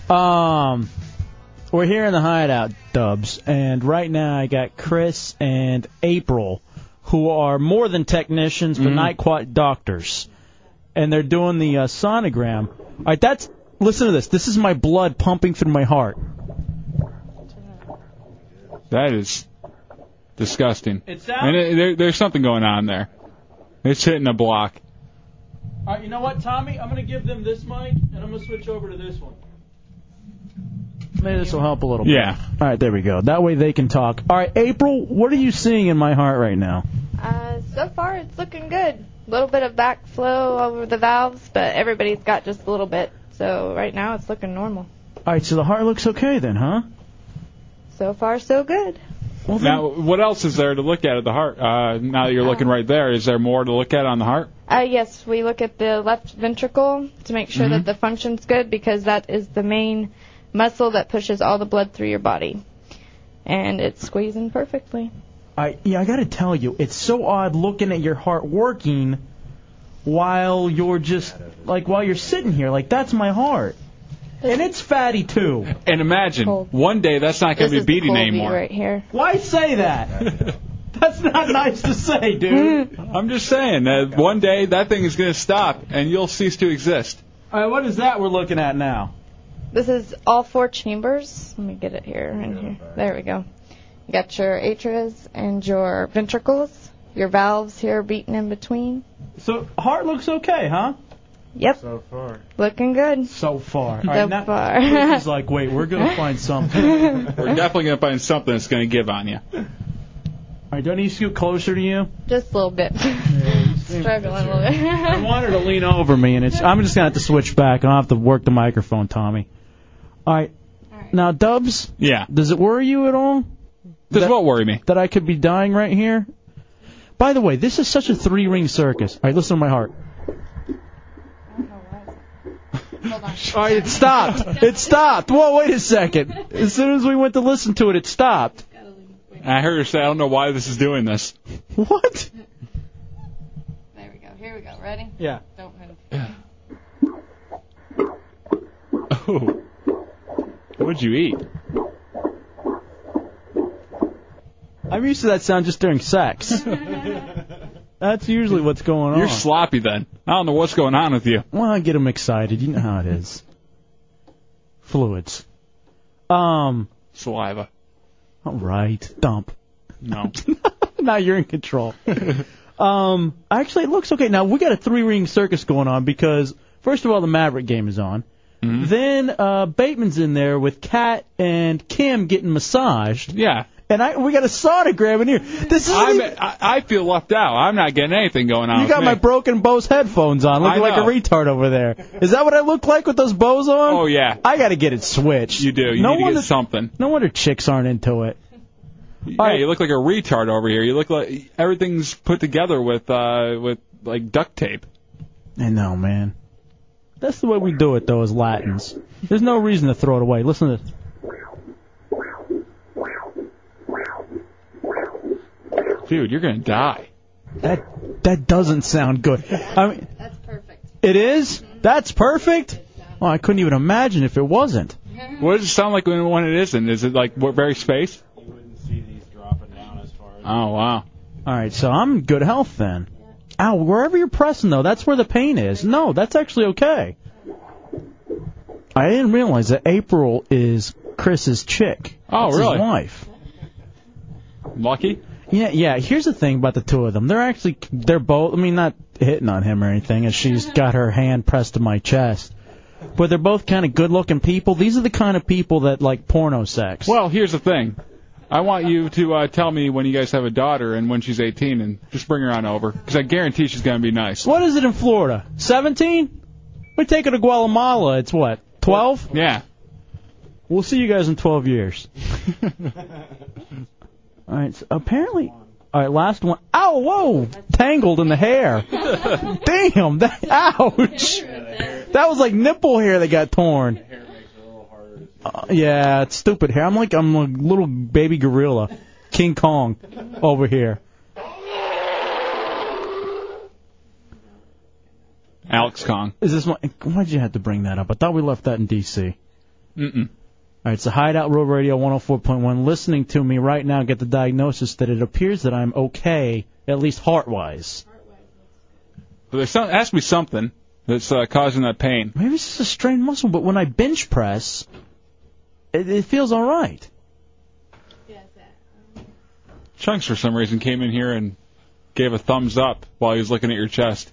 S3: Um, We're here in the hideout, Dubs, and right now I got Chris and April, who are more than technicians but not quite doctors, and they're doing the uh, sonogram. All right, that's listen to this. This is my blood pumping through my heart.
S4: That is disgusting.
S3: It's out.
S4: and it, there, there's something going on there. It's hitting a block.
S3: All right, you know what, Tommy? I'm gonna give them this mic, and I'm gonna switch over to this one. Maybe this will help a little bit.
S4: Yeah.
S3: All right, there we go. That way they can talk. All right, April, what are you seeing in my heart right now?
S23: Uh, so far, it's looking good. A little bit of backflow over the valves, but everybody's got just a little bit. So right now, it's looking normal.
S3: All right, so the heart looks okay then, huh?
S23: So far, so good.
S4: now, what else is there to look at at the heart? Uh, now that you're looking right there, is there more to look at on the heart?
S23: Uh, yes, we look at the left ventricle to make sure
S3: Mm-hmm.
S4: Mhm.
S23: that the function's good because that is the main muscle that pushes all the blood through your body. And it's squeezing perfectly.
S3: I yeah, I gotta tell you, it's so odd looking at your heart working while you're just like while you're sitting here. Like that's my heart, and it's fatty too.
S4: And imagine one day that's not going to be beating anymore.
S23: here.
S3: Why say that? that's not nice to say, dude.
S4: I'm just saying that one day that thing is going to stop and you'll cease to exist.
S3: All right, what is that we're looking at now?
S23: This is all four chambers. Let me get it here and here. There we go. You got your atrias and your ventricles. Your valves here beating in between.
S3: So heart looks okay, huh?
S23: Yep.
S3: So far.
S23: Looking good.
S3: So far. All
S23: So
S3: right, now,
S23: far.
S3: He's like, wait, we're gonna find something. All
S4: We're definitely going to find something that's going to give on you.
S3: right, do I need to scoot closer to you?
S23: Just a little bit. Struggling a little bit.
S3: I wanted to lean over me, and it's. I'm just gonna have to switch back. I'll have to work the microphone, Tommy. All right. Now, Dubs.
S4: Yeah.
S3: Does it worry you at all?
S4: Does what worry me?
S3: That I could be dying right here. By the way, this is such a three-ring circus. All right, listen to my heart. All right, it stopped. It stopped. Whoa, wait a second. As soon as we went to listen to it, it stopped.
S4: I heard her say, I don't know why this is doing this.
S3: What?
S8: There we go. Here we go. Ready?
S3: Yeah.
S8: Don't move.
S4: Oh. What'd you eat?
S3: I'm used to that sound just during sex. That's usually what's going on.
S4: You're sloppy then. I don't know what's going on with you.
S3: Well, I get them excited. You know how it is. Fluids. Um.
S4: Saliva.
S3: All right. Dump.
S4: No.
S3: now you're in control. um. Actually, it looks okay. Now we got a three-ring circus going on because first of all, the Maverick game is on.
S4: Mm-hmm.
S3: Then uh, Bateman's in there with Kat and Kim getting massaged.
S4: Yeah.
S3: And I we got a sonogram in here. This is
S4: I'm, I, I feel left out. I'm not getting anything going on.
S3: You
S4: with
S3: got
S4: me.
S3: my broken Bose headphones on, looking
S4: I
S3: like a
S4: know.
S3: retard over there. Is that what I look like with those Bose on?
S4: Oh yeah.
S3: I gotta get it switched.
S4: You do. You
S3: no
S4: need to get
S3: wonder,
S4: something.
S3: No wonder chicks aren't into it.
S4: Yeah, you look like a retard over here. You look like everything's put together with uh with like duct tape.
S3: I know, man. That's the way we do it, though, as Latins. There's no reason to throw it away. Listen to this.
S4: Dude, you're gonna die.
S3: That that doesn't sound good. I mean, that's perfect. It is. That's perfect. Well, I couldn't even imagine if it wasn't.
S4: What does it sound like when when it isn't? Is it like what very space? Oh wow.
S3: All right, so I'm in good health then. Ow, wherever you're pressing though, that's where the pain is. No, that's actually okay. I didn't realize that April is Chris's chick.
S4: Oh,
S3: That's
S4: really?
S3: His wife.
S4: Lucky?
S3: Yeah, yeah. Here's the thing about the two of them. They're actually they're both. I mean, not hitting on him or anything, as she's got her hand pressed to my chest. But they're both kind of good-looking people. These are the kind of people that like porno sex.
S4: Well, here's the thing. I want you to uh, tell me when you guys have a daughter and when she's 18, and just bring her on over because I guarantee she's gonna be nice.
S3: What is it in Florida? 17? We take her to Guatemala. It's what? 12?
S4: Yeah.
S3: We'll see you guys in 12 years. all right. So apparently. All right. Last one. Ow! Whoa! Tangled in the hair. Damn! That, ouch! That was like nipple hair that got torn. Uh, yeah, it's stupid hair. I'm like I'm a little baby gorilla, King Kong, over here.
S4: Alex Kong.
S3: Is this my? Why'd you have to bring that up? I thought we left that in D.C.
S4: Mm-mm.
S3: All right, so Hideout Road Radio 104.1 listening to me right now get the diagnosis that it appears that I'm okay, at least heart-wise.
S4: But there's some, has to be something that's uh, causing that pain.
S3: Maybe it's just a strained muscle, but when I bench press, it, it feels all right.
S4: Chunks, for some reason, came in here and gave a thumbs up while he was looking at your chest.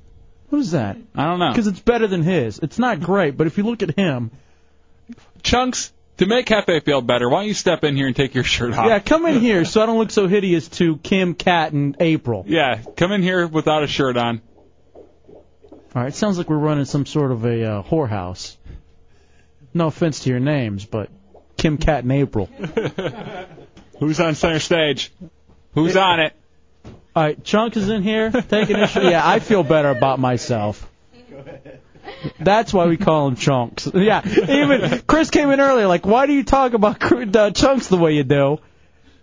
S3: What is that?
S4: I don't know.
S3: Because it's better than his. It's not great, but if you look at him,
S4: Chunks, to make Hefe feel better, why don't you step in here and take your shirt off?
S3: yeah, come in here so I don't look so hideous to Kim, Kat, and April.
S4: Yeah, come in here without a shirt on.
S3: All right, sounds like we're running some sort of a uh, whorehouse. No offense to your names, but Kim, Kat, and April.
S4: Who's on center stage? Who's on it?
S3: All right, Chunk is in here taking a shit. Yeah, I feel better about myself. That's why we call him Chunks. Yeah, even Chris came in earlier. Like, why do you talk about Cr- uh, Chunks the way you do?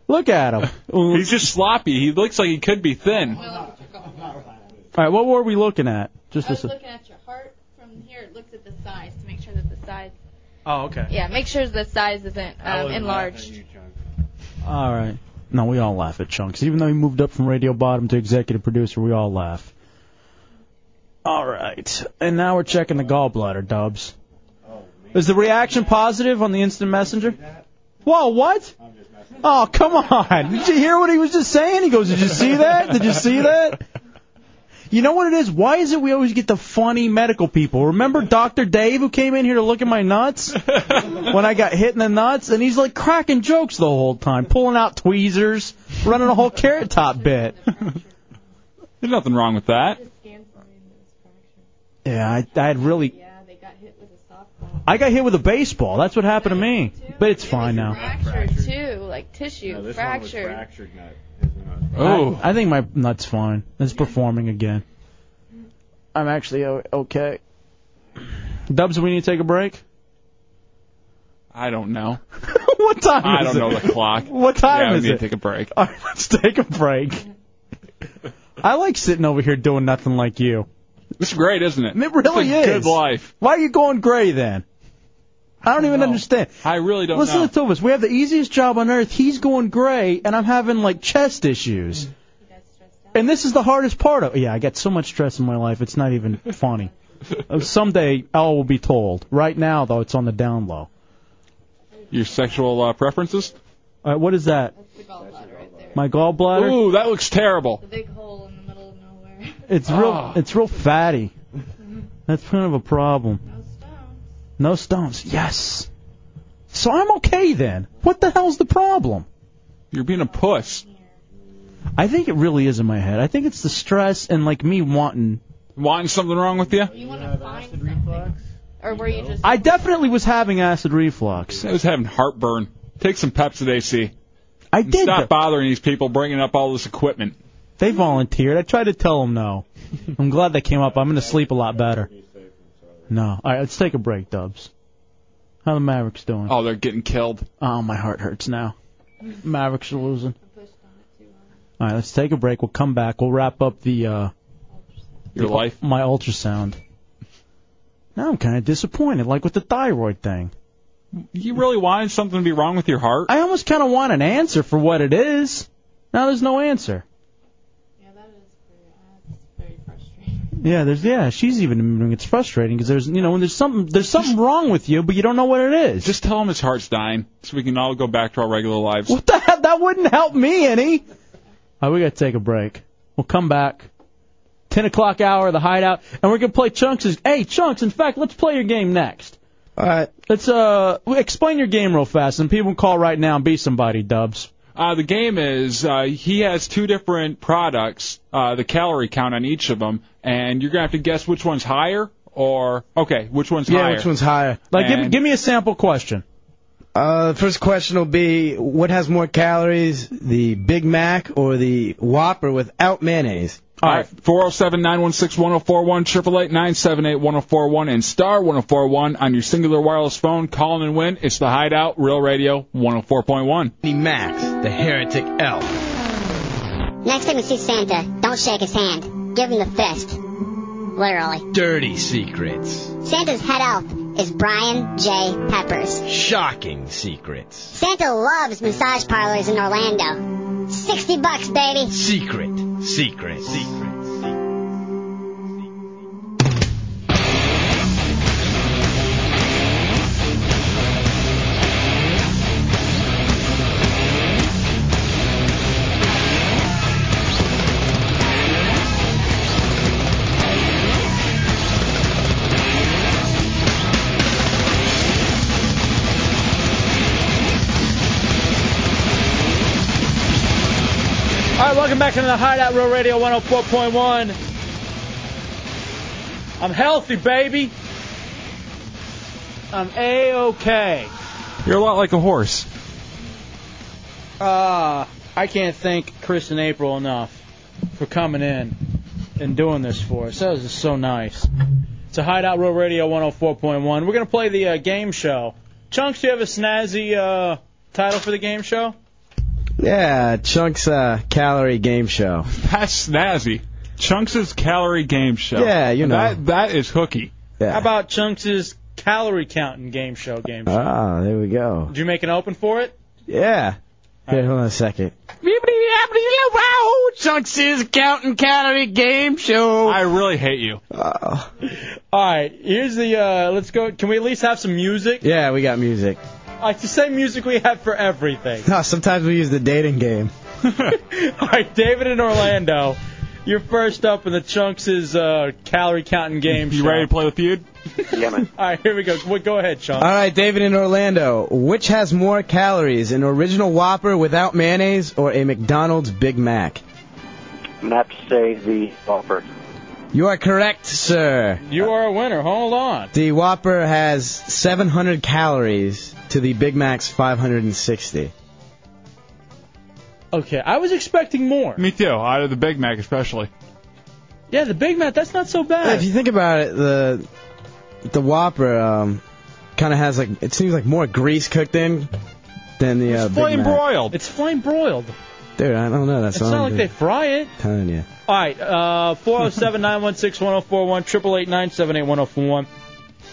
S3: Look at him. All
S4: He's just sloppy. He looks like he could be thin.
S3: right, what were we looking at? Just
S8: I was
S3: a. s-
S8: looking at your heart from here. It looks at the size to make sure that the size.
S3: Oh, okay.
S8: Yeah, make sure the size isn't um, enlarged.
S3: All right. No, we all laugh at Chunks. Even though he moved up from radio bottom to executive producer, we all laugh. All right. And now we're checking the gallbladder, Dubs. Is the reaction positive on the instant messenger? Whoa, what? Oh, come on. Did you hear what he was just saying? He goes, Did you see that? Did you see that? You know what it is? Why is it we always get the funny medical people? Remember Dr. Dave who came in here to look at my nuts when I got hit in the nuts? And he's like cracking jokes the whole time, pulling out tweezers, running a whole carrot top bit.
S4: There's nothing wrong with that.
S3: Yeah, I, I had really. I got hit with a baseball. That's what happened to me. But it's fine now.
S8: Fractured too, like tissue
S23: this one was
S8: fractured.
S3: Oh. I, I think my nut's fine. It's performing again. I'm actually o- okay. Dubs, we need to take a break?
S4: I don't know.
S3: what time
S4: I
S3: is
S4: don't know
S3: it?
S4: the clock.
S3: What time
S4: yeah, we
S3: is
S4: need
S3: it?
S4: to take a break.
S3: All right, let's take a break. I like sitting over here doing nothing like you.
S4: It's great, isn't it?
S3: It really
S4: It's a
S3: is.
S4: Good life.
S3: Why are you going gray then? I don't even understand.
S4: I really don't
S3: Listen
S4: know.
S3: to Thomas. We have the easiest job on earth. He's going gray, and I'm having like chest issues. And this is the hardest part of. Yeah, I got so much stress in my life. It's not even funny. Uh, Someday all will be told. Right now, though, it's on the down low.
S4: Your sexual uh, preferences?
S3: All right, what is that? My gallbladder.
S4: Ooh, that looks terrible.
S3: It's real.
S4: Ah.
S3: It's real fatty.
S4: Mm-hmm.
S3: That's kind of a problem. No stumps. Yes. So I'm okay then. What the hell's the problem?
S4: You're being a puss.
S3: I think it really is in my head. I think it's the stress and like me wanting.
S4: Wanting something wrong with you?
S8: You want to find something, or were you just?
S3: I definitely was having acid reflux.
S4: I was having heartburn. Take some Pepsi AC.
S3: I
S4: did. Stop bothering these people bringing up all this equipment.
S3: They volunteered. I tried to tell them no. I'm glad they came up. I'm gonna sleep a lot better. No. All right, let's take a break, Dubs. How the Mavericks doing?
S4: Oh, they're getting killed.
S3: Oh, my heart hurts now. Mavericks are losing. All right, let's take a break. We'll come back. We'll wrap up the uh,
S4: Your
S3: the-
S4: life.
S3: my ultrasound. Now I'm kind of disappointed, like with the thyroid thing.
S4: You really wanted something to be wrong with your heart?
S3: I almost kind of want an answer for what it is. Now there's no answer. Yeah, there's yeah. She's even admitting it's frustrating because there's you know when there's something there's something wrong with you, but you don't know what it is.
S4: Just tell him his heart's dying so we can all go back to our regular lives.
S3: What the hell? That wouldn't help me any. All right, we gotta take a break. We'll come back. Ten o'clock hour, the hideout, and we're gonna play Chunks. Hey, Chunks! In fact, let's play your game next. All right. Let's uh explain your game real fast, and people can call right now and be somebody, Dubs.
S4: Uh, the game is uh, he has two different products, uh, the calorie count on each of them, and you're gonna have to guess which one's higher or okay, which one's
S5: yeah,
S4: higher.
S5: which one's higher?
S4: Like, give- And- give
S3: me a sample question.
S5: Uh, the first question will be, what has more calories, the Big Mac or the Whopper without mayonnaise?
S4: All right, 407 916 1041, 888 978 1041, and star 1041 on your singular wireless phone. Call in and win. It's the Hideout, Real Radio 104.1.
S5: Max, the heretic elf.
S35: Next time you see Santa, don't shake his hand. Give him the fist. Literally.
S5: Dirty secrets.
S35: Santa's head elf is Brian J. Peppers.
S36: Shocking secrets.
S35: Santa loves massage parlors in Orlando. 60 bucks, baby.
S36: Secret. Secret. Secret.
S3: All right, welcome back to the Hideout Real Radio 104.1. I'm healthy, baby. I'm a okay.
S4: You're a lot like a horse.
S3: Uh, I can't thank Chris and April enough for coming in and doing this for us. That was just so nice. It's a Hideout Row Radio 104.1. We're going to play the uh, game show. Chunks, do you have a snazzy uh, title for the game show?
S5: Yeah, Chunks uh, Calorie Game Show.
S4: That's snazzy. Chunks' calorie game show.
S5: Yeah, you know.
S4: That, that is hooky.
S3: How about Chunks' calorie counting game show game show?
S5: Ah, there we go.
S3: Did you make an open for it?
S5: Yeah. Here, hold on a second.
S18: Chunks is counting calorie game show.
S4: I really hate you.
S3: Uh. All right, here's the. Uh, let's go. Can we at least have some music?
S5: Yeah, we got music.
S3: Like the same music we have for everything.
S5: No, sometimes we use the dating game.
S3: All right, David in Orlando, you're first up in the Chunks' uh, calorie counting game
S5: You
S3: show.
S5: ready to
S4: play with you?
S5: Yeah, man.
S3: All right, here we go. Well, Go ahead, Chunks.
S5: All right, David in Orlando. Which has more calories, an original Whopper without mayonnaise or a McDonald's Big Mac?
S27: I'm gonna have to say the offer.
S5: You are correct, sir.
S3: You are a winner. Hold on.
S5: The Whopper has 700 calories to the Big Mac's 560.
S3: Uh, Okay, I was expecting more.
S4: Me too. Out of the Big Mac, especially.
S3: Yeah, the Big Mac, that's not so bad.
S5: If you think about it, the the Whopper um, kind of has like it seems like more grease cooked in than the uh, Big Mac.
S3: It's flame broiled.
S5: Dude, I don't know. That's
S3: It's
S5: all
S3: not
S5: I'm
S3: like they fry it.
S5: telling you.
S3: All right, uh, 407-916-1041, 888-978-1041.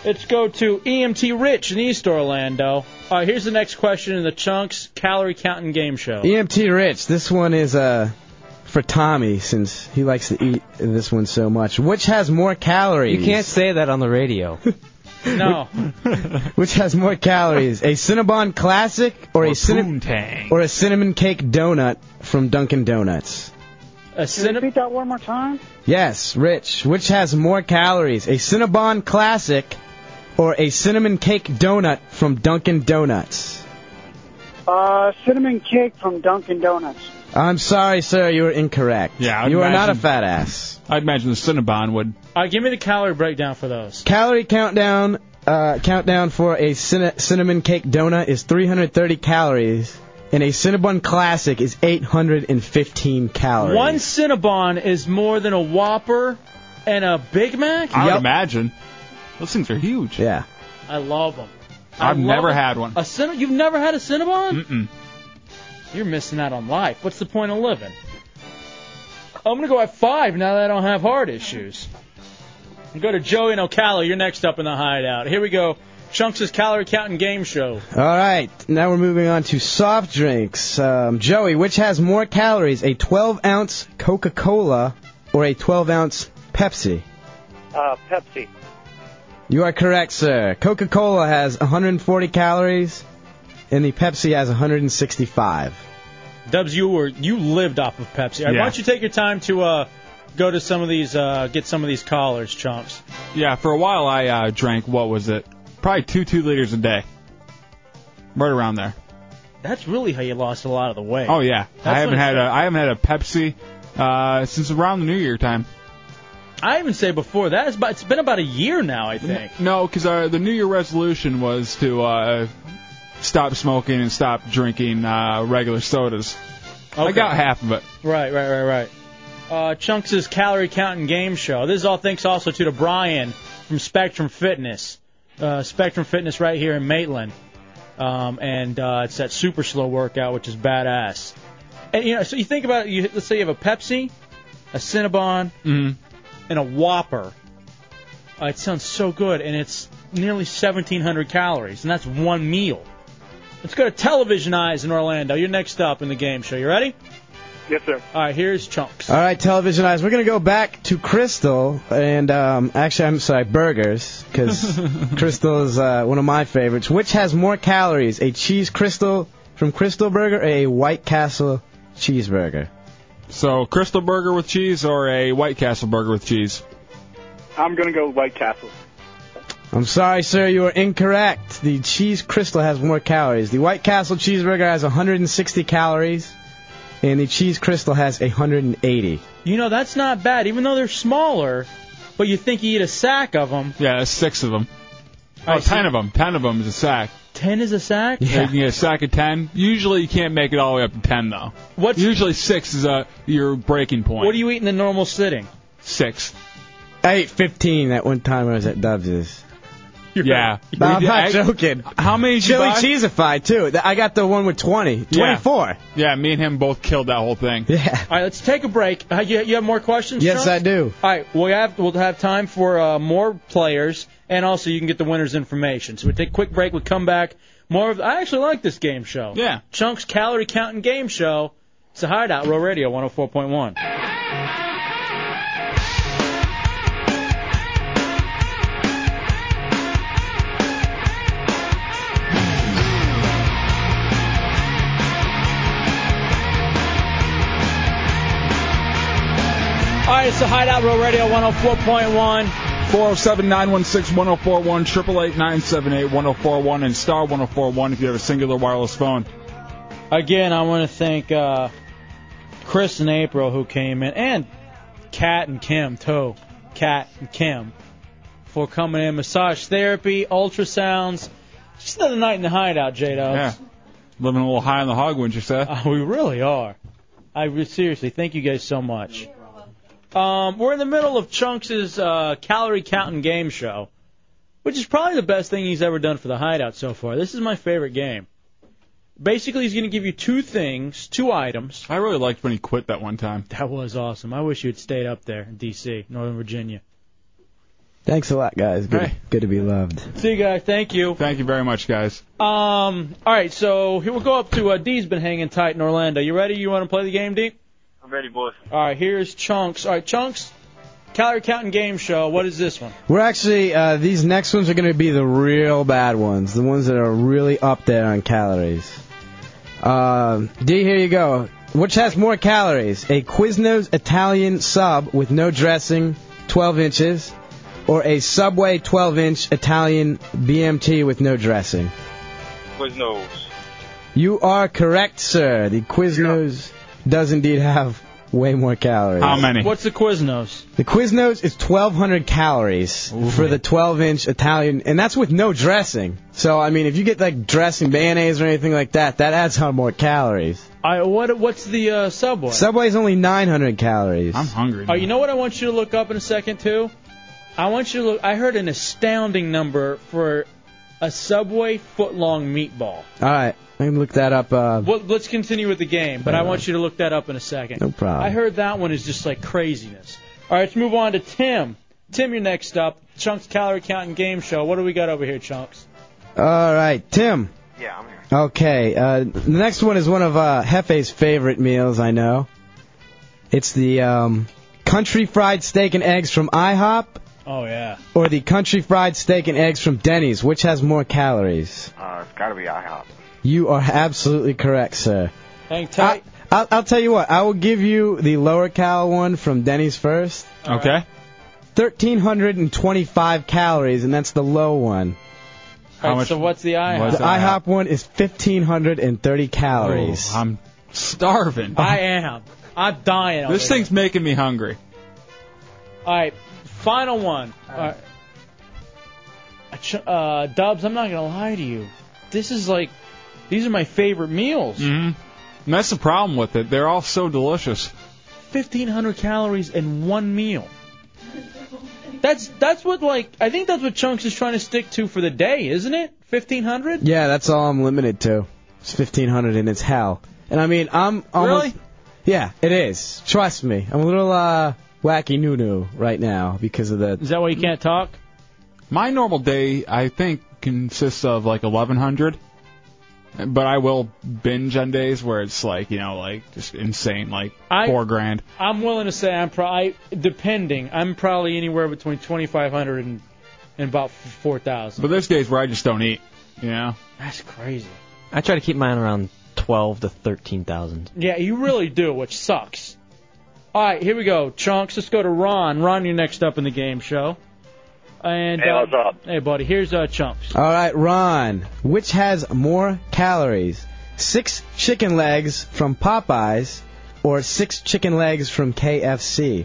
S3: Let's go to EMT Rich in East Orlando. All right, here's the next question in the Chunks Calorie Counting Game Show.
S5: EMT E Rich, this one is uh for Tommy since he likes to eat this one so much. Which has more calories?
S18: You can't say that on the radio.
S3: no.
S5: Which has more calories, a Cinnabon Classic or, a cinnamon or a cinnamon cake donut from Dunkin' Donuts?
S3: A cinnamon.
S11: Repeat that one more time.
S5: Yes, Rich. Which has more calories, a Cinnabon Classic or a cinnamon cake donut from Dunkin' Donuts?
S11: Uh, cinnamon cake from Dunkin' Donuts.
S5: I'm sorry, sir, you are incorrect.
S4: Yeah, I'd
S5: you are not a
S4: imagine-
S5: fat ass.
S4: I'd imagine the Cinnabon would.
S3: All right, give me the calorie breakdown for those.
S5: Calorie countdown uh, countdown for a cinna- cinnamon cake donut is 330 calories, and a Cinnabon Classic is 815 calories.
S3: One Cinnabon is more than a Whopper and a Big Mac?
S4: I would imagine. Those things are huge.
S5: Yeah.
S3: I love them.
S4: I've never had one.
S3: A cinna- You've never had a Cinnabon?
S4: Mm-mm.
S3: You're missing out on life. What's the point of living? I'm gonna go at five now that I don't have heart issues. Go to Joey and Ocala. You're next up in the hideout. Here we go. Chunks' calorie counting game show.
S5: All right, now we're moving on to soft drinks. Um, Joey, which has more calories, a 12 ounce Coca Cola or a 12 ounce Pepsi?
S11: Uh, Pepsi.
S5: You are correct, sir. Coca Cola has 140 calories, and the Pepsi has 165.
S3: Dubs, you were you lived off of Pepsi. All right,
S5: Yeah.
S3: Why don't you take your time to uh, go to some of these, uh, get some of these callers, Chunks.
S4: Yeah, for a while I uh, drank, what was it? Probably two, two liters a day. Right around there.
S3: That's really how you lost a lot of the weight.
S4: Oh yeah,
S3: That's
S4: I haven't
S3: what
S4: had
S3: it
S4: a I haven't had a Pepsi uh, since around the New Year time.
S3: I even say before that. It's, about, it's been about a year now, I think.
S4: No, because uh, the New Year resolution was to uh, stop smoking and stop drinking uh, regular sodas. I
S3: Okay.
S4: got half of it.
S3: Right, right, right, right. Uh, Chunks' calorie counting game show. This is all thanks also to to Brian from Spectrum Fitness. Uh, Spectrum Fitness right here in Maitland. Um, and uh, it's that super slow workout, which is badass. And you know, so you think about it. You, let's say you have a Pepsi, a Cinnabon,
S4: Mm.
S3: and a Whopper. Uh, it sounds so good, and it's nearly 1,700 calories, and that's one meal. Let's go to Television Eyes in Orlando. You're next up in the game show. You ready?
S22: Yes, sir.
S3: All right, here's Chunks.
S5: All right, television eyes. We're gonna go back to Crystal and um, actually, I'm sorry, burgers, because Crystal is uh, one of my favorites. Which has more calories, a cheese Crystal from Crystal Burger or a White Castle cheeseburger?
S20: So, Crystal Burger with cheese or a White Castle burger with cheese?
S22: I'm gonna go White Castle.
S5: I'm sorry, sir, you are incorrect. The cheese Crystal has more calories. The White Castle cheeseburger has 160 calories, and the cheese Crystal has 180.
S3: You know, that's not bad, even though they're smaller, but you think you eat a sack of them.
S20: Yeah, that's six of them. Oh,
S3: right, so-
S20: 10 of them. 10 of them is a sack.
S3: 10 is a sack?
S20: You can get a sack of 10. Usually you can't make it all the way up to 10, though.
S3: What's
S20: Usually 6 is a your breaking point. What do
S3: you eat in a normal sitting?
S20: 6.
S5: I ate 15 at one time I was at Dubs's.
S20: yeah.
S5: No, I'm
S20: Did
S5: not
S20: I-
S5: joking.
S20: How many did you
S5: Chili
S20: buy?
S5: cheesified too. Th- I got the one with 20. 24.
S20: Yeah, me and him both killed that whole thing.
S5: Yeah.
S3: All right, let's take a break. Uh, you, you have more questions?
S5: Yes, I do.
S3: All right, we'll have, we'll have time for uh, more players, and also you can get the winner's information. So we take a quick break. We come back. More of I actually like this game show.
S20: Yeah.
S3: Chunks Calorie Counting Game Show. It's a hideout, Row Radio 104.1. All right, it's the Hideout Row Radio 104.1.
S20: 407 916 1041, 888 978 1041, and star 1041 if you have a singular wireless phone.
S3: Again, I want to thank uh, Chris and April who came in, and Kat and Kim too. Kat and Kim for coming in. Massage therapy, ultrasounds. Just another night in the hideout, J
S20: Yeah. Living a little high on the hog, wouldn't you say?
S5: Oh,
S3: we really are. I re- seriously thank you guys so much. Um, we're in the middle of Chunks' uh, calorie counting game show, which is probably the best thing he's ever done for the hideout so far. This is my favorite game. Basically, he's going to give you two things, two items.
S20: I really liked when he quit that one time.
S3: That was awesome. I wish you had stayed up there in D.C., Northern Virginia.
S5: Thanks a lot, guys. Good,
S3: Hey.
S5: good to be loved.
S3: See you guys. Thank you.
S20: Thank you very much, guys.
S3: Um, all right, so here we'll go up to uh, D's been hanging tight in Orlando. You ready? You want to play the game, D?
S22: I'm ready, boys.
S3: All right, here's Chunks. All right, Chunks, calorie counting game show. What is this one?
S5: We're actually uh, these next ones are going to be the real bad ones, the ones that are really up there on calories. Um D, here you go. Which has more calories, a Quiznos Italian sub with no dressing, 12 inches, or a Subway 12-inch Italian BMT with no dressing?
S22: Quiznos.
S5: You are correct, sir. The Quiznos does indeed have way more calories.
S3: What's the Quiznos?
S5: The Quiznos is 1,200 calories for the 12-inch Italian, and that's with no dressing. So I mean, if you get like dressing mayonnaise or anything like that, that adds on more calories.
S3: I what what's the uh, Subway?
S5: Subway's only 900 calories. I'm
S20: hungry.
S3: Oh, you know what I want you to look up in a second too. I want you to look. I heard an astounding number for a Subway footlong meatball.
S5: All right, I can look that up. Uh,
S3: Well, let's continue with the game, but I want you to look that up in a second.
S5: No problem.
S3: I heard that one is just like craziness. All right, let's move on to Tim. Tim, you're next up. Chunks Calorie Counting Game Show. What do we got over here, Chunks?
S5: All right, Tim.
S22: Yeah, I'm
S5: here. Okay, uh, the next one is one of uh, Hefe's favorite meals, I know. It's the um, country fried steak and eggs from IHOP
S3: Oh yeah.
S5: or the country fried steak and eggs from Denny's. Which has more calories?
S22: Uh, it's gotta be IHOP.
S5: You are absolutely correct, sir.
S3: Hang tight.
S5: I'll, I'll tell you what. I will give you the lower cal one from Denny's first.
S20: Okay.
S5: 1,325 calories, and that's the low one.
S3: All right, so what's the IHOP?
S5: The IHOP one is 1,530 calories.
S20: I'm starving.
S3: I am. I'm dying. over
S20: This
S3: here.
S20: thing's making me hungry.
S3: All right, final one. All right. Uh, Ch- Uh, Dubs, I'm not gonna lie to you. This is like, these are my favorite meals.
S20: Mm-hmm. And that's the problem with it. They're all so delicious.
S3: 1,500 calories in one meal. That's that's what like I think that's what Chunks is trying to stick to for the day, isn't it? 1,500.
S5: Yeah, that's all I'm limited to. It's 1,500 and it's hell. And I mean, I'm almost.
S3: Really?
S5: Yeah, it is. Trust me. I'm a little uh, wacky noo noo right now because of the.
S3: Is that why you can't talk?
S20: My normal day, I think, consists of like 1,100. But I will binge on days where it's like, you know, like just insane, like
S3: I-
S20: four grand.
S3: I'm willing to say I'm pro- I, depending. I'm probably anywhere between 2,500 and and about 4,000.
S20: But there's days where I just don't eat. Yeah.
S3: That's crazy.
S18: I try to keep mine around twelve to thirteen thousand.
S3: Yeah, you really do, which sucks. All right, here we go, chunks. Let's go to Ron. Ron, you're next up in the game show. And
S5: Hey,
S3: uh,
S5: what's
S3: up? Hey, buddy. Here's uh, chunks.
S5: All right, Ron. Which has more calories? Six chicken legs from Popeyes or six chicken legs from KFC?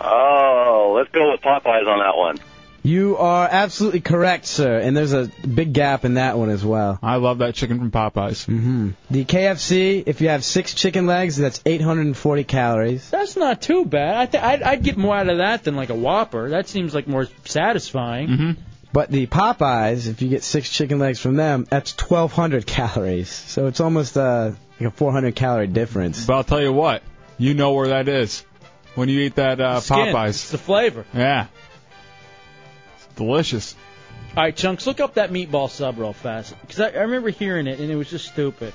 S8: Oh, let's go with Popeyes on that one.
S5: You are absolutely correct, sir, and there's a big gap in that one as well.
S20: I love that chicken from Popeyes.
S5: hmm The KFC, if you have six chicken legs, that's 840 calories.
S3: That's not too bad. I th- I'd, I'd get more out of that than like a Whopper. That seems like more satisfying.
S20: Mm-hmm.
S5: But the Popeyes, if you get six chicken legs from them, that's 1,200 calories. So it's almost uh, like a 400 calorie difference.
S20: But I'll tell you what, you know where that is when you eat that uh,
S3: Skin.
S20: Popeyes.
S3: It's the flavor.
S20: Yeah. It's delicious.
S3: All right, chunks. Look up that meatball sub real fast because I, I remember hearing it and it was just stupid.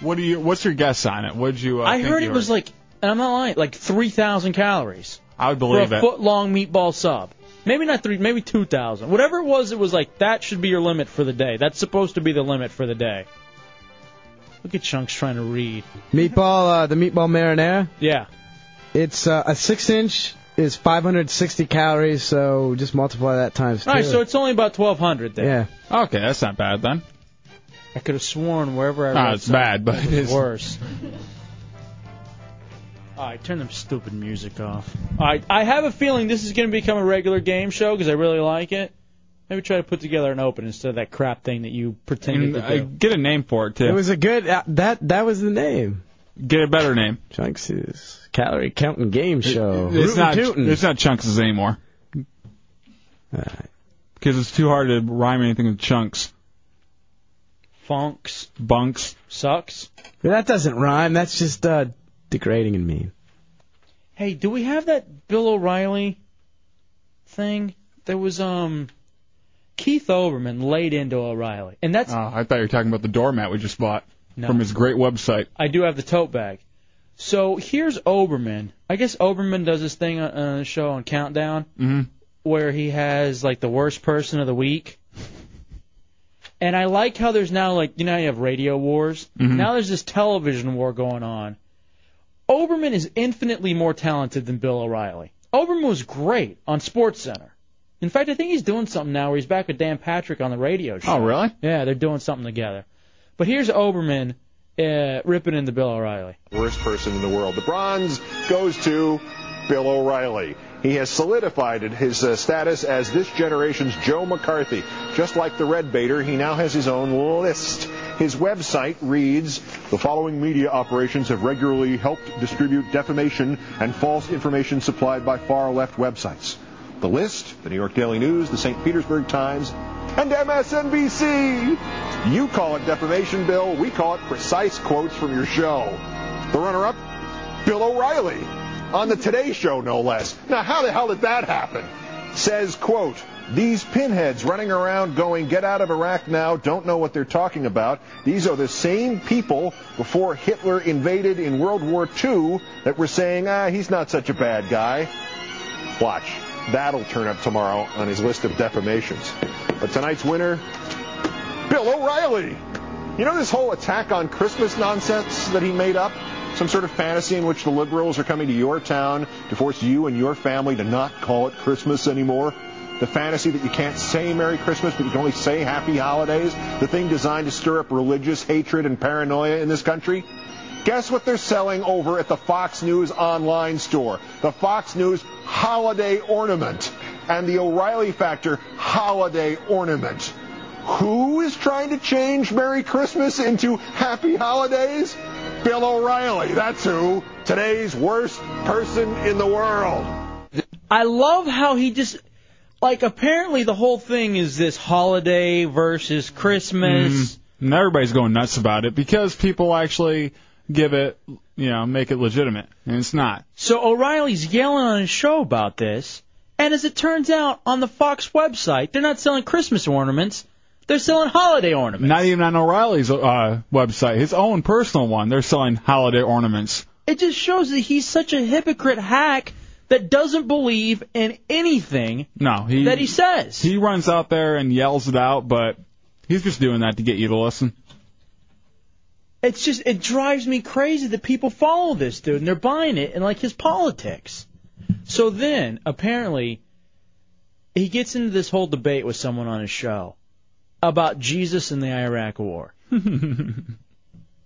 S20: What do you? What's your guess on it? What'd you? Uh,
S3: I
S20: think
S3: heard
S20: you
S3: it
S20: were-
S3: was like, and I'm not lying, like 3,000 calories
S20: I would
S3: for a
S20: believe it.
S3: foot long meatball sub. Maybe not three, maybe 2,000. Whatever it was, it was like that should be your limit for the day. That's supposed to be the limit for the day. Look at chunks trying to read.
S5: Meatball, uh, the meatball marinara,
S3: Yeah.
S5: it's uh, a six inch is 560 calories, so just multiply that times two.
S3: All right, so it's only about 1,200 then.
S5: yeah.
S20: Okay, that's not bad then.
S3: I could have sworn wherever I
S20: Ah,
S3: read
S20: it's
S3: something,
S20: bad, but it
S3: was
S20: is.
S3: worse. All right, turn them stupid music off. All right, I have a feeling this is going to become a regular game show because I really like it. Maybe try to put together an open instead of that crap thing that you pretended
S20: And,
S3: to
S20: uh,
S3: do.
S20: get a name for it too.
S5: It was a good uh, that that was the name.
S20: Get a better name.
S5: Chunks' calorie counting game show.
S20: It's
S5: Rootin'
S20: not.
S5: tootin'.
S20: It's not chunks anymore. Because it's too hard to rhyme anything with chunks.
S3: Funks.
S20: Bunks.
S3: Sucks.
S5: That doesn't rhyme. That's just uh, degrading and mean.
S3: Hey, do we have that Bill O'Reilly thing? There was um Keith Oberman laid into O'Reilly, and that's
S20: Oh, I thought you were talking about the doormat we just bought
S3: No.
S20: from his great website.
S3: I do have the tote bag. So here's Oberman. I guess Oberman does this thing on, on the show on Countdown
S20: Mhm.
S3: where he has like the worst person of the week. And I like how there's now like you know how you have radio wars.
S20: Mhm.
S3: Now there's this television war going on. Oberman is infinitely more talented than Bill O'Reilly. Oberman was great on Sports Center. In fact, I think he's doing something now where he's back with Dan Patrick on the radio show.
S20: Oh, really?
S3: Yeah, they're doing something together. But here's Oberman uh, ripping into Bill O'Reilly.
S14: worst person in the world. The bronze goes to Bill O'Reilly. He has solidified his uh, status as this generation's Joe McCarthy. Just like the red baiter, he now has his own list. His website reads The following media operations have regularly helped distribute defamation and false information supplied by far left websites. The list, the New York Daily News, the St. Petersburg Times, and MSNBC. You call it defamation, Bill. We call it precise quotes from your show. The runner up, Bill O'Reilly, on the Today Show, no less. Now, how the hell did that happen? Says, quote, these pinheads running around going, get out of Iraq now, don't know what they're talking about. These are the same people before Hitler invaded in World War II that were saying, ah, he's not such a bad guy. Watch. That'll turn up tomorrow on his list of defamations. But tonight's winner, Bill O'Reilly. You know this whole attack on Christmas nonsense that he made up? Some sort of fantasy in which the liberals are coming to your town to force you and your family to not call it Christmas anymore? The fantasy that you can't say Merry Christmas, but you can only say Happy Holidays? The thing designed to stir up religious hatred and paranoia in this country? Guess what they're selling over at the Fox News online store? The Fox News holiday ornament and the O'Reilly Factor holiday ornament. Who is trying to change Merry Christmas into Happy Holidays? Bill O'Reilly, that's who. Today's worst person in the world.
S3: I love how he just like apparently the whole thing is this holiday versus Christmas.
S4: Mm-hmm.
S20: Mhm. And everybody's going nuts about it because people actually give it, you know, make it legitimate, and it's not.
S3: So O'Reilly's yelling on his show about this, And as it turns out, on the Fox website, they're not selling Christmas ornaments. They're selling holiday ornaments.
S4: Not even on O'Reilly's uh, website, his own personal one. They're selling holiday ornaments.
S3: It just shows that he's such a hypocrite hack that doesn't believe in anything
S4: No, he
S3: that he says.
S4: he runs out there and yells it out, but he's just doing that to get you to listen.
S3: It's just it drives me crazy that people follow this dude and they're buying it and like his politics. So then apparently he gets into this whole debate with someone on his show about Jesus and the Iraq War.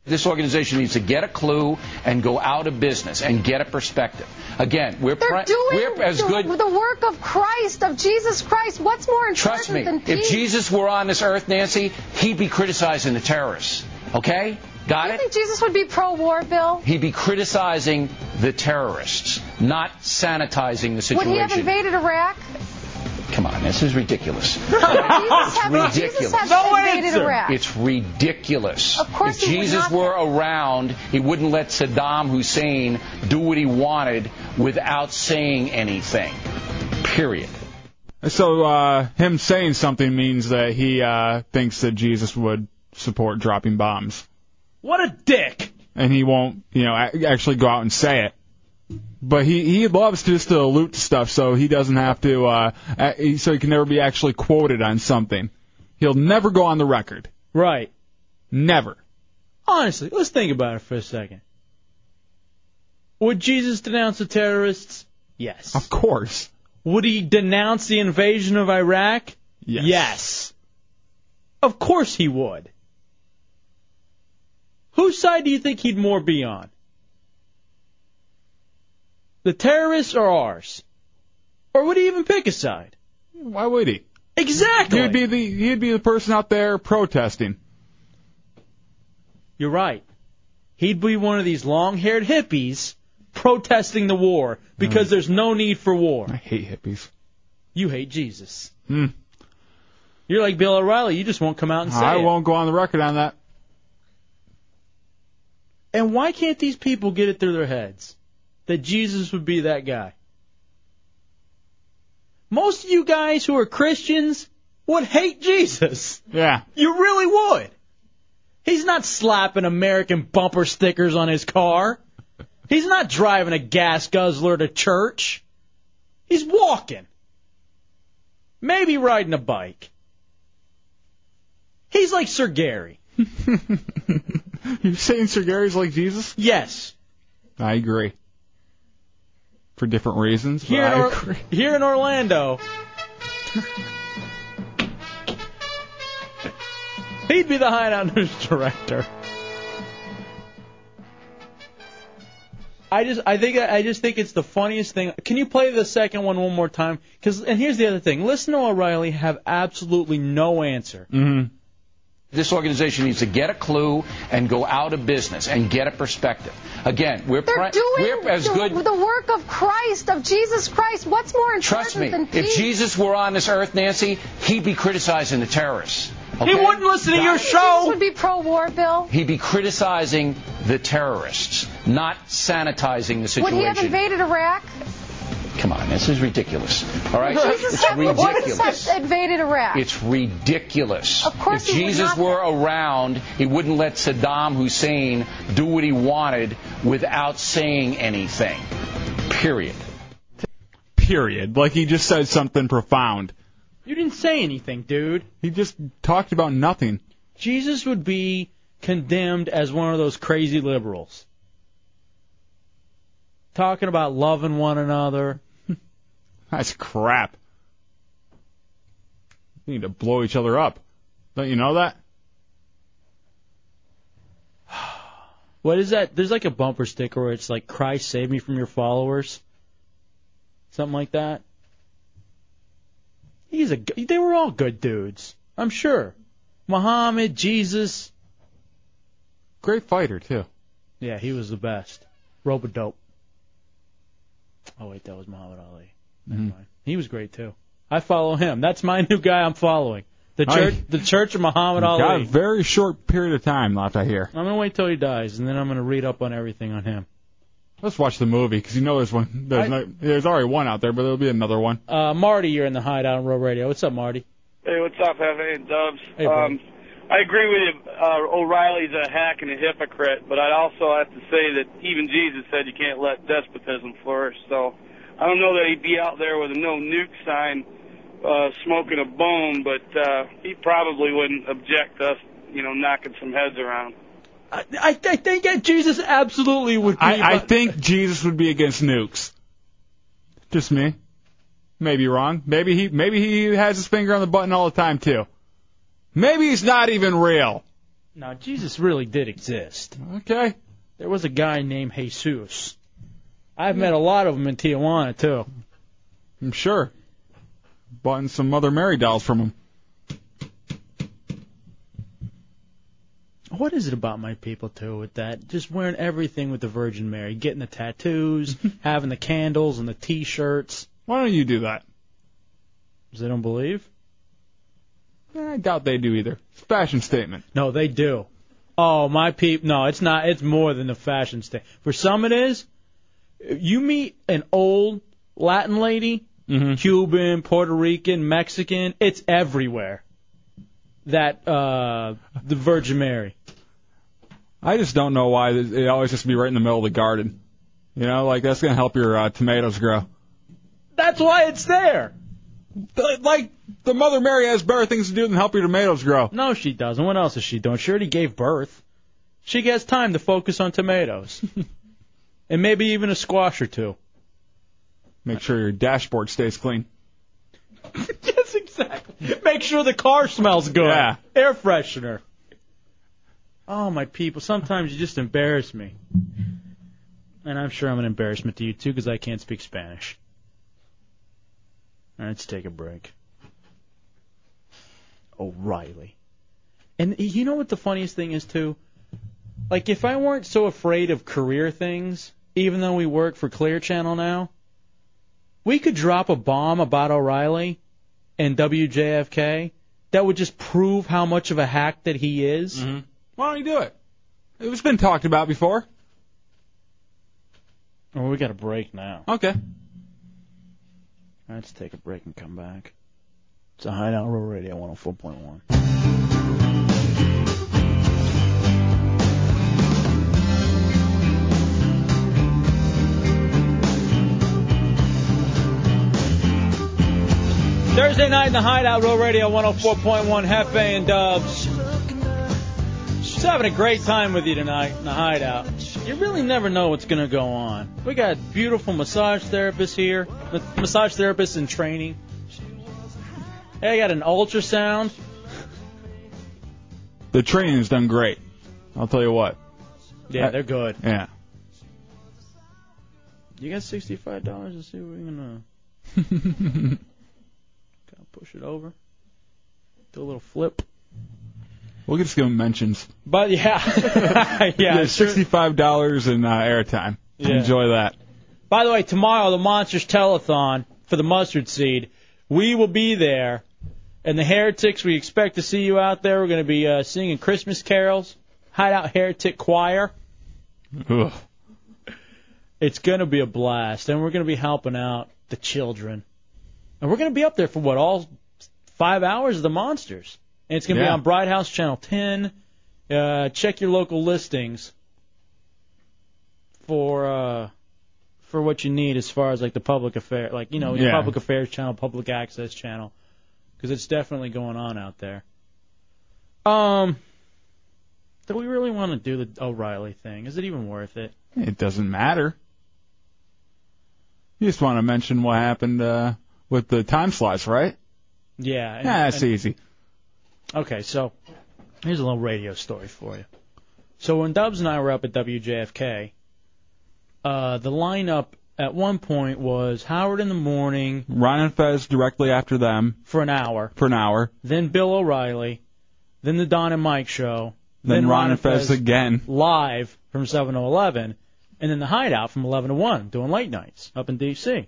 S21: This organization needs to get a clue and go out of business and get a perspective. Again, we're
S37: They're
S21: pre-
S37: doing
S21: we're as
S37: the,
S21: good.
S37: the work of Christ, of Jesus Christ. What's more important
S21: Trust me,
S37: than
S21: if
S37: peace?
S21: Jesus were on this earth, Nancy, he'd be criticizing the terrorists. Okay, got
S37: I
S21: it?
S37: think Jesus would be pro-war, Bill.
S21: He'd be criticizing the terrorists, not sanitizing the
S37: Would
S21: situation.
S37: he have invaded Iraq?
S21: Come on, this is ridiculous.
S37: Jesus have,
S21: ridiculous.
S37: Jesus have invaded Iraq.
S21: It's ridiculous.
S37: Of course
S21: if
S37: he would
S21: Jesus
S37: not-
S21: were around, he wouldn't let Saddam Hussein do what he wanted without saying anything. Period.
S4: So uh, him saying something means that he uh, thinks that Jesus would support dropping bombs,
S3: What a dick.
S4: and he won't, you know, a- actually go out and say it. But he he loves just to loot stuff, so he doesn't have to, uh, a- so he can never be actually quoted on something. He'll never go on the record.
S3: Right.
S4: Never.
S3: Honestly, let's think about it for a second. Would Jesus denounce the terrorists? Yes. Of
S4: course.
S3: Would he denounce the invasion of Iraq?
S4: Yes.
S3: Of course he would. Whose side do you think he'd more be on? The terrorists or ours? Or would he even pick a side?
S4: Why would he?
S3: Exactly.
S4: He'd be the he'd be the person out there protesting.
S3: You're right. He'd be one of these long-haired hippies protesting the war
S4: Mm.
S3: because there's no need for war. I
S4: hate hippies.
S3: You hate Jesus.
S4: Hmm.
S3: You're like Bill O'Reilly. You just won't come out and say
S4: I
S3: it.
S4: won't go on the record on that.
S3: And why can't these people get it through their heads that Jesus would be that guy? Most of you guys who are Christians would hate Jesus.
S4: Yeah.
S3: You really would. He's not slapping American bumper stickers on his car. He's not driving a gas guzzler to church. He's walking. Maybe riding a bike. He's like Sir Gary.
S4: You're saying Sir Gary's like Jesus?
S3: Yes.
S4: I agree. For different reasons. but
S3: Here in,
S4: I
S3: Or-
S4: agree.
S3: here in Orlando, he'd be the Hideout News director. I just, I think, I just think it's the funniest thing. Can you play the second one one more time? Because, and here's the other thing: listen to O'Reilly have absolutely no answer.
S4: Mm-hmm.
S21: This organization needs to get a clue and go out of business and get a perspective. Again, we're
S37: They're
S21: pre-
S37: doing
S21: we're as
S37: the,
S21: good.
S37: the work of Christ, of Jesus Christ. What's more important
S21: Trust me,
S37: than peace?
S21: if Jesus were on this earth, Nancy, he'd be criticizing the terrorists. Okay? Got it?
S37: Jesus would be pro-war, Bill.
S21: He'd be criticizing the terrorists, not sanitizing the
S37: Would
S21: situation.
S37: he have invaded Iraq?
S21: Come on, this is ridiculous. All right,
S37: Jesus
S21: it's
S37: have, Jesus
S21: ridiculous.
S37: have invaded Iraq.
S21: It's ridiculous.
S37: Of course
S21: if
S37: he would
S21: Jesus
S37: not-
S21: were around, he wouldn't let Saddam Hussein do what he wanted without saying anything. Period.
S4: Period. Like he just said something profound.
S3: You didn't say anything, dude.
S4: He just talked about nothing.
S3: Jesus would be condemned as one of those crazy liberals. Talking about loving one another.
S4: That's crap. We need to blow each other up. Don't you know that?
S3: What is that? There's like a bumper sticker where it's like, Christ save me from your followers. Something like that. He's a, g- they were all good dudes. I'm sure. Muhammad, Jesus.
S4: Great fighter, too.
S3: Yeah, he was the best. Robodope. Oh wait, that was Muhammad Ali.
S4: Mm-hmm.
S3: He was great too. I follow him. That's my new guy I'm following. The
S4: Aye.
S3: church, the Church of Muhammad
S4: Got a
S3: Ali.
S4: very short period of time left, I hear.
S3: I'm gonna wait till he dies, and then I'm gonna read up on everything on him.
S4: Let's watch the movie because you know there's one. There's, no, there's already one out there, but there'll be another one.
S3: Uh, Marty, you're in the hideout on Row Radio. What's up, Marty?
S29: Hey, what's up, Heaven and Dubs?
S3: Hey, bro.
S29: um, I agree with you. Uh, O'Reilly's a hack and a hypocrite, but I'd also have to say that even Jesus said you can't let despotism flourish. So I don't know that he'd be out there with a no nuke sign, uh, smoking a bone, but uh, he probably wouldn't object to us, you know, knocking some heads around.
S3: I, I, I think that Jesus absolutely would be.
S4: I, I think Jesus would be against nukes. Just me. Maybe wrong. Maybe he maybe he has his finger on the button all the time too. Maybe he's not even real.
S3: No, Jesus really did exist.
S4: Okay.
S3: There was a guy named Jesus. I've met a lot of them in Tijuana too.
S4: I'm sure. Bought some Mother Mary dolls from him.
S3: What is it about my people too with that? Just wearing everything with the Virgin Mary, getting the tattoos, having the candles and the T-shirts.
S4: Why don't you do that?
S3: Because they don't believe.
S4: Eh, I doubt they do either. It's a fashion statement.
S3: No, they do. Oh, my peep. No, it's not. It's more than the fashion state. For some, it is. You meet an old Latin lady,
S4: Mm-hmm.
S3: Cuban, Puerto Rican, Mexican. It's everywhere. That uh, the Virgin Mary.
S4: I just don't know why this- it always has to be right in the middle of the garden. You know, like that's gonna help your uh, tomatoes grow.
S3: That's why it's there.
S4: Like the Mother Mary has better things to do than help your tomatoes grow.
S3: No, she doesn't. What else is she doing? She already gave birth. She has time to focus on tomatoes, and maybe even a squash or two.
S4: Make sure your dashboard stays clean.
S3: yes, exactly. Make sure the car smells good.
S4: Yeah.
S3: Air freshener. Oh, my people. Sometimes you just embarrass me. And I'm sure I'm an embarrassment to you, too, because I can't speak Spanish. All right, let's take a break. O'Reilly. And you know what the funniest thing is, too? Like, if I weren't so afraid of career things, even though we work for Clear Channel now, we could drop a bomb about O'Reilly and WJFK that would just prove how much of a hack that he is.
S4: Why don't you do it? It was been talked about before.
S3: Oh, we got a break now.
S4: Okay.
S3: Let's take a break and come back. It's a Hideout Row Radio 104.1. Thursday night in the Hideout Row Radio 104.1 Hefe and Dubs. Just having a great time with you tonight in the Hideout. You really never know what's going to go on. We got beautiful massage therapists here, ma- massage therapists in training. Hey, I got an ultrasound.
S4: The training's done great. I'll tell you what.
S3: Yeah,
S4: I-
S3: they're good.
S4: Yeah.
S3: You got sixty-five dollars to see if we can uh, kinda push it over, do a little flip.
S4: We'll get some mentions.
S3: But yeah, yeah.
S4: There's
S3: sure.
S4: sixty-five dollars in uh, airtime.
S3: Yeah.
S4: Enjoy that.
S3: By the way, tomorrow the Monsters Telethon for the mustard seed. We will be there, and the Heretics. We expect to see you out there. We're going to be uh, singing Christmas carols. Hideout Heretic Choir.
S4: Ugh.
S3: It's going to be a blast, and we're going to be helping out the children. And we're going to be up there for what all five hours of the monsters. And it's going to be
S4: Yeah.
S3: on Bright House Channel 10. Uh, check your local listings for uh, for what you need as far as like the public affair, like you know, your
S4: Yeah.
S3: public affairs channel, public access channel, because it's definitely going on out there. Um, do we really want to do the O'Reilly thing? Is it even worth it?
S4: It doesn't matter. You just want to mention what happened uh, with the time slice, right?
S3: Yeah. and-
S4: yeah, that's
S3: and-
S4: easy.
S3: Okay, so here's a little radio story for you. So when Dubs and I were up at WJFK, uh, the lineup at one point was Howard in the morning
S4: Ron and Fez directly after them
S3: for an hour,
S4: for an hour.
S3: then Bill O'Reilly, then the Don and Mike show,
S4: Then, Ron, and Fez, again.
S3: live from 7 to 11, and then the hideout from 11 to 1, doing late nights up in D.C.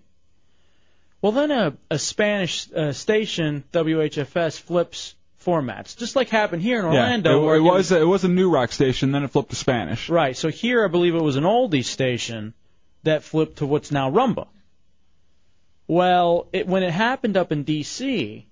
S3: Well, then a, a Spanish uh, station, WHFS, flips formats, just like happened here in Orlando.
S4: yeah,
S3: where
S4: it, it was it was a new rock station. Then it flipped to Spanish.
S3: Right. So here, I believe it was an oldie station that flipped to what's now Rumba. Well, it, when it happened up in D.C.,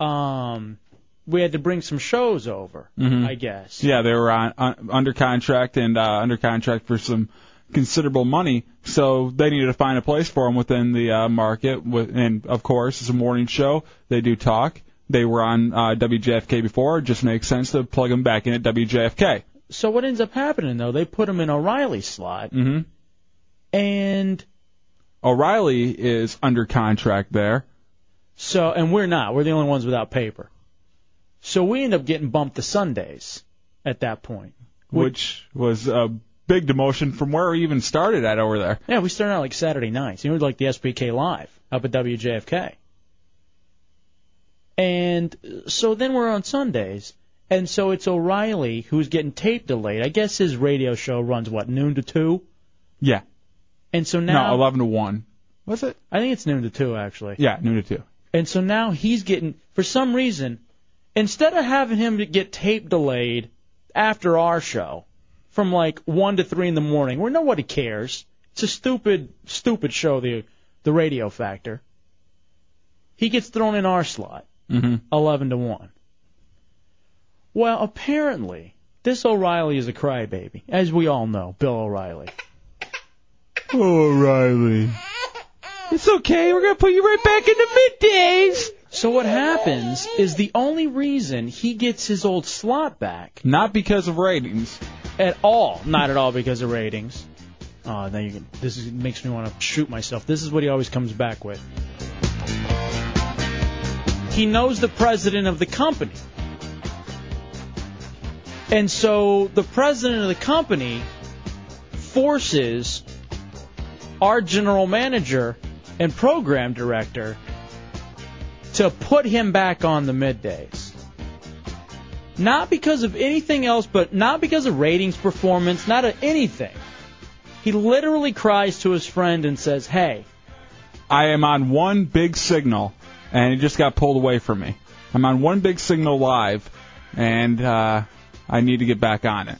S3: um, we had to bring some shows over,
S4: Mhm.
S3: I guess.
S4: Yeah, they were on, on under contract and uh, under contract for some considerable money, so they needed to find a place for them within the uh, market. With, and of course, it's a morning show. They do talk. They were on uh, WJFK before. It just makes sense to plug them back in at WJFK.
S3: So what ends up happening though? They put him in O'Reilly's slot,
S4: hmm
S3: and
S4: O'Reilly is under contract there.
S3: So, and we're not. We're the only ones without paper. So we end up getting bumped to Sundays at that point.
S4: which was a big demotion from where we even started at over there.
S3: Yeah, we started out like Saturday nights. You know, like the SBK Live up at WJFK. And uh, so then we're on Sundays, and so it's O'Reilly who's getting tape delayed. I guess his radio show runs what noon to two.
S4: Yeah.
S3: And so now
S4: no, eleven to one. Was it?
S3: I think it's noon to two actually.
S4: Yeah, noon to two.
S3: And so now he's getting, for some reason, instead of having him to get tape delayed after our show from like 1 to 3 in the morning, where nobody cares, it's a stupid, stupid show, the, the radio factor, he gets thrown in our slot,
S4: Mm-hmm.
S3: 11 to 1. Well, apparently, this O'Reilly is a crybaby, as we all know, Bill O'Reilly.
S4: O'Reilly.
S3: It's okay. We're gonna put you right back into middays. So what happens is the only reason he gets his old slot back,
S4: not because of ratings,
S3: at all, not at all because of ratings. Oh, now you can. This is, makes me want to shoot myself. This is what he always comes back with. He knows the president of the company, and so the president of the company forces our general manager and program director to put him back on the middays. Not because of anything else, but not because of ratings performance, not of anything. He literally cries to his friend and says, Hey,
S4: I am on one big signal, and it just got pulled away from me. I'm on one big signal live, and uh, I need to get back on it.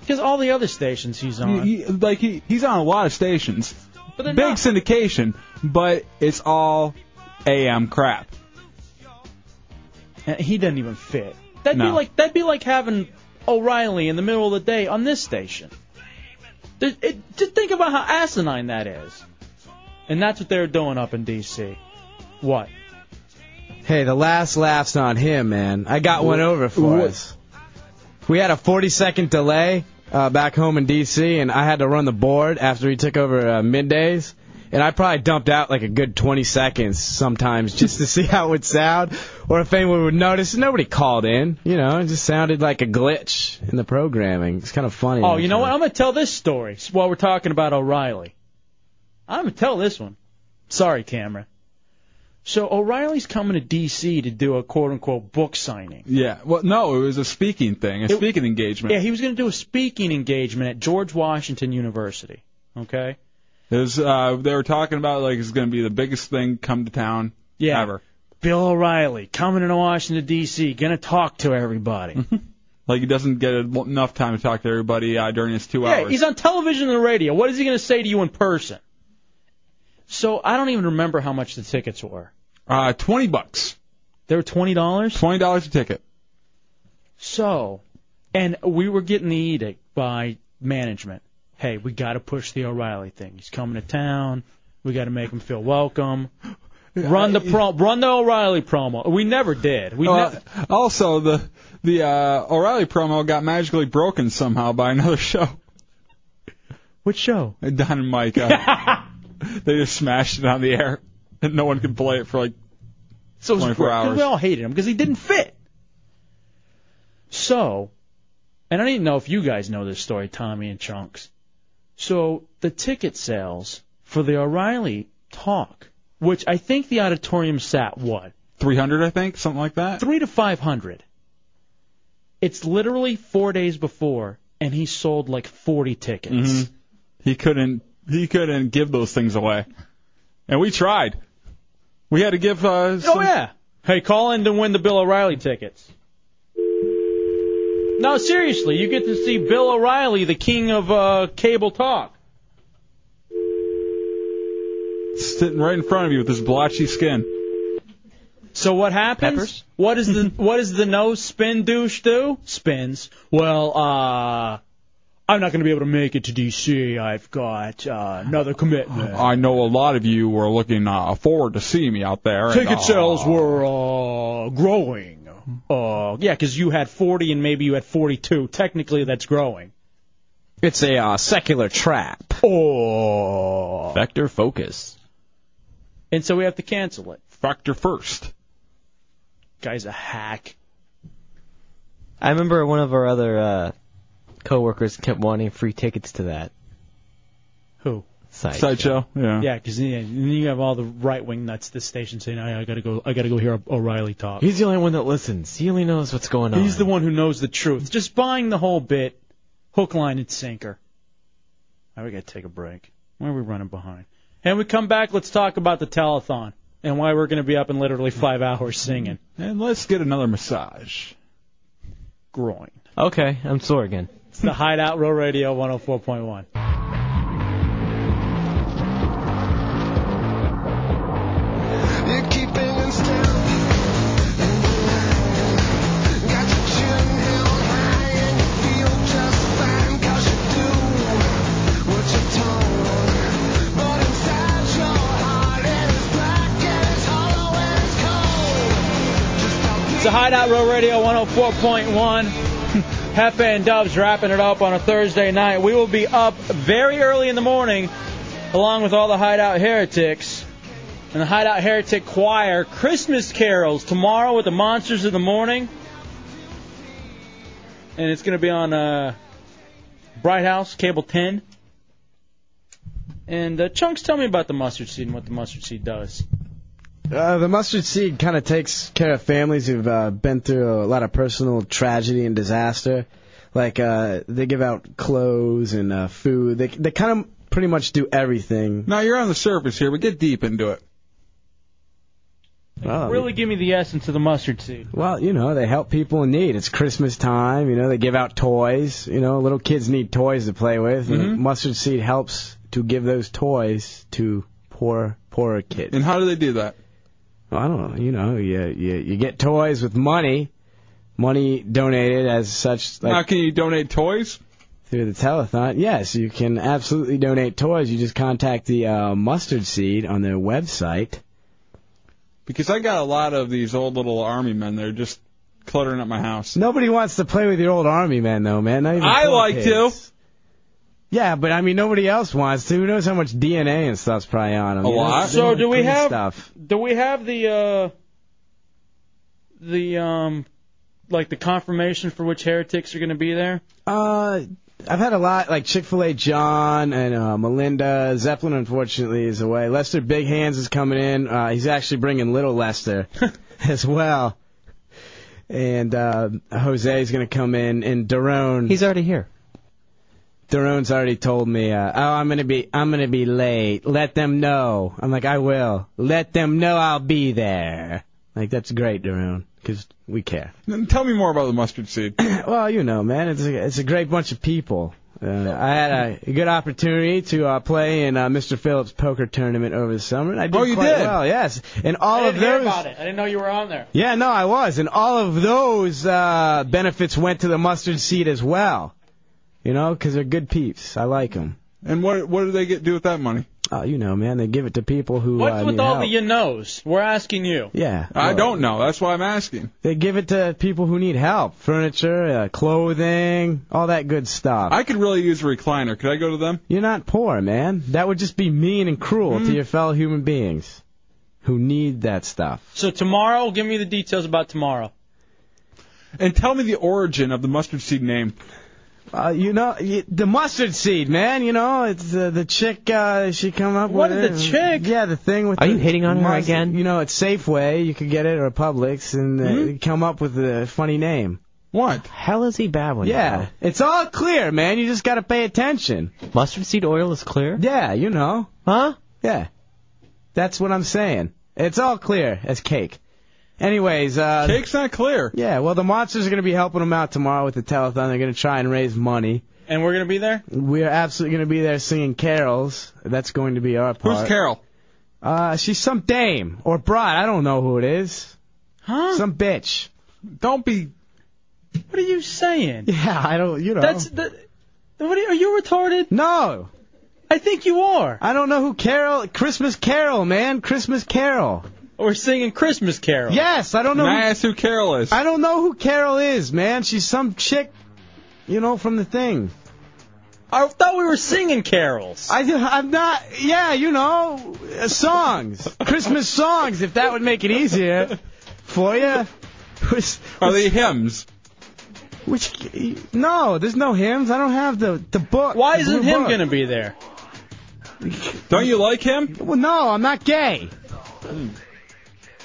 S3: because all the other stations he's on.
S4: He- he- like he, he's on a lot of stations, big syndication, but it's all AM crap.
S3: Uh, He doesn't even fit. That'd be
S4: No.
S3: like that'd be like having O'Reilly in the middle of the day on this station. There- it- just think about how asinine that is. And that's what they're doing up in D.C. What?
S5: Hey, the last laugh's on him, man. I got one over for us. We had a 40 second delay uh, back home in D.C., and I had to run the board after he took over uh, middays. And I probably dumped out like a good 20 seconds sometimes just to see how it would sound or if anyone would notice. Nobody called in, you know, it just sounded like a glitch in the programming. It's kind of funny.
S3: Oh, you know what? I'm gonna tell this story while we're talking about O'Reilly. I'm gonna tell this one. Sorry, Cameron. So O'Reilly's coming to D.C. to do a quote-unquote book signing.
S4: Yeah. Well, no, it was a speaking thing, a speaking engagement.
S3: Yeah, he was gonna do a speaking engagement at George Washington University. Okay.
S4: It was, uh, they were talking about like it's going to be the biggest thing come to town
S3: Yeah.
S4: ever.
S3: Bill O'Reilly coming to Washington D.C. gonna talk to everybody.
S4: Like he doesn't get enough time to talk to everybody uh, during his two
S3: yeah,
S4: hours.
S3: he's on television and the radio. What is he gonna say to you in person? So I don't even remember how much the tickets were.
S4: Uh, twenty bucks.
S3: They were twenty dollars.
S4: Twenty dollars a ticket.
S3: So, and we were getting the edict by management. Hey, we got to push the O'Reilly thing. He's coming to town. We got to make him feel welcome. Run the prom, run the O'Reilly promo. We never did. We
S4: Uh,
S3: never.
S4: also, the the uh, O'Reilly promo got magically broken somehow by another show.
S3: Which show?
S4: Don and Mike. Uh, they just smashed it on the air, and no one could play it for like
S3: So it was
S4: 24
S3: great, 'cause
S4: hours.
S3: We all hated him because he didn't fit. So, and I didn't know if you guys know this story, Tommy and Chunks. So the ticket sales for the O'Reilly talk, which I think the auditorium sat what
S4: 300, I think, something like that.
S3: Three to five hundred. It's literally four days before, and he sold like forty tickets.
S4: Mhm. He couldn't he couldn't give those things away, and we tried. We had to give. Uh,
S3: Oh yeah. Hey, call in to win the Bill O'Reilly tickets. No, seriously, you get to see Bill O'Reilly, the king of uh, cable talk.
S20: sitting right in front of you with his blotchy skin.
S3: So what happens? What is the what does the no spin douche do? Spins. Well, uh, I'm not going to be able to make it to DC. I've got uh, another commitment.
S20: I know a lot of you were looking uh, forward to seeing me out there. and,
S3: Ticket
S20: uh,
S3: sales were uh, growing. Uh, yeah, 'cause you had 40 and maybe you had 42. Technically, that's growing.
S5: It's a uh, secular trap.
S3: Oh.
S5: Vector focus.
S3: And so we have to cancel it.
S20: Factor first.
S3: Guy's a hack.
S18: I remember one of our other uh, coworkers kept wanting free tickets to that.
S3: Who?
S18: Side.
S20: Sideshow, yeah.
S3: Yeah, 'cause yeah, and then you have all the right wing nuts at this station saying, I, I gotta go, I gotta go hear O'Reilly talk.
S18: He's the only one that listens. He only knows what's going on.
S3: He's the one who knows the truth. Just buying the whole bit, hook, line, and sinker. Now we gotta take a break. Why are we running behind? And we come back, let's talk about the telethon and why we're gonna be up in literally five hours singing.
S20: And let's get another massage.
S3: Groin.
S18: Okay, I'm sore again.
S3: It's the Hideout Row Radio 104.1. It's a Hideout Row Radio 104.1. Hefe and Dubs wrapping it up on a Thursday night. We will be up very early in the morning, along with all the Hideout Heretics and the Hideout Heretic Choir. Christmas carols tomorrow with the Monsters of the Morning, and it's going to be on uh, Bright House Cable 10. And uh, Chunks, tell me about the mustard seed and what the mustard seed does.
S5: Uh, the mustard seed kind of takes care of families who've uh, been through a lot of personal tragedy and disaster. Like uh, they give out clothes and uh, food. They they kind of pretty much do everything.
S20: Now you're on the surface here, but get deep into it.
S5: Wow.
S3: Really, give me the essence of the mustard seed.
S5: Well, you know they help people in need. It's Christmas time. You know they give out toys. You know little kids need toys to play with. And mustard seed helps to give those toys to poor poorer kids.
S20: And how do they do that?
S5: Well, I don't know. You know, you, you you get toys with money, money donated as such. Like,
S20: How can you donate toys?
S5: through the telethon. Yes, you can absolutely donate toys. You just contact the uh, mustard seed on their website.
S20: Because I got a lot of these old little army men. They're just cluttering up my house.
S5: Nobody wants to play with your old army man, though, man. Not even
S20: I
S5: poor
S20: like
S5: kids.
S20: to.
S5: Yeah, but I mean, nobody else wants to. Who knows how much DNA and stuff's probably on them?
S20: A lot.
S3: So do we have
S5: stuff?
S3: do we have the uh, the um like the confirmation for which heretics are going to be there?
S5: Uh, I've had a lot like Chick Fil A John and uh, Melinda Zeppelin. Unfortunately, is away. Lester Big Hands is coming in. Uh, he's actually bringing little Lester as well. And uh, Jose is going to come in, and Daron. He's
S18: already here.
S5: Daron's already told me, uh, "Oh, I'm gonna be, I'm gonna be late. Let them know." I'm like, "I will. Let them know I'll be there." Like that's great, Daron, because we care.
S20: Then Tell me more about the mustard seed.
S5: well, you know, man, it's a, it's a great bunch of people. Uh, I had a good opportunity to uh, play in uh, Mr. Phillips' poker tournament over the summer, and I did
S3: Oh, you
S5: quite
S3: did?
S5: well. Yes, and all
S3: I
S5: of
S3: didn't hear
S5: those.
S3: about it. I didn't know you were on there.
S5: Yeah, no, I was, and all of those uh, benefits went to the mustard seed as well. You know, 'cause they're good peeps. I like 'em.
S20: And what what do they get do with that money?
S5: Oh, you know, man, they give it to people who
S3: What's
S5: uh,
S3: with
S5: need
S3: all
S5: help.
S3: the you knows? We're asking you.
S5: Yeah.
S20: I
S5: well,
S20: don't know. That's why I'm asking.
S5: They give it to people who need help, furniture, uh, clothing, all that good stuff.
S20: I could really use a recliner. Could I go to them?
S5: You're not poor, man. That would just be mean and cruel
S20: Mm.
S5: to your fellow human beings who need that stuff.
S3: So tomorrow, give me the details about tomorrow.
S20: And tell me the origin of the mustard seed name.
S5: Uh, you know, y the mustard seed, man. You know, it's uh, the chick. Uh, she come up
S3: What
S5: with.
S3: is the
S5: it. chick? Yeah, the thing with.
S18: Are
S5: the
S18: you hitting on her
S5: mustard-
S18: again?
S5: You know, it's Safeway. You could get it or Publix, and uh,
S18: Mhm.
S5: come up with a funny name.
S20: Mm-hmm. What?
S18: Hell is he babbling?
S5: Yeah,
S18: about?
S5: it's all clear, man. You just gotta pay attention.
S18: Mustard seed oil is clear.
S5: Yeah, you know.
S18: Huh?
S5: Yeah. That's what I'm saying. It's all clear as cake. Anyways, uh
S20: Cake's not clear.
S5: Yeah, well the monsters are going to be helping them out tomorrow with the telethon. They're going to try and raise money.
S3: And we're gonna be there.
S5: We are absolutely going to be there singing carols. That's going to be our part.
S20: Who's Carol?
S5: Uh, she's some dame or bride. I don't know who it is.
S3: Huh?
S5: Some bitch.
S38: Don't be.
S3: What are you saying?
S5: Yeah, I don't. You know.
S3: That's the. What are you, are you retarded?
S5: No.
S3: I think you are.
S5: I don't know who Carol. Christmas Carol, man. Christmas Carol.
S3: Or Oh, singing Christmas Carol.
S5: Yes, I don't know.
S4: Can
S5: who-
S4: I ask who Carol is?
S5: I don't know who Carol is, man. She's some chick, you know, from the thing.
S3: I thought we were singing carols.
S5: I, I'm not. Yeah, you know, uh, songs, Christmas songs. If that would make it easier for you.
S4: Are they hymns?
S5: Which no, there's no hymns. I don't have the the book.
S3: Why isn't him gonna be there?
S4: Don't you like him?
S5: Well, no, I'm not gay.
S20: Hmm.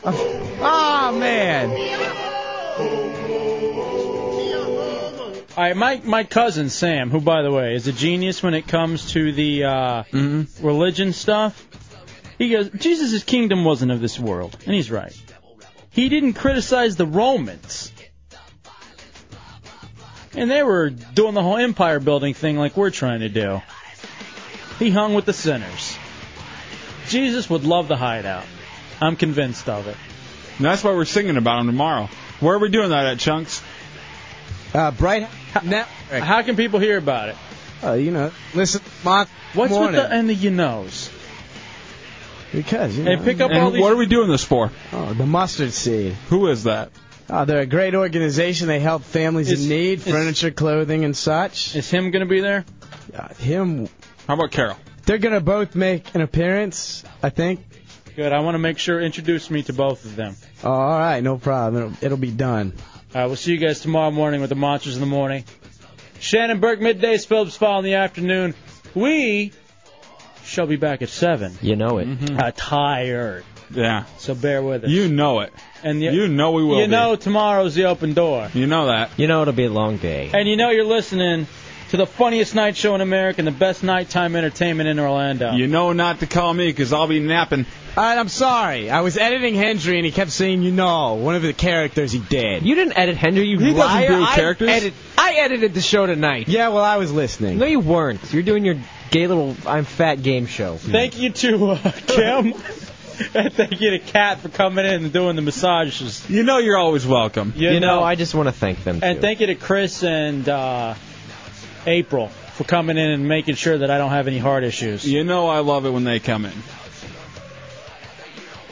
S5: Oh man.
S3: All right, my my cousin Sam, who by the way is a genius when it comes to the uh, religion stuff, he goes, Jesus' kingdom wasn't of this world, and he's right. He didn't criticize the Romans, and they were doing the whole empire building thing like we're trying to do. He hung with the sinners. Jesus would love the hideout. I'm convinced of it.
S4: And that's why we're singing about him tomorrow. Where are we doing that at, Chunks?
S5: Uh, bright. Now,
S3: how can people hear about it?
S5: Uh, you know, listen, my
S3: What's
S5: morning.
S3: with the and the you knows?
S5: Because you
S3: Hey,
S5: know.
S3: pick up And all these- what are
S4: we doing this for?
S5: Oh, the mustard seed.
S4: Who is that?
S5: Oh, they're a great organization. They help families
S3: Is-
S5: in need,
S3: is-
S5: furniture, clothing, and such.
S3: Is him gonna be there?
S5: Uh, him.
S4: How about Carol?
S5: They're gonna both make an appearance, I think.
S3: Good. I want to make sure introduce me to both of them.
S5: Oh, all right, no problem. It'll, it'll be done.
S4: Uh,
S3: All right, Uh, we'll see you guys tomorrow morning with the Monsters in the Morning. Shannon Burke, midday, Phillips Fall in the afternoon. We shall be back at 7.
S18: You know it.
S3: Uh, tired.
S4: Mm-hmm. Yeah.
S3: So bear with us.
S4: You know it.
S3: and
S4: You know we will
S3: You
S4: be.
S3: know tomorrow's the open door.
S4: You know that.
S18: You know it'll be a long day.
S3: And you know you're listening to the funniest night show in America and the best nighttime entertainment in Orlando.
S4: You know not to call me 'cause I'll be napping.
S5: All right, I'm sorry. I was editing Hendry, and he kept saying, "You know, one of the characters he did."
S18: You didn't edit Hendry. You
S5: He doesn't
S18: liar.
S5: do
S18: I
S5: characters.
S18: edit- I edited the show tonight.
S5: Yeah, well, I was listening.
S18: No, you weren't. You're doing your gay little I'm fat game show.
S3: Thank you to uh, Kim. and thank you to Kat for coming in and doing the massages.
S4: You know you're always welcome.
S3: You
S18: You know,
S3: know.
S18: I just want to thank them.
S3: And
S18: too.
S3: thank you to Chris and uh, April for coming in and making sure that I don't have any heart issues.
S4: You know I love it when they come in.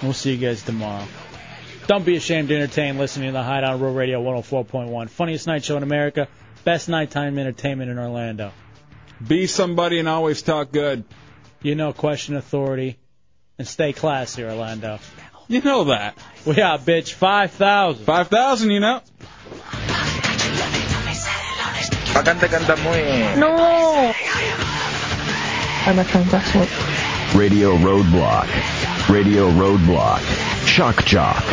S3: We'll see you guys tomorrow. Don't be ashamed to entertain listening to the Hideout on Real Radio 104.1. Funniest night show in America. Best nighttime entertainment in Orlando.
S4: Be somebody and always talk good.
S3: You know, question authority. And stay classy, Orlando.
S4: You know that.
S3: We out, bitch. 5,000.
S4: 5,000, you know?
S28: Maganda ganda mo eh.
S8: No. I'm a transsexual.
S27: Radio Roadblock. Radio Roadblock. Shock Jock.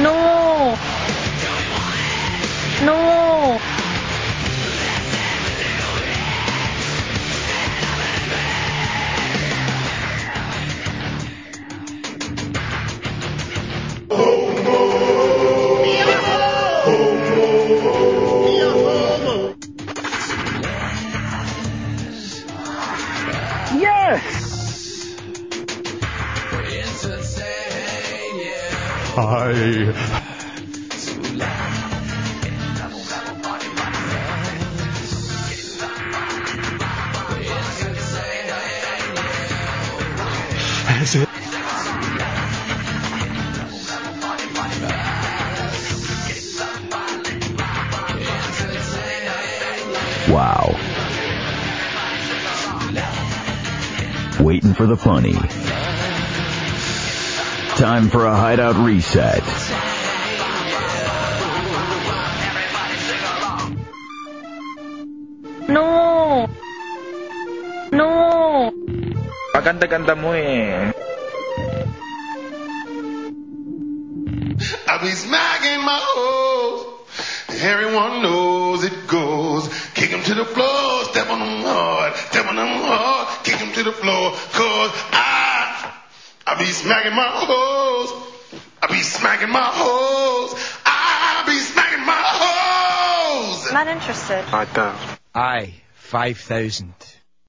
S8: No. No.
S28: Yes!
S27: Hi.
S28: That's it.
S27: Wow. Waiting for the funny. Time for a hideout reset.
S28: No! No! Maganda ganda mo eh.
S39: I be smacking my hoes. Everyone knows it goes. Kick 'em to the floor, step on 'em hard, step on 'em hard, kick 'em to the floor. Cause I, I be smacking my hoes. I be smacking my hoes. I be smacking my hoes.
S8: Not interested.
S40: Aye, 5,000.